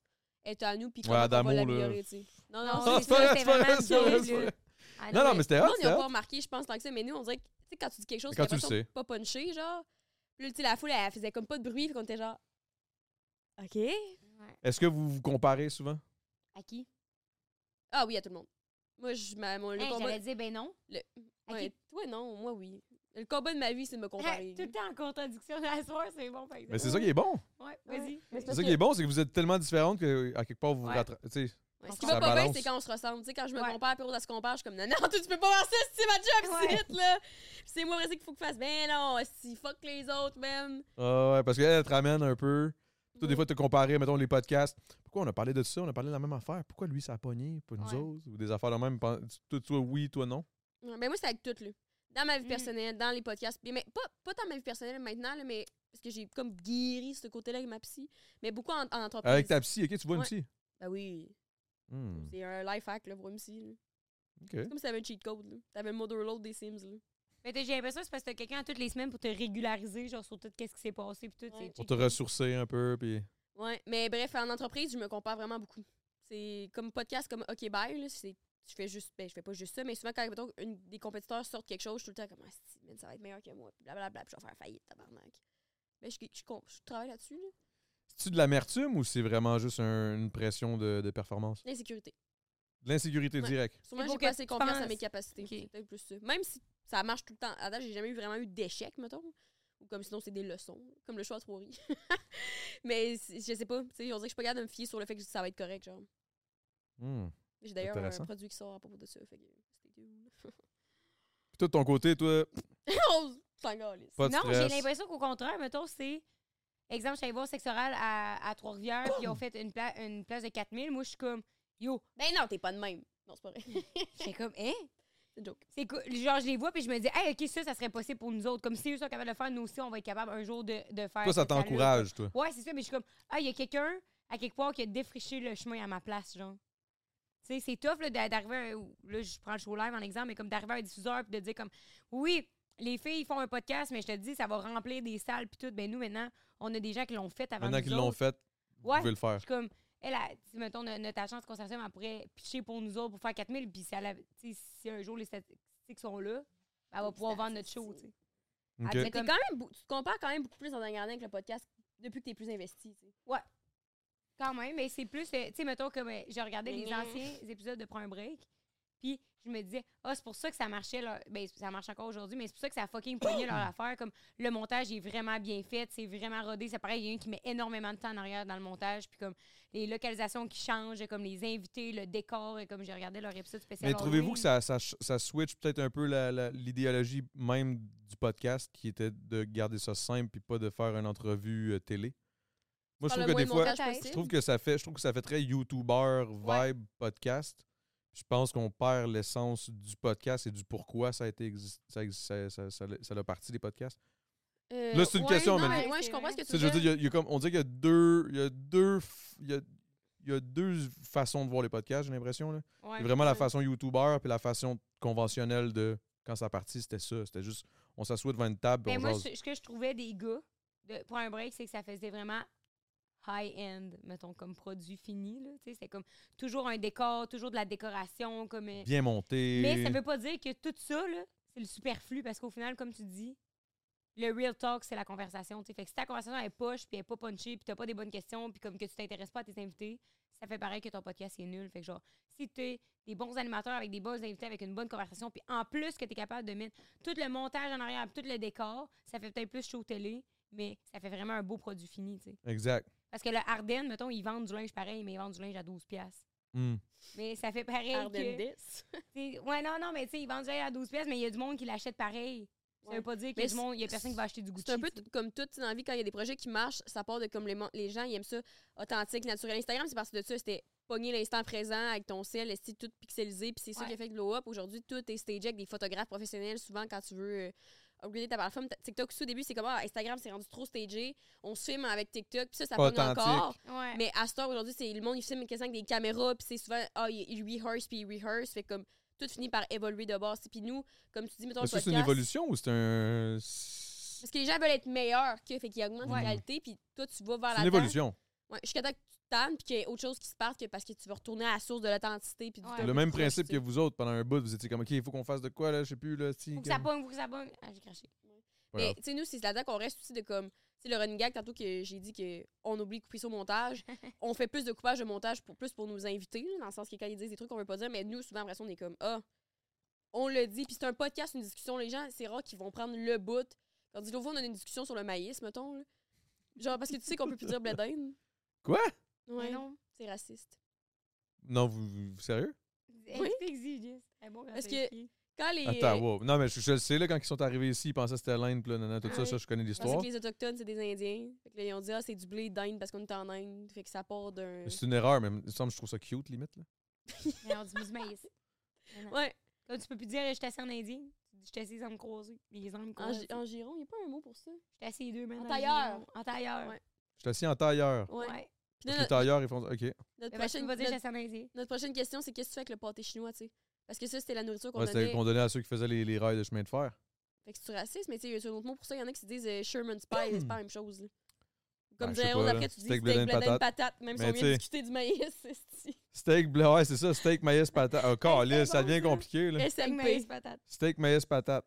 état à nous, puis
Ouais,
comment on
Adamo,
va
là.
l'améliorer, tu sais. Non, non,
Ah,
c'est
c'est
ça.
vrai, c'est vrai, c'est vrai, c'est vrai.
Ah,
Non, non, mais c'était
Nous,
hot,
on
c'était
n'a
hot.
pas remarqué, je pense, tant que ça, mais nous, on dirait que, tu sais, quand tu dis quelque chose,
Mais quand
t'as
tu le
l'impression de
sais.
pas punché, genre. Puis là, tu sais, la foule, elle faisait comme pas de bruit, puis qu'on était genre, OK.
Est-ce que vous vous comparez souvent?
À qui?
Ah oui, à tout le monde. Moi, je, ma, mon, le
Hey,
combat.
J'allais dire, ben non. à
Ouais,
qui?
toi, non, moi, oui. Le combat de ma vie, c'est de me comparer.
Hey, tout le temps en contradiction. La soirée, c'est bon, par exemple.
Mais c'est ça qui est bon.
Ouais, vas-y.
C'est ça qui est bon, c'est que vous êtes tellement différentes que à quelque part vous vous
Ouais.
rattrapez. tu sais.
Ouais,
On
ce qui
se
va pas bien,
balance.
c'est quand on se ressemble. Tu sais, quand je me
Ouais.
compare, puis Rose, elle se compare, je suis comme, non, non, toi, tu peux pas faire ça, c'est ma job,
Ouais.
c'est là. Puis c'est moi, vas-y, qu'il faut que je fasse. Ben non, si fuck les autres, même.
Ah ouais, parce qu'elle elle te ramène un peu. Toi, des fois, te comparer, mettons, les podcasts. Pourquoi on a parlé de ça? On a parlé de la même affaire. Pourquoi lui, ça a pogné? Pas nous
Ouais.
autres? Ou des affaires de même. pen- Toi, toi, oui, toi, non.
Ouais, Ben moi, c'est avec tout, là. Dans ma vie
Mm.
personnelle, dans les podcasts. Mais, mais pas, pas dans ma vie personnelle maintenant, là, mais parce que j'ai comme guéri ce côté-là avec ma psy. Mais beaucoup en, en entreprise.
Avec ta psy, OK, tu vois une
Ouais.
psy.
Ben oui,
Hmm,
c'est un life hack, là, pour une psy. là.
OK.
C'est comme si t'avais un cheat code, là. T'avais le motherload des Sims, là.
Mais t'as- j'ai l'impression que c'est parce que t'as quelqu'un toutes les semaines pour te régulariser, genre sur tout qu'est-ce qui s'est passé, puis tout.
Ouais.
c'est
Pour te ressourcer un peu. Puis...
Ouais, mais bref, en entreprise, je me compare vraiment beaucoup. C'est comme podcast, comme OK Bye, là, c'est je fais juste ben je fais pas juste ça mais souvent quand mettons, une des compétiteurs sortent quelque chose je suis tout le temps comme ah, si, man, ça va être meilleur que moi puis blablabla puis je vais faire faillite tabarnak mais je, je, con- je travaille là-dessus là.
C'est-tu de l'amertume ou c'est vraiment juste un- une pression de, de performance?
l'insécurité
De l'insécurité
Ouais.
directe.
souvent
pour
j'ai
que
pas assez
tu
confiance à
penses.
mes capacités
Ok.
c'est peut-être plus ça même si ça marche tout le temps à date j'ai jamais eu vraiment eu d'échecs mettons ou comme sinon c'est des leçons comme le choix à trois mais c'est- je sais pas tu sais on dirait que je suis pas capable de me fier sur le fait que ça va être correct genre
Hmm.
j'ai d'ailleurs
Intéressant.
un produit qui sort à propos de ça fait que c'était cool.
Puis toi, de ton côté, toi,
on s'en calisse.
pas de
Non, j'ai
stress.
l'impression qu'au contraire, mettons, c'est. Exemple, j'allais voir Sexoral à, à Trois-Rivières, puis ils ont fait une, pla- une place de 4000. Moi, je suis comme, yo.
Ben non, t'es pas de même. Non, c'est pas vrai.
J'étais comme, hein?
c'est une joke.
C'est cool. Genre, je les vois, puis je me dis, hey, OK, ça, ça serait possible pour nous autres. Comme si eux sont capables de le faire, nous aussi, on va être capable un jour de, de faire.
Toi, ça
cette salle-là.
t'encourage, toi.
Ouais, c'est ça, mais je suis comme, ah, il y a quelqu'un à quelque part qui a défriché le chemin à ma place, genre. Tu Tu sais, c'est tough là, d'a- d'arriver, à un- là, je prends le show live en exemple, mais comme d'arriver à un diffuseur puis de dire comme, oui, les filles font un podcast, mais je te dis, ça va remplir des salles puis tout. Ben nous, maintenant, on a des gens qui l'ont fait avant
Maintenant
nous
qu'ils l'ont
autres.
fait, vous
Ouais.
pouvez le faire.
Puis comme, elle, a, tu sais, mettons, no- notre agence de consortium, elle pourrait pitcher pour nous autres pour faire 4000, puis si, elle a- tu sais, si un jour les statistiques sont là, ben, elle va pouvoir vendre notre show, tu sais.
OK.
Elle
Ah, Mais
dit
t'es
comme,
quand même, bou- tu te compares quand même beaucoup plus dans un gardien avec le podcast depuis que t'es plus investi. tu sais.
quand même, mais c'est plus, euh, tu sais, mettons, comme euh, je regardais les
Mhm.
anciens épisodes de Prends un break, puis je me disais, ah, c'est pour ça que ça marchait, là. Ben, ça marche encore aujourd'hui, mais c'est pour ça que ça a fucking pogné leur affaire. Comme, le montage est vraiment bien fait, c'est vraiment rodé. Ça paraît, il y a un qui met énormément de temps en arrière dans le montage, puis comme, les localisations qui changent, comme les invités, le décor, et comme j'ai regardé leur épisode spécial.
Mais trouvez-vous
Halloween.
que ça, ça, ch- ça switch peut-être un peu la- la- l'idéologie même du podcast qui était de garder ça simple puis pas de faire une entrevue euh, télé? Moi, je
Par
trouve
le
que
moins
des
de
fois,
montage
je
je
possible.
trouve que ça fait, je trouve que ça fait très YouTuber vibe podcast. Je pense qu'on perd l'essence du podcast et du pourquoi ça a été exist- ça, exi- ça, ça, ça, ça a parti des podcasts.
Euh,
Là, c'est une
ouais,
question,
non,
mais-
ouais, je comprends ce que
Tu
tu
sais,
veux
je veux
dire.
dire, il y a- il y a comme, on dirait qu'il y a deux, il y a deux, f- il y a, il y a deux façons de voir les podcasts. J'ai l'impression là.
Ouais.
C'est vraiment la façon YouTuber puis la façon conventionnelle de quand ça partit, c'était ça. C'était juste, on s'assoit devant une table puis
Ben,
on
moi,
jase.
ce ce que je trouvais des gars de- pour un break, c'est que ça faisait vraiment high-end, mettons, comme produit fini. Là. Tu sais, C'était comme toujours un décor, toujours de la décoration. Comme, euh,
Bien monté.
Mais ça veut pas dire que tout ça, là, c'est le superflu, parce qu'au final, comme tu dis, le real talk, c'est la conversation. tu sais. Fait que si ta conversation elle est poche, puis elle est pas punchée, puis t'as pas des bonnes questions, puis comme que tu t'intéresses pas à tes invités, ça fait pareil que ton podcast est nul. Fait que genre, si t'es des bons animateurs avec des bons invités, avec une bonne conversation, puis en plus que t'es capable de mettre tout le montage en arrière, puis tout le décor, ça fait peut-être plus show télé, mais ça fait vraiment un beau produit fini, tu sais.
Exact.
Parce que le Arden, mettons, ils vendent du linge pareil, mais ils vendent du linge à 12$. piastres.
Hmm.
Mais ça fait pareil.
Arden
que-
10.
T'sais, ouais, non, non, mais tu sais, ils vendent déjà à 12 pièces, mais il y a du monde qui l'achète pareil. Ça veut
Ouais.
pas dire qu'il y
Mais
a du monde, il y a personne qui va acheter du Gucci.
C'est un peu
t'sais.
t- comme tout tu sais, dans la vie, quand il y a des projets qui marchent, ça part de comme les, mon- les gens, ils aiment ça authentique, naturel. Instagram, c'est parce que de ça, c'était pogner l'instant présent avec ton ciel, c'est tout pixelisé, puis c'est ça
Ouais.
qui a fait le glow-up. Aujourd'hui, tout est stagé avec des photographes professionnels, souvent quand tu veux euh, upgrader ta plateforme. Ta- TikTok aussi, au début, c'est comme ah, Instagram, c'est rendu trop stagé, on se filme avec TikTok, puis ça, ça
Pas
pogne encore.
authentique.
Ouais.
Mais à ce temps, aujourd'hui, c'est le monde, il filme quasiment avec des caméras, puis c'est souvent, ah, il, il rehearse, puis il rehearse, fait comme tout finit par évoluer de base. Puis nous, comme tu dis, mettons,
Mais
le
ça, c'est une
podcast-
évolution ou c'est un.
parce
C'est
que les gens veulent être meilleurs qu'eux, fait qu'ils augmentent
Ouais.
la qualité, puis toi, tu vas vers
une
la
évolution.
Ouais, jusqu'à temps que tu tannes, puis qu'il y ait autre chose qui se parte que parce que tu vas retourner à la source de l'authenticité. puis du
Ouais.
top
Le
et
même
du crush,
principe
tu
que
sais.
vous autres, pendant un bout, vous étiez comme, OK, il faut qu'on fasse de quoi, là, je sais plus, là, si.
Faut que ça
que-
pogne, faut que ça pogne. Ah, j'ai craché.
Ouais.
Mais tu sais, nous, c'est là-dedans qu'on reste aussi de comme. Tu sais, le running gag, tantôt que j'ai dit qu'on oublie de couper ça au montage, on fait plus de coupage de montage pour plus pour nous inviter, là, dans le sens que quand ils disent des trucs qu'on veut pas dire, mais nous, souvent, après ça, on est comme Ah, on le dit, puis c'est un podcast, une discussion. Les gens, c'est rare qu'ils vont prendre le bout. Quand dit, l'autre fois, on a une discussion sur le maïs, mettons. là. Genre, parce que tu sais qu'on peut plus dire blé d'Inde.
Quoi?
Mais
Ouais,
non.
c'est raciste.
Non, vous, vous- vous- sérieux?
Hey,
Oui.
c'est exigeant, yes. Eh, bon,
Parce
c'est
que-
écrit.
Quand les.
Attends, wow. Non, mais je, je le sais, là, quand ils sont arrivés ici, ils pensaient que c'était l'Inde, puis là, nanana, tout ça,
Ouais.
ça, je connais
Je pensais
l'histoire.
que les Autochtones, c'est des Indiens. Fait que là, ils ont dit, ah, c'est du blé d'Inde parce qu'on est en Inde. Fait que ça part d'un.
C'est une erreur, mais il me semble que je trouve ça cute, limite, là.
Mais on dit du maïs.
Ouais,
Comme tu peux plus dire, je suis assis en Indien. Tu dis, je suis assis les hommes croisés. Mais les hommes
en,
croisés.
gi- en giron, il n'y a pas un mot pour ça.
Je suis assis les deux mains.
Ah, En
dans le
tailleur.
giron. En tailleur.
Ouais.
Je suis assis en tailleur.
Ouais.
Ah, Ouais.
Puis
Parce
là,
que les tailleurs, ils font. OK.
notre,
Mais moi, je
prochaine,
peux pas dire, je suis
notre,
assis en Indien.
notre prochaine question, c'est qu'est-ce que tu fais avec le pâté chinois, tu sais? Parce que ça, c'était la nourriture qu'on
Ouais,
donnait.
c'était qu'on donnait à ceux qui faisaient les, les rails de chemin de fer.
Fait que c'est raciste, mais tu sais, il y a un autre mot pour ça. Il y en a qui se disent euh, Sherman's Pie, c'est pas la même chose. là. Comme
Ben, je sais
dirait on
pas, là.
après, tu dis
Steak,
steak,
blé d'Inde,
blé d'Inde,
patate.
patate, même si
Mais
on
tu
vient
sais-
de discuter du maïs. esti.
Steak, bla- ouais, c'est ça, steak, maïs, patate. Oh, câlisse, ça
bon,
devient
ça.
compliqué, là.
Avec
SMP.
maïs, patate.
Steak, maïs, patate.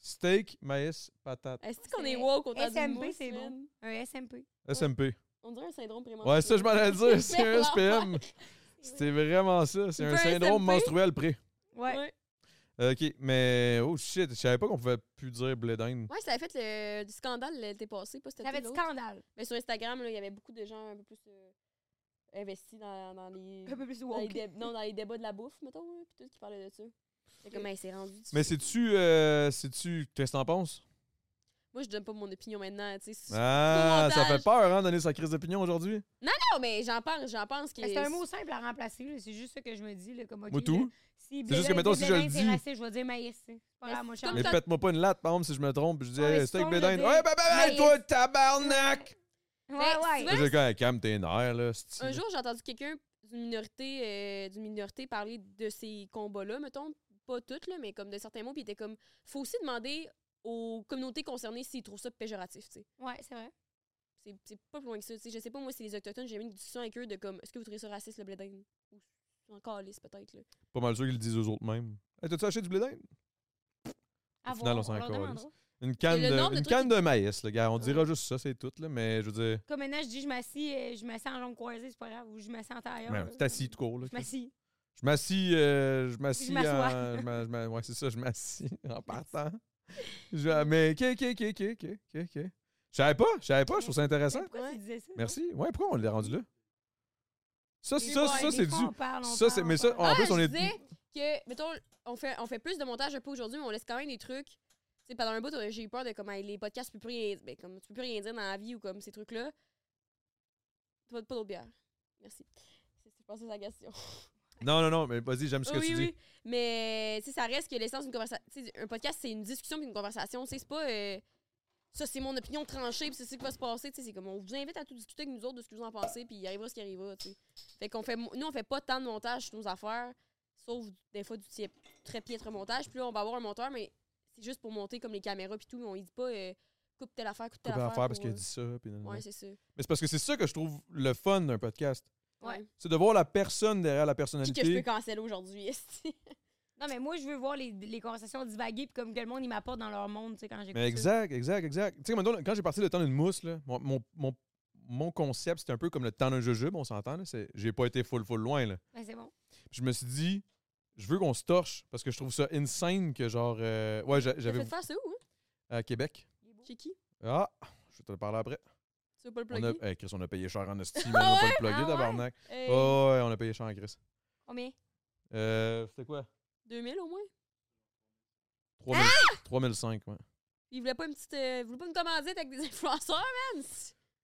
Steak, maïs, patate.
Est-ce qu'on
C'est-
est woke au temps du
SMP,
mousse,
c'est
man?
bon. Un SMP.
SMP.
On dirait un syndrome prémenstruel.
Ouais, ça, je m'en allais dire, c'est un SPM.
Ouais.
C'était vraiment ça. C'est un
Un
syndrome
SMP.
menstruel pré.
Ouais.
Ouais.
Euh, OK, mais oh shit, je savais pas qu'on pouvait plus dire blé d'Inde.
Ouais, ça avait fait le, du scandale l'été passé, pas cet été,
Ça fait du
l'autre.
scandale.
Mais sur Instagram, là, il y avait beaucoup de gens un peu plus euh, investis dans, dans les,
Un peu plus
dans les
woke.
dé- non, dans les débats de la bouffe, mettons, là, puis tout qui parlait de ça. C'est comme, hey, c'est rendu. du-
Mais c'est-tu. euh, c'est-tu. Qu'est-ce que t'en penses?
Moi, je donne pas mon opinion maintenant, tu sais. c'est-
Ah, ça
montage.
fait peur, hein, donner sa crise d'opinion aujourd'hui?
Non, mais j'en pense, j'en pense que.
Ben, C'est un mot simple à remplacer. là. C'est juste ce que je me dis. Là, comme,
Moi,
ok,
tout.
là, Si
juste que, mettons, si je le dis-
Raciste, je vais dire maïs. c'est pas grave, moi, je suis en-
Mais
Comme ça-
pète-moi pas une latte, par exemple, si je me trompe. puis Je dis,
Ah, mais
hey,
c'est
steak
bon,
blé
je veux
d'Inde.
dire.
Ouais, ben, ben, ben,
Mais-
toi, tabarnak!
Ouais,
Mais
ouais.
souvent-
J'ai quand même calme tes nerfs, là. c'est-tu.
Un jour, j'ai entendu quelqu'un d'une minorité, euh, d'une minorité parler de ces combats-là, mettons, pas toutes, là, mais comme de certains mots, puis il était comme, faut aussi demander aux communautés concernées s'ils trouvent ça péjoratif, tu sais.
Ouais, c'est vrai.
C'est- C'est pas plus loin que ça, tu sais. Je sais pas, moi, c'est les Autochtones, j'ai eu une discussion avec eux de comme, est-ce que vous trouvez ça raciste, le blé d'Inde? Ou en calice, peut-être, là.
Pas mal sûr qu'ils le disent aux autres mêmes. Hey, T'as-tu acheté du blé d'Inde?
À
Au final,
voir,
on s'en
leur
calisse.
demandera.
Une canne,
le nombre
de,
de
une
trucs
canne
qui-
de maïs, le gars.
Ah.
On dira juste ça, c'est tout, là. Mais je veux dire,
Comme maintenant, je dis, je m'assis, euh, je m'assis en jambe croisée, c'est pas grave, ou je m'assis en tailleur.
ouais,
là.
t'es assis tout court, là.
Je m'assis.
Je m'assis, euh, je
Je
m'assis,
m'assois.
en- je m'a- je m'a- ouais, c'est ça, je m'assis en partant. Je- mais ok, ok, ok, ok, ok, ok, ok. Je savais pas, je savais pas, je trouve ça intéressant.
Mais Pourquoi tu disais ça?
Merci. Ouais, pourquoi on l'a rendu là? Ça,
Des
ça,
fois,
ça,
des
c'est
fois,
du.
on parle, on
Ça, c'est.
parle,
Mais
on
ça,
parle.
en
Ah,
plus, on
je
est.
disais que, mettons, on fait, on fait plus de montage un peu aujourd'hui, mais on laisse quand même des trucs. Tu sais, pendant un bout, euh, j'ai eu peur de comme, hey, les podcasts, tu peux plus rien, ben, comme, tu peux plus rien dire dans la vie ou comme ces trucs-là. Pas, pas d'autre bière. Merci. C'est- Je pense que c'est la question.
Non, non, non, mais vas-y, j'aime ce que
oui,
tu
oui.
dis.
Mais, tu sais, ça reste que l'essence d'une conversation. Un podcast, c'est une discussion puis une conversation. Tu sais, c'est pas. euh, ça, c'est mon opinion tranchée, puis c'est ce qui va se passer. Tu sais, c'est comme on vous invite à tout discuter avec nous autres de ce que vous en pensez, puis il arrivera ce qui arrivera. tu sais. Fait qu'on fait. Nous, on fait pas tant de montage sur nos affaires, sauf des fois du tiep- très piètre montage. Puis là, on va avoir un monteur, mais c'est juste pour monter comme les caméras, puis tout. Mais on y dit pas euh, coupe telle affaire, coupe telle
Coupe à
affaire.
faire parce
pour,
qu'il a
euh,
dit ça. puis nan, nan, nan.
Ouais, c'est ça.
Mais c'est parce que c'est ça que je trouve le fun d'un podcast.
Ouais.
C'est de voir la personne derrière la
Qui que je peux
personnalité.
canceller aujourd'hui, esti?
Non, mais moi, je veux voir les, les conversations divaguer, puis comme que le monde, il m'apporte dans leur monde, tu sais, quand j'écoute.
Mais
ça.
exact, exact, exact. Tu sais, mettons, quand j'ai parti le temps d'une mousse, là, mon, mon, mon, mon concept, c'était un peu comme le temps d'un jujube, on s'entend. là, c'est- J'ai pas été full, full loin. Là.
Ben, c'est bon.
Puis je me suis dit, je veux qu'on se torche parce que je trouve ça insane que genre. euh, ouais, j'a-
T'as
j'avais.
fait faire ça où, hein?
À Québec.
Chez qui?
Ah, je vais te le parler après.
Tu veux pas le
On a,
plugger?
eh, Chris, on a payé cher en estime, on a pas le plugger,
Ah ouais?
tabarnak.
Hey,
Oh, ouais, on a payé cher en Chris.
Combien?
Euh, c'était quoi
2000 au moins?
3000,
Ah!
3005, ouais.
Il voulait pas une petite. euh, il voulait pas une commandite avec des influenceurs, man!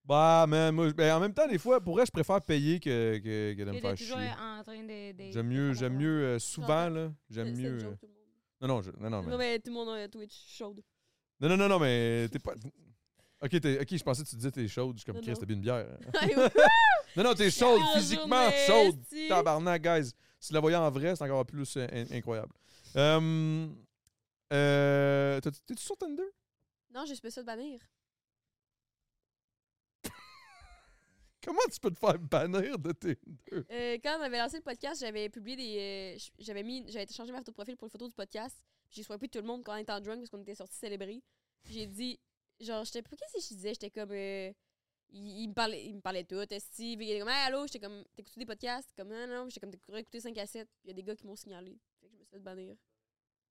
Bah, mais moi, je- ben, en même temps, des fois, pour vrai, je préfère payer que, que, que de me
Il est
faire
toujours
euh,
chier.
en train de. de-
J'aime mieux,
de-
j'aime mieux euh, souvent,
J'entends.
là. J'aime
C'est- c'est une
mieux. euh,
joke, tout le monde.
Non, non, je- non, non, mais.
Non, mais tout le monde a Twitch chaude.
Non, non, non, non, mais t'es pas. Ok, t'es- ok, je pensais que tu disais t'es chaude. Je suis comme
Non,
Chris,
non.
t'as bu une bière.
Hey, ouais.
non, non, t'es chaude,
Bonne
physiquement
journée,
chaude.
esti.
Tabarnak, guys. Si tu la voyais en vrai, c'est encore plus euh, in- incroyable. Euh, euh, t'as- T'es-tu sur Tinder?
Non, j'ai spécial de bannir.
Comment tu peux te faire bannir de Tinder?
Euh, quand on avait lancé le podcast, j'avais publié des. euh, j- j'avais mis. J'avais changé ma photo de profil pour une photo du podcast. J'ai swappé tout le monde quand on était en drunk parce qu'on était sortis célébrer. J'ai dit. Genre, j'étais. pas- Qu'est-ce que je disais? J'étais comme. euh, il, il me parlait, il me parlait tout. Steve, il était comme, hey, allô? J'étais comme, t'écoutes des podcasts? Comme, non, non. J'étais comme, t'écoutes écouter 5 à 7. Puis il y a des gars qui m'ont signalé. Fait que je me suis fait bannir.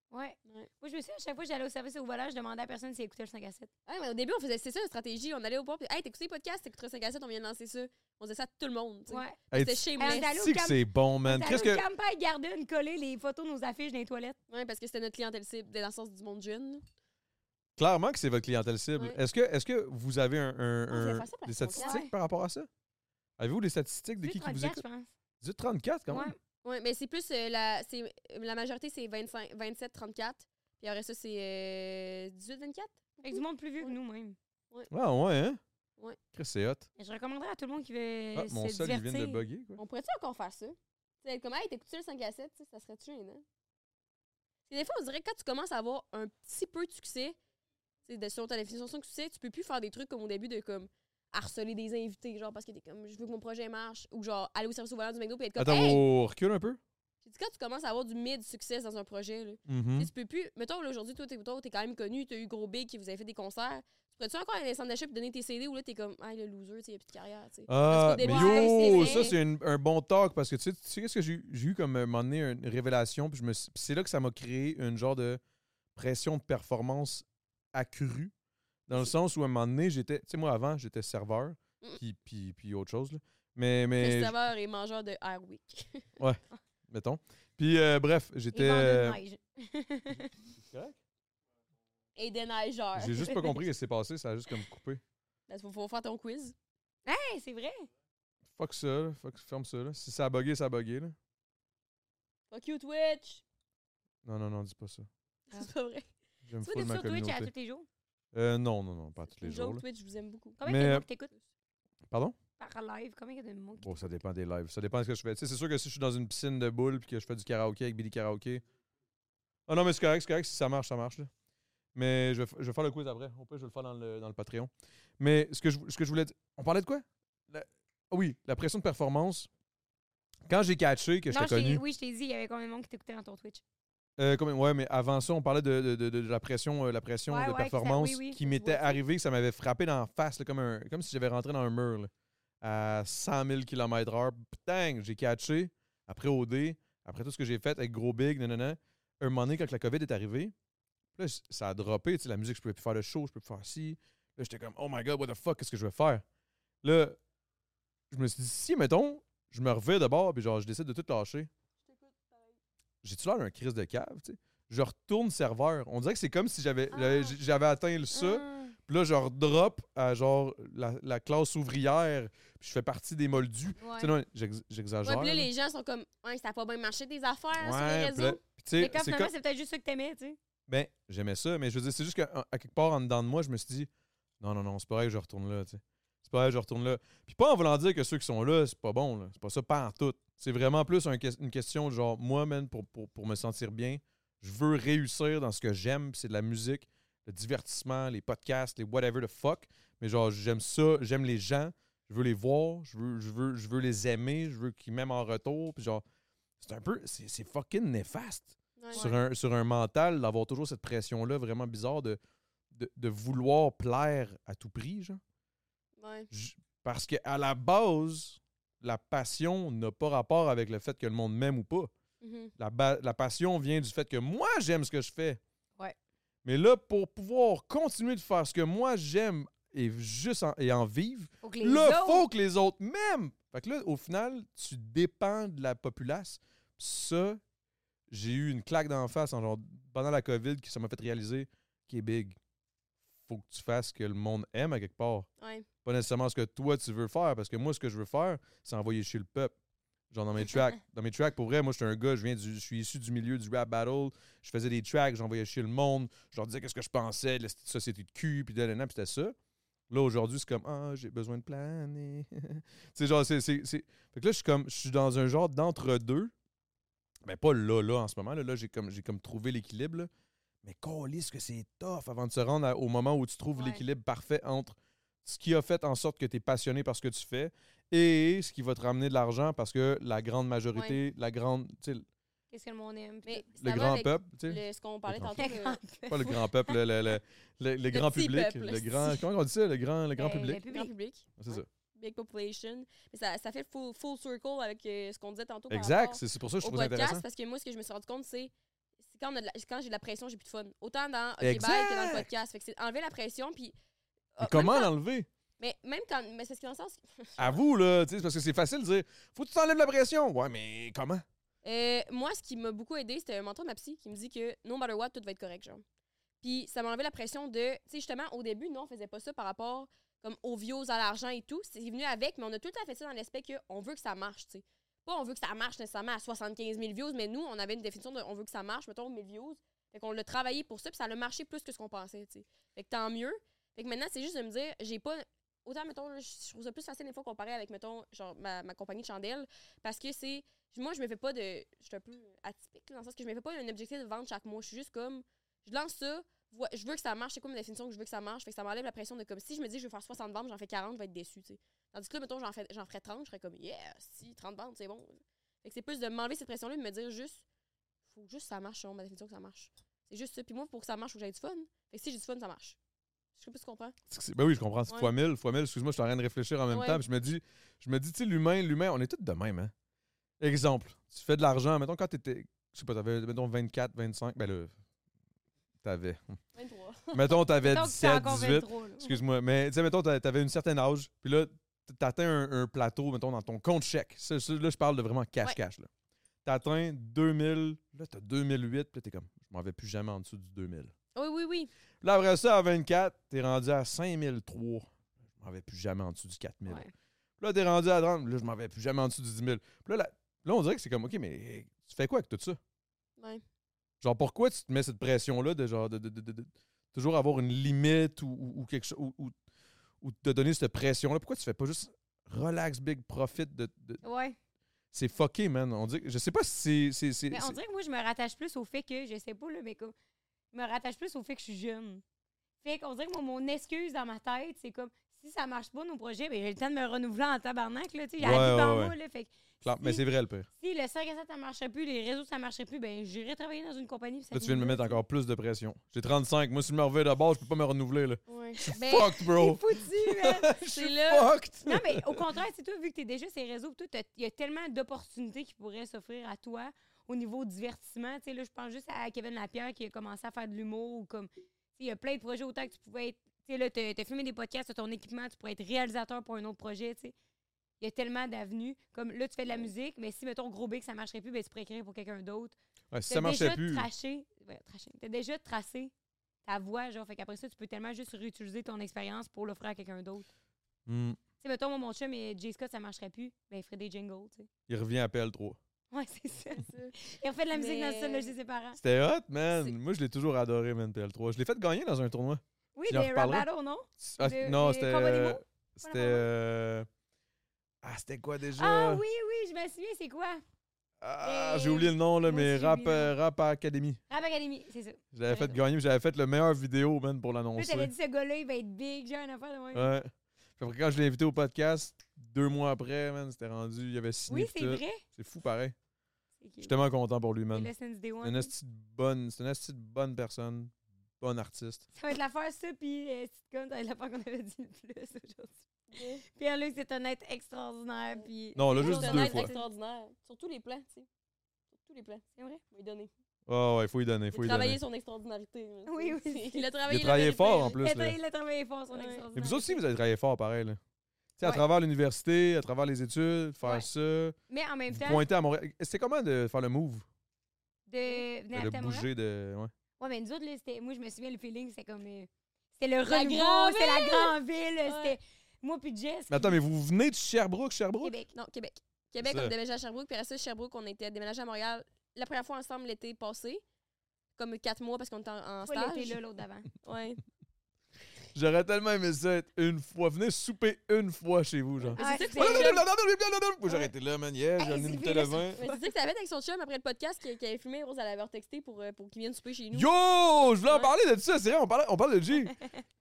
Ouais.
Ouais.
Moi, je me souviens, à chaque fois que j'allais au service au volant, je demandais à personne si elle écoutait le 5 à 7.
Ouais, mais au début, on faisait, c'est ça la stratégie. On allait au port, puis, hey, t'écoutes les podcasts, t'écoutes 5 à 7, on vient de lancer ça. On faisait ça à tout le monde. tu sais.
Ouais.
Hey,
C'était
tu
chez moi.
on est allé au
sais que
camp-
c'est bon, man.
T'as
Qu'est-ce
que...
que.
Campagne Garden coller les photos de nos affiches dans les toilettes.
Ouais, parce que c'était notre clientèle cible, dans le sens du monde jeune.
Clairement que c'est votre clientèle cible.
Ouais.
Est-ce que, est que vous avez un, un-
On voulait
un-
faire ça pour la
des
promotion.
statistiques par rapport à ça? Avez-vous des statistiques de
Plus
qui, qui vous
34, je
écoute?
pense.
18-34 quand même.
Ouais.
Ouais, mais c'est plus euh, la, c'est, euh, la majorité, c'est 25, 27, 34. Puis après ça, c'est euh, 18, 24.
Avec du monde plus vieux que nous, même.
Ah ouais, hein?
Ouais. Euh,
Chris, c'est hot.
Et Je recommanderais à tout le monde qui veut
Ah,
se
mon sol, il
divertir.
vient de bugger, quoi.
On pourrait-tu encore faire ça? Tu sais, comme, hey, t'écoutes le 5 à 7, tu sais, ça serait-tu gênant? C'est des fois, on dirait que quand tu commences à avoir un petit peu de succès, tu sais, de, sur ta définition de succès, tu peux plus faire des trucs comme au début de comme harceler des invités, genre parce que t'es comme, je veux que mon projet marche, ou genre aller au service au volant du McDo puis être comme,
Attends,
hey!
on recule un peu.
J'ai dit, quand tu commences à avoir du mid-succès dans un projet, là,
Mhm.
tu sais, tu peux plus. Mettons, là, aujourd'hui, toi, t'es toi, t'es quand même connu, t'as eu Gros B qui vous avez fait des concerts. Tu pourrais-tu encore aller dans les centres et donner tes CD ou là, t'es comme, ah, le loser, tu y a plus de carrière, tu sais.
Ah,
Parce qu'au
mais
début, c'est
yo,
vrai.
ça, c'est une- un bon talk parce que tu sais, tu sais qu'est-ce que j'ai eu- j'ai eu comme euh, un moment donné, une révélation, puis je me suis- puis c'est là que ça m'a créé une genre de pression de performance accrue. Dans le sens où à un moment donné, j'étais, tu sais, moi avant, j'étais serveur,
Mm.
puis, puis, puis autre chose, là. Mais,
Le
mais,
serveur et mangeur de Air Week.
mettons. Puis, euh, bref,
Et
j'étais.
vendeur
euh,
de neige.
et des neigeurs.
J'ai juste pas compris ce qui s'est passé, ça a juste comme coupé.
Parce qu'il Ben, faut faire ton quiz.
Hey, c'est vrai.
Fuck ça, là. Fuck, ferme ça, là. Si ça a bugué, ça a bugué, là.
Fuck you, Twitch.
Non, non, non, dis pas ça.
Ah.
C'est pas vrai.
Tu
J'aime
vois,
full
t'es
ma
sur Twitch à
communauté.
tous les jours.
Euh, non, non, non, pas tous les
Une
jours,
joke,
là.
Twitch, je vous aime beaucoup.
Combien
Mais,
de
euh,
gens t'écoutent?
Pardon?
par live? Combien il y a de mots? qui-
Bon, ça dépend des lives. Ça dépend de ce que je fais. Tu sais, c'est sûr que si je suis dans une piscine de boules puis que je fais du karaoké avec Billy Karaoké. Ah non, mais c'est correct, c'est correct. Si ça marche, ça marche. là. Mais je vais, f- je vais faire le quiz après. Au pire, je vais le faire dans le, dans le Patreon. Mais ce que je, ce que je voulais dire. On parlait de quoi? La- ah oui, la pression de performance. Quand j'ai catché que
Non,
j'étais
je t'ai-
connu.
Oui, je t'ai dit, il y avait combien de monde qui t'écoutait dans ton Twitch?
Euh, combien- ouais, mais avant ça, on parlait de, de- de- de la pression, euh, la pression
Ouais,
de
ouais, que ça-
performance
oui, oui,
qui
je
m'était
vois ça.
arrivée, que ça m'avait frappé dans la face, là, comme, un, comme si j'avais rentré dans un mur là, à 100 000 km/h. Putain, j'ai catché. Après OD, après tout ce que j'ai fait avec Gros Big, nanana. Un moment donné, quand la COVID est arrivée, là, j- ça a droppé. tu sais, La musique, je pouvais plus faire le show, je pouvais plus faire ci. Là, j'étais comme, oh my god, what the fuck, qu'est-ce que je vais faire? Là, je me suis dit, si, mettons, je me revais de bord, puis genre, je décide de tout lâcher. J'ai-tu l'air d'un crise de cave, tu sais? Je retourne serveur. On dirait que c'est comme si j'avais
Ah!
j'avais- j'avais atteint le ça,
Hum.
puis là, je redrop à genre la, la classe ouvrière, puis je fais partie des moldus. Tu sais,
Ouais.
non, j'ex- j'exagère.
Ouais, puis là,
Ah, là.
les gens sont comme, ouais, ça a pas bien marché des affaires sur les
Ouais, puis là-
réseaux.
puis tu sais,
Mais quand
c'est
finalement,
comme-
c'est peut-être juste ça que t'aimais, tu sais.
Ben, j'aimais ça, mais je veux dire, c'est juste qu'à à quelque part en dedans de moi, je me suis dit, non, non, non, c'est pas vrai que je retourne là, tu sais. C'est pas vrai que je retourne là. Puis pas en voulant dire que ceux qui sont là, c'est pas bon, là. C'est pas ça, pas en tout. C'est vraiment plus un que- une question de genre, moi, man, pour, pour, pour me sentir bien, je veux réussir dans ce que j'aime, puis c'est de la musique, le divertissement, les podcasts, les whatever the fuck. Mais genre, j'aime ça, j'aime les gens, je veux les voir, je veux, je veux, je veux les aimer, je veux qu'ils m'aiment en retour, puis genre, c'est un peu, c'est c'est fucking néfaste
Ouais.
sur,
Ouais.
un, sur un mental, d'avoir toujours cette pression-là vraiment bizarre de, de, de vouloir plaire à tout prix, genre.
Ouais.
J- Parce que à la base, la passion n'a pas rapport avec le fait que le monde m'aime ou pas.
Mm-hmm.
Mhm.
La, ba- la passion vient du fait que moi, j'aime ce que je fais.
Ouais.
Mais là, pour pouvoir continuer de faire ce que moi, j'aime et juste en, et en vivre,
Faut que les
là,
autres-
faut que les autres m'aiment. Fait que là, au final, tu dépends de la populace. Ça, j'ai eu une claque d'en face en genre, pendant la COVID qui ça m'a fait réaliser qui est big. Faut que tu fasses ce que le monde aime à quelque part.
Ouais.
Pas nécessairement ce que toi tu veux faire, parce que moi, ce que je veux faire, c'est envoyer chez le peuple. Genre dans mes tracks. dans mes tracks, pour vrai, moi, je suis un gars, je viens du, je suis issu du milieu du rap battle. Je faisais des tracks, j'envoyais chez le monde, je leur disais qu'est-ce que je pensais de la société de cul, puis de la puis c'était ça. Là, aujourd'hui, c'est comme, ah, j'ai besoin de planer. tu sais, genre, c'est, c'est, c'est- Fait que là, je suis comme, je suis dans un genre d'entre-deux. Mais pas là, là, en ce moment. Là, là j'ai comme, j'ai comme trouvé l'équilibre, là. Mais calisse que c'est tough avant de se rendre à- au moment où tu trouves
Ouais.
l'équilibre parfait entre ce qui a fait en sorte que tu es passionné par ce que tu fais et ce qui va te ramener de l'argent parce que la grande majorité, la grande, tu sais,
Qu'est-ce que le monde aime?
Mais ça
le
va
grand
avec
peuple, tu sais,
le- ce qu'on parlait
grand
tantôt.
peuple.
le-
pas le grand peuple, le, le- le- le- le grand
petit
public,
peuple,
le grand,
si.
comment on dit ça, le grand, le grand
Ben,
public,
le
Grand public.
c'est ça.
Big population. Mais ça, ça fait full, full circle avec euh, ce qu'on disait tantôt. par
Exact,
rapport
c'est c'est pour ça que je
au
trouve ça
podcast,
intéressant.
Parce que moi, ce que je me suis rendu compte, c'est c'est quand, on a de la- quand j'ai de la pression, j'ai plus de fun. Autant dans OK Bye que dans le
Exact.
podcast. Fait que c'est enlever la pression, puis.
Mais
Ah, même
comment
quand-
l'enlever?
Mais même quand. Mais c'est ce qui est dans le sens.
À vous, là, tu sais, parce que c'est facile de dire, faut que tu t'enlèves la pression. Ouais, mais comment?
Euh, moi, ce qui m'a beaucoup aidé, c'était un mentor de ma psy qui me dit que no matter what, tout va être correct, genre. Puis ça m'a enlevé la pression de. Tu sais, justement, au début, nous, on faisait pas ça par rapport comme aux views, à l'argent et tout. C'est venu avec, mais on a tout à fait ça dans l'aspect qu'on veut que ça marche, tu sais. Pas on veut que ça marche nécessairement à 75 000 views, mais nous, on avait une définition de on veut que ça marche, mettons 1000 views. Fait qu'on l'a travaillé pour ça, puis ça a marché plus que ce qu'on pensait, tu sais. Fait que tant mieux. Fait que maintenant, c'est juste de me dire, j'ai pas. Autant, mettons, là, je trouve ça plus facile des fois comparé avec, mettons, genre ma, ma compagnie de chandelle, parce que c'est moi, je me fais pas de. Je suis un peu atypique, là, dans le sens que je me fais pas un objectif de vendre chaque mois. Je suis juste comme. Je lance ça, vois- je veux que ça marche. C'est quoi ma définition que je veux que ça marche? Fait que ça m'enlève la pression de comme si je me dis que je veux faire 60 ventes, j'en fais 40, je vais être déçu, tu sais. Tandis que là, mettons, j'en fais- j'en ferais 30, je serais comme, yeah, si, 30 ventes, c'est bon. Fait que c'est plus de m'enlever cette pression-là et de me dire juste, faut juste que ça marche, selon ma définition que ça marche. C'est juste ça. Puis moi, pour que ça marche, faut que j'aille du fun. Fait que si j'ai du fun, ça marche. Je sais pas si tu comprends.
C'est que c'est- Ben oui, je comprends. C'est
Ouais.
fois mille, fois mille. Excuse-moi, je suis en train de réfléchir en même
Ouais.
temps. puis Je me dis, je me dis, tu sais, l'humain, l'humain, on est tous de même, hein. Exemple, tu fais de l'argent, mettons, quand t'étais, je sais pas, t'avais, mettons, 24, 25, ben là, t'avais.
23.
mettons, t'avais
Donc, c'est
17,
encore
18.
23, là.
Excuse-moi, mais tu sais, mettons, t'a- t'avais une certaine âge, puis là, t- t'atteins un, un plateau, mettons, dans ton compte chèque. Ça, ça, là, je parle de vraiment cash-cash, là. T'atteins 2000, là, t'as 2008, puis là, t'es comme, je m'en vais plus jamais en dessous du 2000.
Oui, oui, oui.
Puis Là, après ça, à 24, t'es rendu à 5003. Je m'en vais plus jamais en dessous du 4000.
Ouais.
Puis Là, t'es rendu à 30. Là, je m'en vais plus jamais en dessous du 10 000. Puis là, là, là, on dirait que c'est comme, OK, mais eh, tu fais quoi avec tout ça?
Ouais.
Genre, pourquoi tu te mets cette pression-là de genre de, de- de- de- de toujours avoir une limite ou, ou- ou quelque chose ou, ou- ou te donner cette pression-là? Pourquoi tu fais pas juste relax, big profit. De, de-
Ouais.
C'est fucké, man. On dit, je sais pas si c'est- c'est. c'est-
Mais on
c'est-
dirait que moi, je me rattache plus au fait que, je sais pas, là, mais comme, je me rattache plus au fait que je suis jeune. Fait qu'on dirait que moi, mon excuse dans ma tête, c'est comme, si ça marche pas, nos projets, ben, j'ai le temps de me renouveler en tabarnak, là, tu sais, j'ai la
Ouais,
vie
ouais,
devant
ouais.
moi, là, fait que
Clair, mais c'est vrai le pire.
si le 5 à 7, ça marchait plus, les réseaux, ça marchait plus, ben, j'irai travailler dans une compagnie. puis ça
Là, tu viens de me
finit
mettre encore plus de pression. J'ai 35. Moi, si je me reviens de base, je peux pas me renouveler. Là.
Ouais.
Ben,
Fucked, bro.
c'est foutu, man.
Je
C'est
suis
là.
fucked.
Non, mais au contraire, c'est toi, vu que tu es déjà ces réseaux, pis tout, t'as- il y a tellement d'opportunités qui pourraient s'offrir à toi au niveau divertissement. Tu sais, là, je pense juste à Kevin Lapierre qui a commencé à faire de l'humour ou comme. tu sais, Il y a plein de projets autant que tu pouvais être. Tu sais, là, t'as t'as filmé des podcasts sur ton équipement, tu pourrais être réalisateur pour un autre projet, tu sais. Il y a tellement d'avenues. Comme là, tu fais de la musique, mais si, mettons, gros B, que ça marcherait plus, ben, tu pourrais écrire pour quelqu'un d'autre.
Ouais, si
T'as
ça marchait
déjà
plus.
Traché, ouais, traché. T'as déjà tracé ta voix, genre. Fait qu'après ça, tu peux tellement juste réutiliser ton expérience pour l'offrir à quelqu'un d'autre.
Hmm.
Tu sais, mettons, moi, mon chum et J. Scott, ça marcherait plus. Ben, il ferait des jingles, tu sais.
Il revient à PL3.
Ouais, c'est ça. Il refait de la musique dans le
Mais-
sol de chez ses parents.
C'était hot, man. Moi, je l'ai toujours adoré, man, PL3. Je l'ai fait gagner dans un tournoi.
Oui,
Tu leur
des rap
parleras?
battles, non?
Ah,
Le-
non,
les
c'était.
combats des mots?
euh,
Pas
C'était.
parole?
euh, Ah, c'était quoi déjà?
Ah oui, oui, je me souviens, c'est quoi?
Ah,
mais-
j'ai oublié le nom, là,
Moi
mais
aussi, j'ai
Rap,
oublié le
euh, rap Academy.
Rap Academy, c'est ça.
Je l'avais fait
Ouais.
gagner, puis j'avais fait le meilleur vidéo, man, pour
Là,
l'annoncer.
t'avais dit, ce gars-là, il va être big, j'ai un affaire de moi.
Ouais. Puis après, quand je l'ai invité au podcast, deux mois après, man, c'était rendu. Il avait signé.
oui,
puis
c'est
tout.
vrai.
C'est fou, pareil.
C'est
Je suis
cute.
tellement content pour lui, man.
Le Since Day One.
Une esti de bonne, c'est une esti de bonne personne, bon artiste.
Ça va être l'affaire, ça, puis euh, sitcom, ça va être l'affaire qu'on avait dit le plus aujourd'hui. Pierre-Luc, c'est un être extraordinaire, puis...
Non, là,
C'est
juste
un
deux
être
fois.
extraordinaire. Sur tous les plans, tu sais. Sur tous les plans.
C'est vrai?
Il m'a donné.
Ah ouais, faut y donner,
Il
faut
a
y
travaillé
donner.
son extraordinarité. là,
Oui,
tu sais.
oui.
Il a
Il
travaillé.
a travaillé fort en plus.
Il a,
Là.
tra- il a travaillé fort, son
Ouais.
Et
extraordinaire.
vous aussi, vous avez travaillé fort pareil. Là. Tu sais, à
Ouais.
travers l'université, à travers les études, faire
Ouais.
ça,
Mais en même
vous
temps,
pointer à Montréal. C'était comment de faire le move,
de venir
de
à Tamara.
bouger de. Ouais.
Ouais, mais nous autres, là, c'était... Moi, je me souviens, le feeling, c'était comme... euh, C'était le
La
renouveau,
grande
c'était la
ville!
grande ville,
Ouais.
c'était... Moi puis Jess.
Mais attends, mais vous venez de Sherbrooke, Sherbrooke?
Québec. Non, Québec. Québec,
Ça.
on déménageait à Sherbrooke. Puis après ça, Sherbrooke, on était déménagé à Montréal la première fois ensemble l'été passé. Comme quatre mois parce qu'on était en, en
Toi, là,
stage.
t'es là, l'autre d'avant.
Ouais.
J'aurais tellement aimé ça être une fois. Venez souper une fois chez vous, genre.
Mais
Ouais,
c'est ça
c'est-
que c'est-
Faut j'arrêter là, man. Yeah, j'ai
Hey,
amené
c'est
une bouteille de vin.
Mais tu dis que t'avais avec son chum après le podcast qui, qui avait filmé, Rose, elle avait texté pour, euh, pour qu'il vienne souper chez nous.
Yo! Je voulais en
Ouais.
parler de ça, c'est vrai, on, parlait- on parle de G.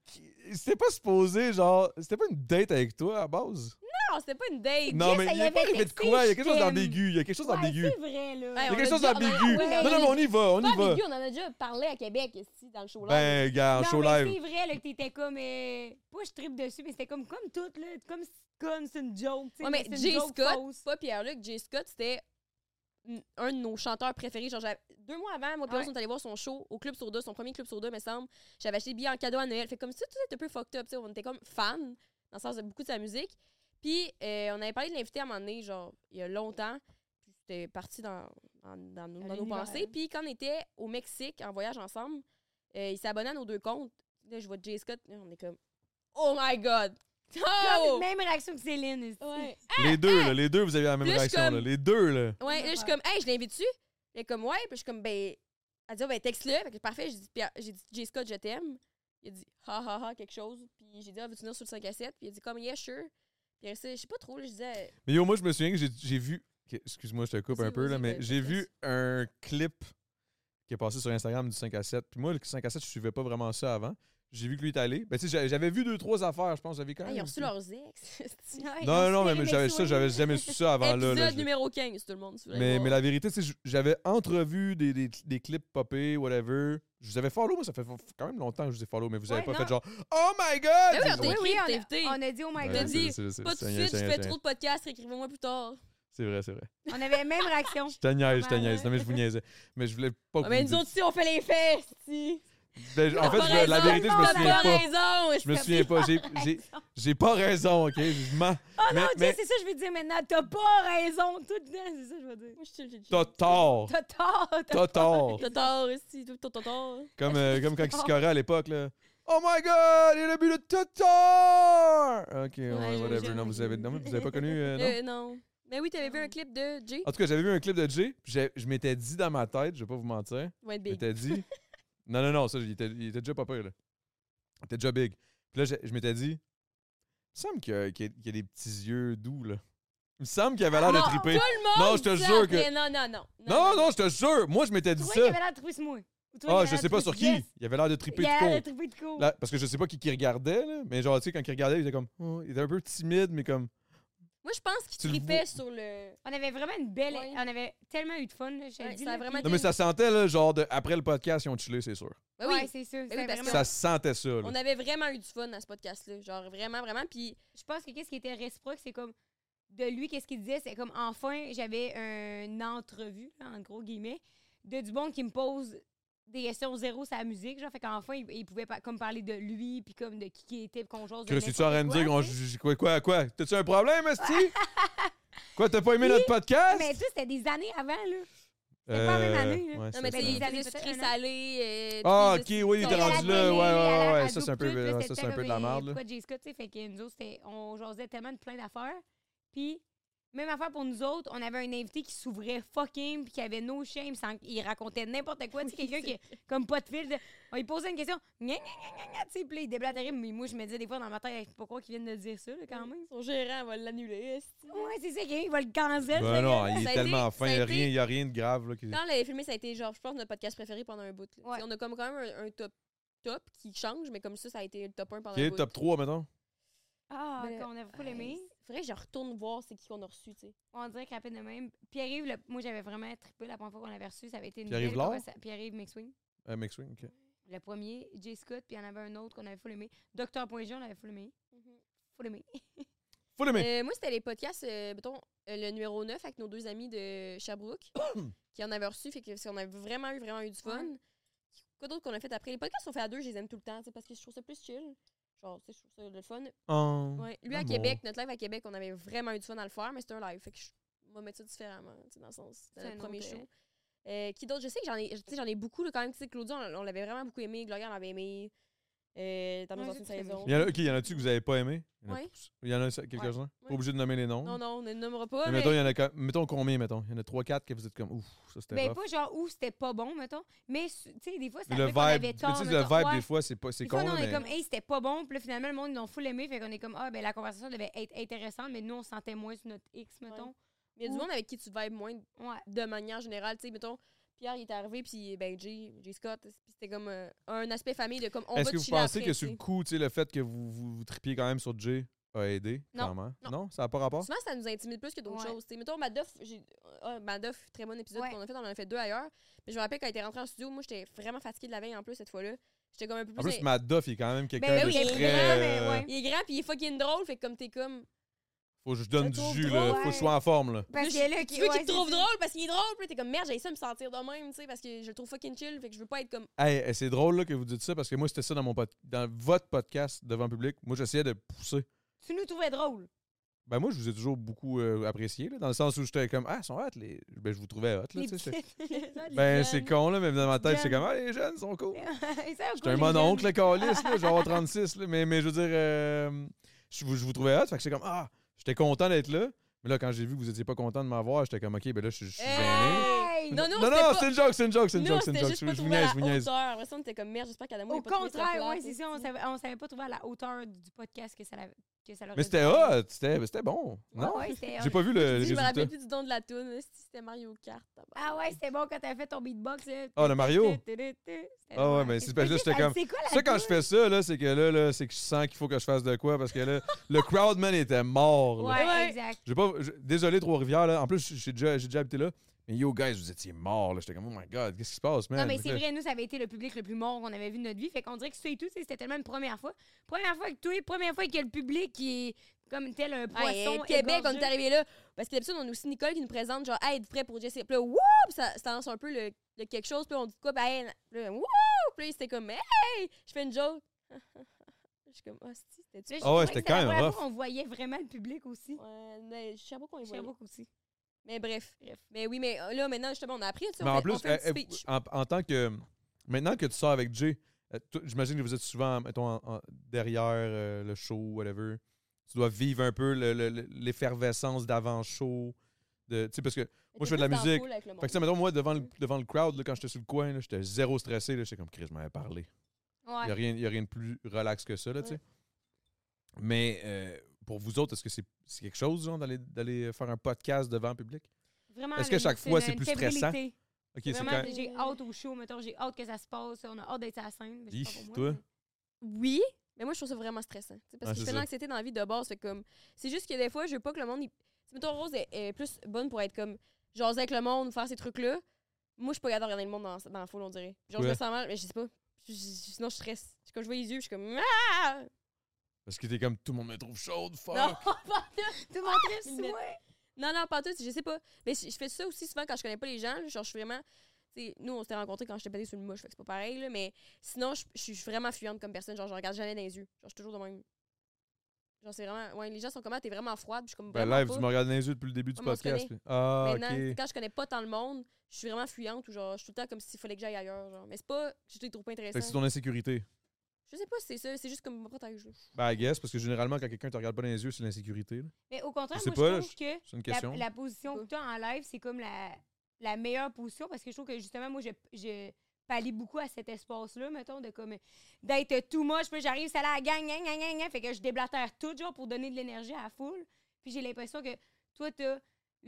Qui- C'était pas supposé, genre. C'était pas une date avec toi à base?
Non, c'était pas une date.
Non,
Jess,
mais
elle
il y a
avait
pas arrivé de
texté,
quoi? Il y a
je
quelque chose
t'aime.
d'ambigu. Il y a quelque chose
Ouais,
d'ambigu.
c'est vrai, là.
Il y
Ouais,
a
on
quelque
a
chose
dit-
d'ambigu.
on a- ouais,
Non, non, mais on y va, on
Pas
y va.
ambigu, on en a déjà parlé à Québec ici, dans le show là.
Ben, gars, en
Non,
show
mais
live.
C'est vrai là, que t'étais comme. euh, pas je tripe dessus, mais c'était comme, comme tout, là. Comme, comme c'est une joke. tu sais,
Ouais, mais
c'est une
Jay
joke
Scott,
fausse.
pas Pierre-Luc, Jay Scott, c'était n- un de nos chanteurs préférés. Genre, j'avais- deux mois avant, moi, puis
Ouais.
on est allé voir son show au Club Soda, son premier Club Soda, me semble. J'avais acheté des billets en cadeau à Noël. Fait comme ça, tout était un peu fucked up. tu sais, On était comme fans, dans le sens de beaucoup de sa musique. Puis, euh, on avait parlé de l'invité à un moment donné, genre, il y a longtemps. Puis, c'était parti dans, dans, dans nos-
Dans
dans nos
l'univers.
pensées. Puis, quand on était au Mexique, en voyage ensemble, euh, il s'est abonné à nos deux comptes. Là, je vois Jay Scott, là, on est comme, oh my god!
Comme
Oh!
Même réaction que Céline. ici.
Ouais.
Les deux, là. Les deux, vous avez la même
Plus
réaction,
comme-
là. Les deux, là.
Ouais, là, je suis comme, hey, je l'invite-tu? Elle est comme, ouais. Puis je suis comme, ben, elle dit, Ah, ben, texte-le. Fait que parfait, j'ai dit, Pierre- j'ai dit, J. Scott, je t'aime. Il a dit, ha ha ha, quelque chose. Puis j'ai dit, ah, veux-tu venir sur le 5 à 7? Puis il a dit, comme, yeah, sure. Puis après ça, je sais pas trop, là, je disais,
Mais yo, moi, je me souviens que j'ai- j'ai vu. ok, Excuse-moi, je te coupe
Vas-y,
un peu, là,
vas-y,
mais
vas-y,
j'ai vu
vas-y.
un clip qui est passé sur Instagram du 5 à 7. Puis moi, le 5 à 7, je suivais pas vraiment ça avant. J'ai vu que lui est allé. Ben, tu sais, j'a- j'avais vu deux, trois affaires, je pense. J'avais quand
ah,
même.
ils ont reçu leurs ex.
Non, non, non, mais j'avais ça, j'avais jamais su ça avant là.
Épisode
là, je-
numéro 15, tout le monde. si vous voulez
mais,
voir.
mais la vérité, tu sais, je- j'avais entrevu des, des, des clips popés, whatever. Je vous avais follow, moi, ça fait quand même longtemps que je vous ai follow, mais vous avez
Ouais,
pas
non.
fait genre Oh my god!
Ben oui,
Vous-
on t'a
Oui,
écrit,
oui,
t'as
on
invité.
a, on a dit, oh my
Ouais,
t'as
god.
c'est-
dit,
c'est- c'est-
Pas tout de
c'est-
suite, je
c'est-
fais trop de podcasts, écrivez-moi plus tard.
C'est vrai, c'est vrai.
On avait même réaction.
Je te niaise, je te
Ouais,
niaise.
ouais.
Non, mais je vous niaisais. Mais je voulais pas que
Ah, mais
vous
nous autres, si on fait les fesses, si.
Ben, je- en fait,
T'as
je- la
raison,
vérité, je me
t'as
souviens pas.
raison,
Je me souviens pas. J'ai- J'ai j'ai pas raison, OK? Je mens.
Oh non,
Mais-
Jess,
mais-
c'est ça, je veux dire maintenant. T'as pas raison. Tout le temps, c'est ça, je veux dire.
Moi, je suis chill, chill, chill.
T'as tort.
T'as tort. t'as-
T'as tort.
T'as tort, si, t'as t'as tort.
Comme, euh, comme quand il se scorait à l'époque, là. Oh my god, il a bu le Tatar! OK, ouais,
Ouais,
whatever.
j'aime,
Non, vous avez, non, mais vous avez pas connu, euh, non? Ah,
Euh, non. Mais oui, t'avais vu un clip de Jay?
En tout cas, j'avais vu un clip de Jay, puis j'ai- je m'étais dit dans ma tête, je vais pas vous mentir,
Ouais,
je
big.
m'étais dit... Non, non, non, ça, il était, il était déjà pas pire, là. Il était déjà big. Puis là, j'ai- je m'étais dit, me semble qu'il y a, qu'il y a- qu'il y a des petits yeux doux, là. Il me semble qu'il avait
Ah,
l'air de
Non,
triper.
Tout le monde
Non, je te
dit
jure
après,
que.
Non, non, non.
Non, non, je te jure. Moi, je m'étais dit
Toi,
ça.
il avait l'air de triper sur moi. Ou toi, il
Ah,
avait
je
l'air de
sais pas
triper
sur qui.
Jess.
Il avait l'air de
Il avait
triper de
l'air de
con.
triper de con.
Là, parce que je sais pas qui, qui regardait, là, mais genre, tu sais, quand il regardait, il était comme. oh, il était un peu timide, mais comme.
Moi, je pense
Tu
qu'il
le
tripait
vois.
sur le.
On avait vraiment une belle.
Ouais.
On avait tellement eu de fun, là, je te le
Ouais,
dis,
ça a
là,
vraiment
puis-
Non, mais ça sentait, là, genre, de- après le podcast, ils ont chillé, c'est sûr.
Ben
Ouais,
oui,
c'est sûr.
oui,
c'est
parce que-
vraiment-
Ça sentait ça, là.
on avait vraiment eu du fun à ce podcast-là. Genre, vraiment, vraiment. Puis,
Je pense que qu'est-ce qui était réciproque, c'est comme de lui, qu'est-ce qu'il disait, c'est comme enfin, j'avais une entrevue, là, en gros guillemets, de du bon qui me pose des questions zéro sur la musique. Genre, fait qu'enfin, il, il pouvait pas- comme parler de lui, puis comme de qui qui était, puis qu'on jase de
Chris, tu es
n'importe
en train de
quoi,
dire qu'on
tu sais.
juge- quoi, quoi, quoi? T'as-tu un problème, Esti? quoi, t'as pas aimé notre podcast? Euh,
Mais tu sais, c'était des années avant, là. c'était pas la même année, là.
ouais,
Ben, non,
c'est
mais
ça.
tu sais, il
des années,
faisait sucré
peut-être un an.
salé. euh,
Ah,
des-
ok, oui, il était
Ils
rendu
ont la
là.
télé,
Ouais,
à la-
ouais, ouais,
à
ça, c'est
double
un peu,
tout, là,
ouais,
c'était
ça, c'est un peu de la
comme, mais
merde, là.
Pourquoi Jay Scott, tu sais, fait qu'Enzo, c'était, on jasait tellement de plein d'affaires. Puis, même affaire pour nous autres, on avait un invité qui s'ouvrait fucking, puis qui avait no shame, sans, il racontait n'importe quoi. tu sais, quelqu'un qui, comme pas de fil, de- on lui posait une question, gna, gna, gna, gna, gna, Ah, tu sais, puis là, il déblatérait. Mais moi, je me disais des fois dans ma tête, Hey, pourquoi qu'il vienne de dire ça, là, quand même?
Son gérant va l'annuler. esti.
Ouais, c'est ça, quelqu'un, il va le cancel.
Ben
là.
non,
Ça
il
a
est
été-
tellement
ça
fin,
a
il y a
été-
rien, il y a rien de grave, là. qui-
Quand on l'avait filmé, ça a été genre, je pense, notre podcast préféré pendant un bout. là.
Ouais.
Tu sais, On a comme quand même un, un top top qui change, mais comme ça, ça a été le top 1 pendant
Qui
un
est
bout.
top 3, mettons?
Ah,
Ben,
qu'on avait pas
Il
l'aimé.
faudrait que je retourne voir c'est qui qu'on a reçu, tu sais.
On dirait qu'à peine de même. Pierre-Yves, le- moi, j'avais vraiment trippé la première fois qu'on l'avait reçu. Ça avait été une
Pierre-Yves
belle
Laure?
conversation. Pierre-Yves McSwing.
Euh, Mixwing, ok.
Le premier, J. Scott, puis il y en avait un autre qu'on avait full aimé. Docteur Point G, on l'avait full aimé. Full aimé.
Faut l'aimer!
Euh, moi, c'était les podcasts, euh, mettons, euh, le numéro 9 avec nos deux amis de Sherbrooke, qui en avaient reçu, fait que si on avait vraiment eu, vraiment eu du fun. Quoi d'autre qu'on a fait après? Les podcasts qu'on fait à deux, je les aime tout le temps, tu sais, parce que je trouve ça plus chill. Genre, tu sais, je trouve ça le fun.
Oh.
Euh, Ouais. Lui, à
Amour.
Québec, notre live à Québec, on avait vraiment eu du fun à le faire, mais c'était un live, fait que je vais mettre ça différemment, tu sais, dans le sens,
C'est
c'était notre
un
premier
autre,
show. Euh, qui d'autre? Je sais que j'en ai, tu sais, j'en ai beaucoup, là, quand même, tu sais, Claudia, on, on l'avait vraiment beaucoup aimé, Gloria, on l'avait aimé, euh, dans nos
Ouais, j'ai
anciennes
tout aimé.
saisons.
Il y en a, ok, il y en a-tu que vous avez pas aimé? Il y en a-
Ouais.
Il y en a quelques-uns? Pas obligé de nommer les noms.
Non, non, on ne le nommera pas,
Mais
mais-
mettons, il y en a quand- mettons combien, mettons? Il y en a 3-4 que vous êtes comme, ouf, ça c'était
Ben,
rough.
pas genre où c'était pas bon, mettons. Mais, su- tu sais, des fois, ça
Le
fait qu'on avait
vibe, tu
tort.
sais, le
mettons.
vibe,
Ouais.
des fois, c'est pas- c'est
Des
con,
fois, nous, on est
mais.
comme, hey, c'était pas bon. Puis là, finalement, le monde, ils l'ont full aimé. Fait qu'on est comme, ah, ben, la conversation devait être intéressante, mais nous, on se sentait moins sur notre X, mettons.
Mais il y a du monde avec qui tu vibes moins
Ouais.
de manière générale. Tu sais, mettons, Pierre, il est arrivé, puis ben, Jay, Jay Scott, puis c'était comme euh, un aspect famille de comme on va
Est-ce que vous
chiller
pensez
après,
que
tu
sur le
sais.
coup, tu sais, le fait que vous, vous, vous tripiez quand même sur Jay a aidé?
Non,
Clairement.
non.
ça n'a pas rapport?
Souvent, ça nous intimide plus que d'autres
Ouais.
choses. Tu sais, mettons, Madoff, j'ai- ah, Madoff, très bon épisode
Ouais.
qu'on a fait, on en a fait deux ailleurs. Mais je me rappelle quand il était rentré en studio, moi, j'étais vraiment fatiguée de la veille en plus cette fois-là. J'étais comme un peu
En
plus.
plus, Madoff, il est quand même quelqu'un
Ben
de
oui, il est
très...
grand, mais
euh,
ouais.
Il est grand, puis il est fucking drôle, fait que comme t'es comme.
Faut que je donne du
Je le
jus,
trouve
là.
drôle.
Faut que je sois en forme, là.
Parce
Là,
que là,
tu
qui-
veux
ouais,
qu'il te
c'est
trouve
ça.
drôle parce qu'il est drôle, puis là, t'es comme merde, j'ai ça me sentir de même, tu sais, parce que je le trouve fucking chill, fait que je veux pas être comme.
Hey, eh, c'est drôle là, que vous dites ça parce que moi, c'était ça dans, mon pod- dans votre podcast devant public. Moi, j'essayais de pousser.
Tu nous trouvais drôle.
Ben moi, je vous ai toujours beaucoup euh, apprécié, là, dans le sens où j'étais comme Ah, ils sont hot, les. Ben, je vous trouvais hot, là.
Les
tu sais,
petites-
c'est- Ben, c'est
con.
con, là, mais dans ma tête, c'est
jeunes.
comme Ah, les jeunes sont cool.
J'étais
J'étais un mononcle, le calice, là. Genre 36, là. Mais, mais je veux dire, euh, je, vous, je vous trouvais hot. Fait que c'est comme Ah, j'étais content d'être là. Mais là, quand j'ai vu que vous étiez pas content de m'avoir, j'étais comme Ok, ben là, je suis je suis gêné.
Hey!
Non, nous, on
non,
s'était pas-
c'est une joke, c'est une joke, c'est une
Nous,
joke,
on
c'est une
s'était
joke.
juste
Je
pas
vous
trouvé à
niaise,
la
je vous niaise.
hauteur. Après ça, on était comme merde, j'espère qu'Adamo
Au
est pas trouvé sa
contraire,
place.
oui, c'est ça. On savait, on savait pas trouver à la hauteur du podcast que ça, l'avait- que ça l'aurait
Mais c'était
dû
hot, c'était c'était bon.
être. Ouais,
Non?
ouais, c'était
J'ai pas vu le
Je me
résultat.
rappelle plus du don de la toune, là, si c'était Mario Kart. tabarnak.
Ah ouais, c'était bon quand t'as fait ton beatbox. là.
Ah, le Mario?
C'était
Ah ouais,
bon.
mais c'est parce que
Expliquez,
là, j'étais comme-
C'est quoi la
Ça, quand je fais ça, là, c'est que là, là c'est que je sens qu'il faut que je fasse de quoi parce que là, le crowd, man, était mort. là.
Ouais,
Ouais.
exact.
J'ai pas, je- désolé, Trois-Rivières, là. En plus, j'ai déjà, j'ai déjà habité là. Mais yo, guys, vous étiez morts, là. J'étais comme, oh my god, qu'est-ce qui se passe, man?
Non, mais
Fait
c'est
que là,
vrai, nous, ça avait été le public le plus mort qu'on avait vu de notre vie. Fait qu'on dirait que ça et tout, tu sais, c'était tellement une première fois. Première fois que toi, première fois que le public qui est comme tel un
Ah, et
poisson.
Québec, on
égorgé.
est arrivé là. Parce que d'habitude, on a aussi Nicole qui nous présente, genre, hey, êtes-vous prêt pour Jesse? Puis là, wouh! Puis ça, ça lance un peu le, le quelque chose. Puis là, on dit de quoi? Ben, hey, Puis là, wouh! Puis là, c'était comme, hey! Je fais une joke. je suis comme, oh, si,
Tu
c'était
sais, je
Ah
trouvais
ouais,
que c'était
c'était
la
quand même
première
rough.
fois qu'on voyait vraiment le public aussi.
Ouais, mais je sais pas qu'on est
Je sais pas aussi.
Mais bref. Mais oui, mais euh, là, maintenant, justement, on a appris. Tu sais,
Mais
on
en
fait-
plus,
on fait un
eh,
petit
eh,
speech.
en, en tant que. Maintenant que tu sors avec Jay, euh, toi, j'imagine que vous êtes souvent, mettons, en- en- derrière euh, le show, whatever. Tu dois vivre un peu le- le- le- l'effervescence d'avant-show. de- Tu sais, parce que moi, je fais de la
T'es plus en
musique.
foule avec le monde.
Fait que, tu sais, mettons, moi, devant le, devant le crowd, là, quand j'étais sur le coin, là, j'étais zéro stressé. là. J'étais comme, Chris, je m'avais parlé. Il
Ouais.
n'y a, rien de plus relax que ça, là, tu sais. Mais euh, pour vous autres, est-ce que c'est c'est quelque chose, genre, d'aller- d'aller faire un podcast devant le public?
Vraiment,
Est-ce
là,
que chaque
c'est
fois,
une-
c'est
une
plus stressant?
fébrilité.
Ok, c'est
Vraiment,
quand
j'ai hâte au show, mettons, j'ai hâte que ça se passe, on a hâte d'être à la scène. mais je sais pas pour
Hi,
moi,
toi?
Oui, mais moi, je trouve ça vraiment stressant. tu sais, Parce
Ouais,
que je
c'est
fais de
ça.
l'anxiété dans la vie de base. Fait comme... C'est juste que des fois, je veux pas que le monde. Il... Tu sais, Mettons, Rose est, est plus bonne pour être comme jaser avec le monde, faire ces trucs-là. Moi, je suis pas capable de regarder le monde dans, dans la foule, on dirait. Genre, je me
Ouais.
sens mal, mais je sais pas. Je- je- Sinon, je stresse. Quand je vois les yeux, je suis comme. Ah!
Parce que t'es comme tout le monde me trouve chaude, fuck. Ben,
Non, pas tout.
Tout mon trip,
Une minute. Non, non, pas tout, je sais pas. Mais je je fais ça aussi souvent quand je connais pas les gens. là. Genre, je suis vraiment. tu sais, nous, on s'était rencontrés quand j'étais pété sur le mouche, fait que c'est pas pareil, là, mais sinon, je je suis vraiment fuyante comme personne. Genre, je regarde jamais dans les yeux. Genre, je suis toujours de même. Genre, c'est vraiment. Ouais, les gens sont comment? T'es vraiment froide. puis Je suis comme.
Ben,
vraiment
live,
pas.
tu me regardes dans les yeux depuis le début du
Ouais, mais on se
podcast.
connaît.
puis- Ah,
Maintenant,
ok.
quand je connais pas tant le monde, je suis vraiment fuyante ou genre, je suis tout le temps comme s'il fallait que j'aille ailleurs. Genre. Mais c'est pas que je les trouve pas
Fait que c'est
intéressants.
ton insécurité.
Je sais pas si c'est ça, c'est juste comme me protège. là.
Ben, I guess, parce que généralement, quand quelqu'un te regarde pas dans les yeux, c'est l'insécurité. là.
Mais au contraire,
Je sais
moi,
pas,
je
là,
trouve que
C'est une
la-
question.
La, position que tu as en live, c'est comme la, la meilleure position parce que je trouve que justement, moi, je, je pallie beaucoup à cet espace-là, mettons, de comme d'être tout moche. Puis là, j'arrive, ça là, la gang, gang, gang, gang, gang, fait que je déblatère tout, genre, pour donner de l'énergie à la foule. Puis j'ai l'impression que toi, t'as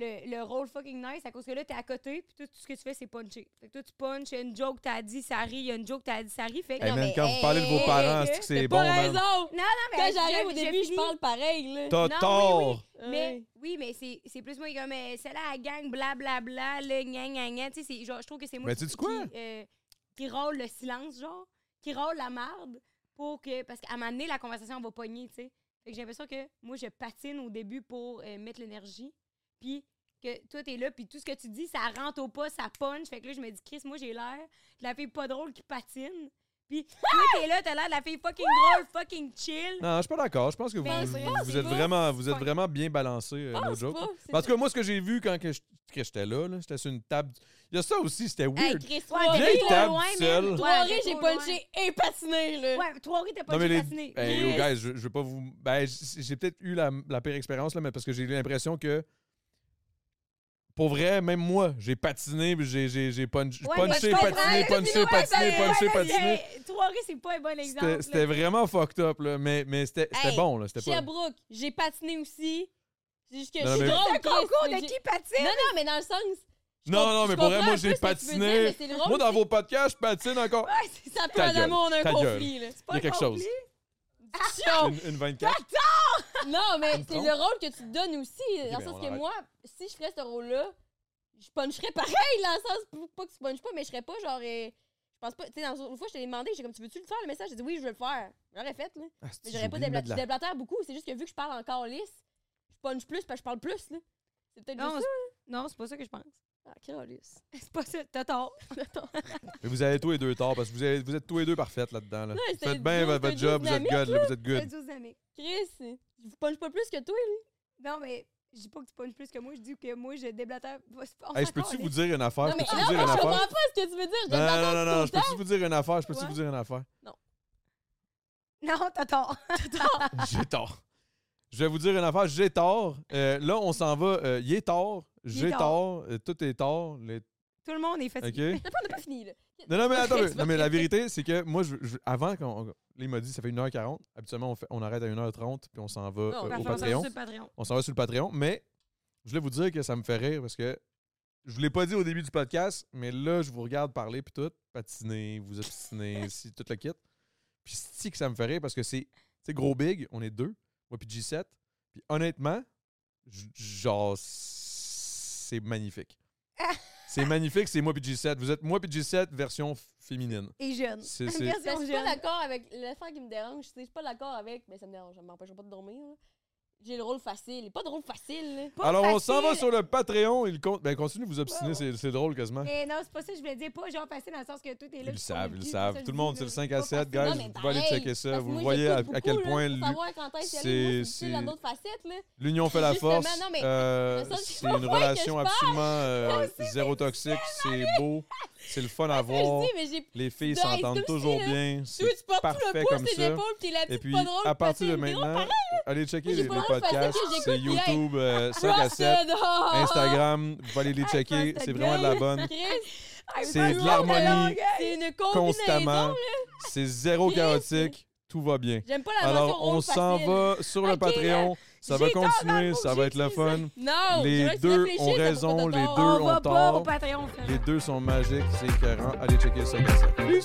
le, le rôle fucking nice à cause que là, t'es à côté, puis tout, ce que tu fais, c'est puncher. Fait que toi, tu punches, il y a une joke, t'as dit, ça rit, il y a une joke, t'as dit, ça rit. Fait que.
Hey,
Non,
man,
mais-
quand vous parlez de vos
hey,
parents,
hey,
c'est que c'est
T'as
bon,
pas
man.
raison!
non, non, mais
Quand
je-
j'arrive au
je
début, je
finis.
parle pareil. Là.
T'as
Non, oui,
tort!
Mais
Ouais.
oui, mais c'est c'est plus moi qui est comme euh, celle-là, elle gagne, blablabla, le gna gna gna. Tu sais, c'est genre, je trouve que c'est moi
Mais
qui,
sais-tu quoi?
qui, euh, qui rôle le silence, genre, qui rôle la marde pour que. Parce qu'à un moment donné, la conversation va pogner, tu sais. Fait que j'ai l'impression que moi, je patine au début pour euh, mettre l'énergie. Puis que toi, t'es là, puis tout ce que tu dis, ça rentre au pas, ça punch. Fait que là, je me dis, Chris, moi, j'ai l'air de la fille pas drôle qui patine. Puis toi, t'es là, t'as l'air de la fille fucking drôle, fucking chill.
Non, je suis pas d'accord. Je pense que vous,
Ben,
vous,
c'est-
vous
c'est
êtes
pas-
vraiment, vous
c'est
êtes
pas-
vraiment bien balancé, euh, no
Pense
joke.
pas, c'est
En tout cas, moi, ce que j'ai vu quand que je- que j'étais là, là, j'étais sur une table. Il y a ça aussi, c'était
Hey,
weird.
Chris,
Ouais,
trois
t'es
Viens,
riz,
trop
table
loin,
toute
man.
seule.
Ouais,
trois
t'es
riz, j'ai
trop loin.
punché et patiné, là.
Ouais, trois riz, t'as pas
Non, mais
été
les.
patiné.
Hey, yo, guys, je, je veux pas vous. Ben, j- j'ai peut-être eu la, la pire expérience, là, mais parce que j'ai eu l'impression que. Pour vrai, même moi, j'ai patiné, puis j'ai, j'ai, j'ai punch-
Ouais, mais je
punché,
comprends.
patiné, punché,
Ouais,
patiné,
ben,
punché,
ouais,
patiné.
ben, Trois riz, c'est pas un bon exemple.
C'était,
là.
c'était vraiment fucked up, là, mais, mais c'était, c'était
Hey,
bon. Là, c'était pas...
Sherbrooke, j'ai patiné aussi. C'est juste que
Non,
je suis
mais-
drôle,
C'est un
Chris,
concours
mais
de
j'ai-
qui patine.
Non, non, mais dans le sens. je
Non,
comp-
non,
je
mais pour vrai, moi,
comprends un peu
j'ai
ce que tu veux dire,
patiné.
mais c'est drôle,
Moi, dans
c'est-
vos podcasts, je patine encore.
Ouais, c'est ça.
Ça peut
Ta
un
gueule,
amour, on a un Oh,
ta gueule.
conflit, là.
Il y a quelque chose.
Chiant.
Une, une 24.
Non, mais
me
c'est
trompe.
le rôle que tu te donnes aussi.
ben,
dans le sens
on
que
arrête.
moi, si je ferais ce rôle-là, je puncherais pareil, dans le sens, p- pas que tu punches pas, mais je serais pas genre. euh, Je pense pas. Tu sais, dans une fois, je t'ai demandé, j'ai comme, tu veux-tu le faire, le message? J'ai dit, oui, je veux le faire. J'aurais fait, là.
Ah,
Mais
c'est-tu,
j'aurais pas
j'ai oublié de
débla-
mettre de la-
déblatère beaucoup. C'est juste que vu que je parle encore lisse, je punche plus parce que je parle plus, là. C'est peut-être
Non,
juste ça. hein?
Non, c'est pas ça que je pense.
Ah, Carolus.
C'est pas ça. T'as tort.
Mais vous avez tous les deux tort parce que vous, avez- vous êtes tous les deux parfaites là-dedans. Là.
Ouais,
Vous
c'est
faites bien
une
votre,
grosse
job, vous êtes
dynamique,
good, là, vous êtes
C'est
good.
dynamique.
Chris, je vous punche pas plus que toi, là.
Non, mais je dis pas que tu punches plus que moi. Je dis que moi, je déblatère. On
Hey, je
s'en
peux-tu
calisse.
vous dire une affaire?
Non, mais
Je peux-tu
non,
vous dire
moi,
une
je comprends
affaire?
pas ce que tu veux dire. Je
Non, non, non,
t'entends tout
non,
le
je peux-tu vous dire une affaire? Je peux-tu
Ouais.
vous dire une affaire?
Non, t'as tort.
J'ai tort. Je vais vous dire une affaire, j'ai tort. Euh, là, on s'en va. euh, Il est tort,
est
j'ai
tort.
tort, euh, tout est tort. les-
Tout le monde est
OK?
fatigué.
T'as pas, on a pas fini, là.
Non, non, mais attends.
C'est
un peu.
pas
non, mais la
vrai.
vérité, c'est que moi, je, je- avant, qu'on on- il m'a dit ça fait 1h40. Habituellement, on, fait- on arrête à 1h30 puis on s'en va
Non,
euh,
on
au
fait ça
Patreon.
Sur Patreon.
On s'en va sur le Patreon. Mais je voulais vous dire que ça me fait rire parce que je vous l'ai pas dit au début du podcast, mais là, je vous regarde parler puis tout, patiner, vous obstiner, si tout le kit. Puis si que ça me fait rire parce que c'est, tu sais, gros big, on est deux, moi puis G7. Puis honnêtement, j- genre, c'est magnifique. C'est magnifique, c'est moi puis G7. Vous êtes moi puis G7 version f- féminine.
Et jeune.
C'est- c'est-
Parce que
Version
Je suis pas
jeune.
d'accord avec l'affaire qui me dérange. tu sais, Je suis pas d'accord avec. Mais ça me dérange, je m'empêche pas de dormir. là. J'ai le rôle facile. Pas de rôle facile. là.
Pas
Alors, on s'en va
facile.
sur le Patreon. Il compte... Ben, continuez de vous obstiner, c'est c'est drôle quasiment.
Mais non, c'est pas ça que je voulais dire. Pas genre facile dans le sens que tout est là.
Ils le
puis
savent, ils le
convaincu,
savent.
ça, je
Tout le
dis,
monde,
là.
c'est le 5 à 7, guys.
Non, mais
Vous pouvez aller
pareil.
checker ça.
Parce que
Vous
moi,
voyez à,
j'écoute
à quel
beaucoup, là,
point
pour
l'u-
savoir quand est-ce qu'elle
c'est-
est. Moi, c'est
c'est-
dans d'autres facettes. Là.
l'union fait la
Justement,
force.
non, mais
Euh,
c'est ça que je
c'est une
comprends que
relation
je parle.
absolument euh, zéro toxique. C'est beau. C'est le fun à
Ah, Je le
voir.
dis, mais j'ai.
Les filles
Guys,
s'entendent
comme si,
toujours
là,
bien.
Tu, tu
C'est
portes tout
parfait
le poids
comme
sur tes
ça.
épaules, t'es la
Et
petite
puis,
pas drôle.
à partir de
facile, drôle,
maintenant,
pareil.
allez checker
Moi, j'ai
les,
pas
les
le droit de faire ça,
podcasts.
j'écoute
C'est
rien. Ah,
YouTube euh, 5 à
Ross
7.
Goddard.
Instagram, vous allez les
Ah,
checker.
Ross
C'est vraiment de la
Goddard.
bonne.
Chris,
Ah,
C'est
vraiment,
de l'harmonie
la longue.
c'est une combinaison.
constamment. C'est zéro
Chris.
chaotique. Tout va bien.
J'aime pas la notion
Alors,
rôle
on s'en
facile.
va sur le
Ok,
Patreon. Ça va
J'ai tort,
continuer,
dans le
ça
mot
va
que
être le
j'ai
fun.
Non!
Les deux ont raison, les deux
On
ont
va pas au
tort.
Patreon, frère.
Les deux sont magiques, c'est écœurant. Allez checker ça, gars, ça. Peace!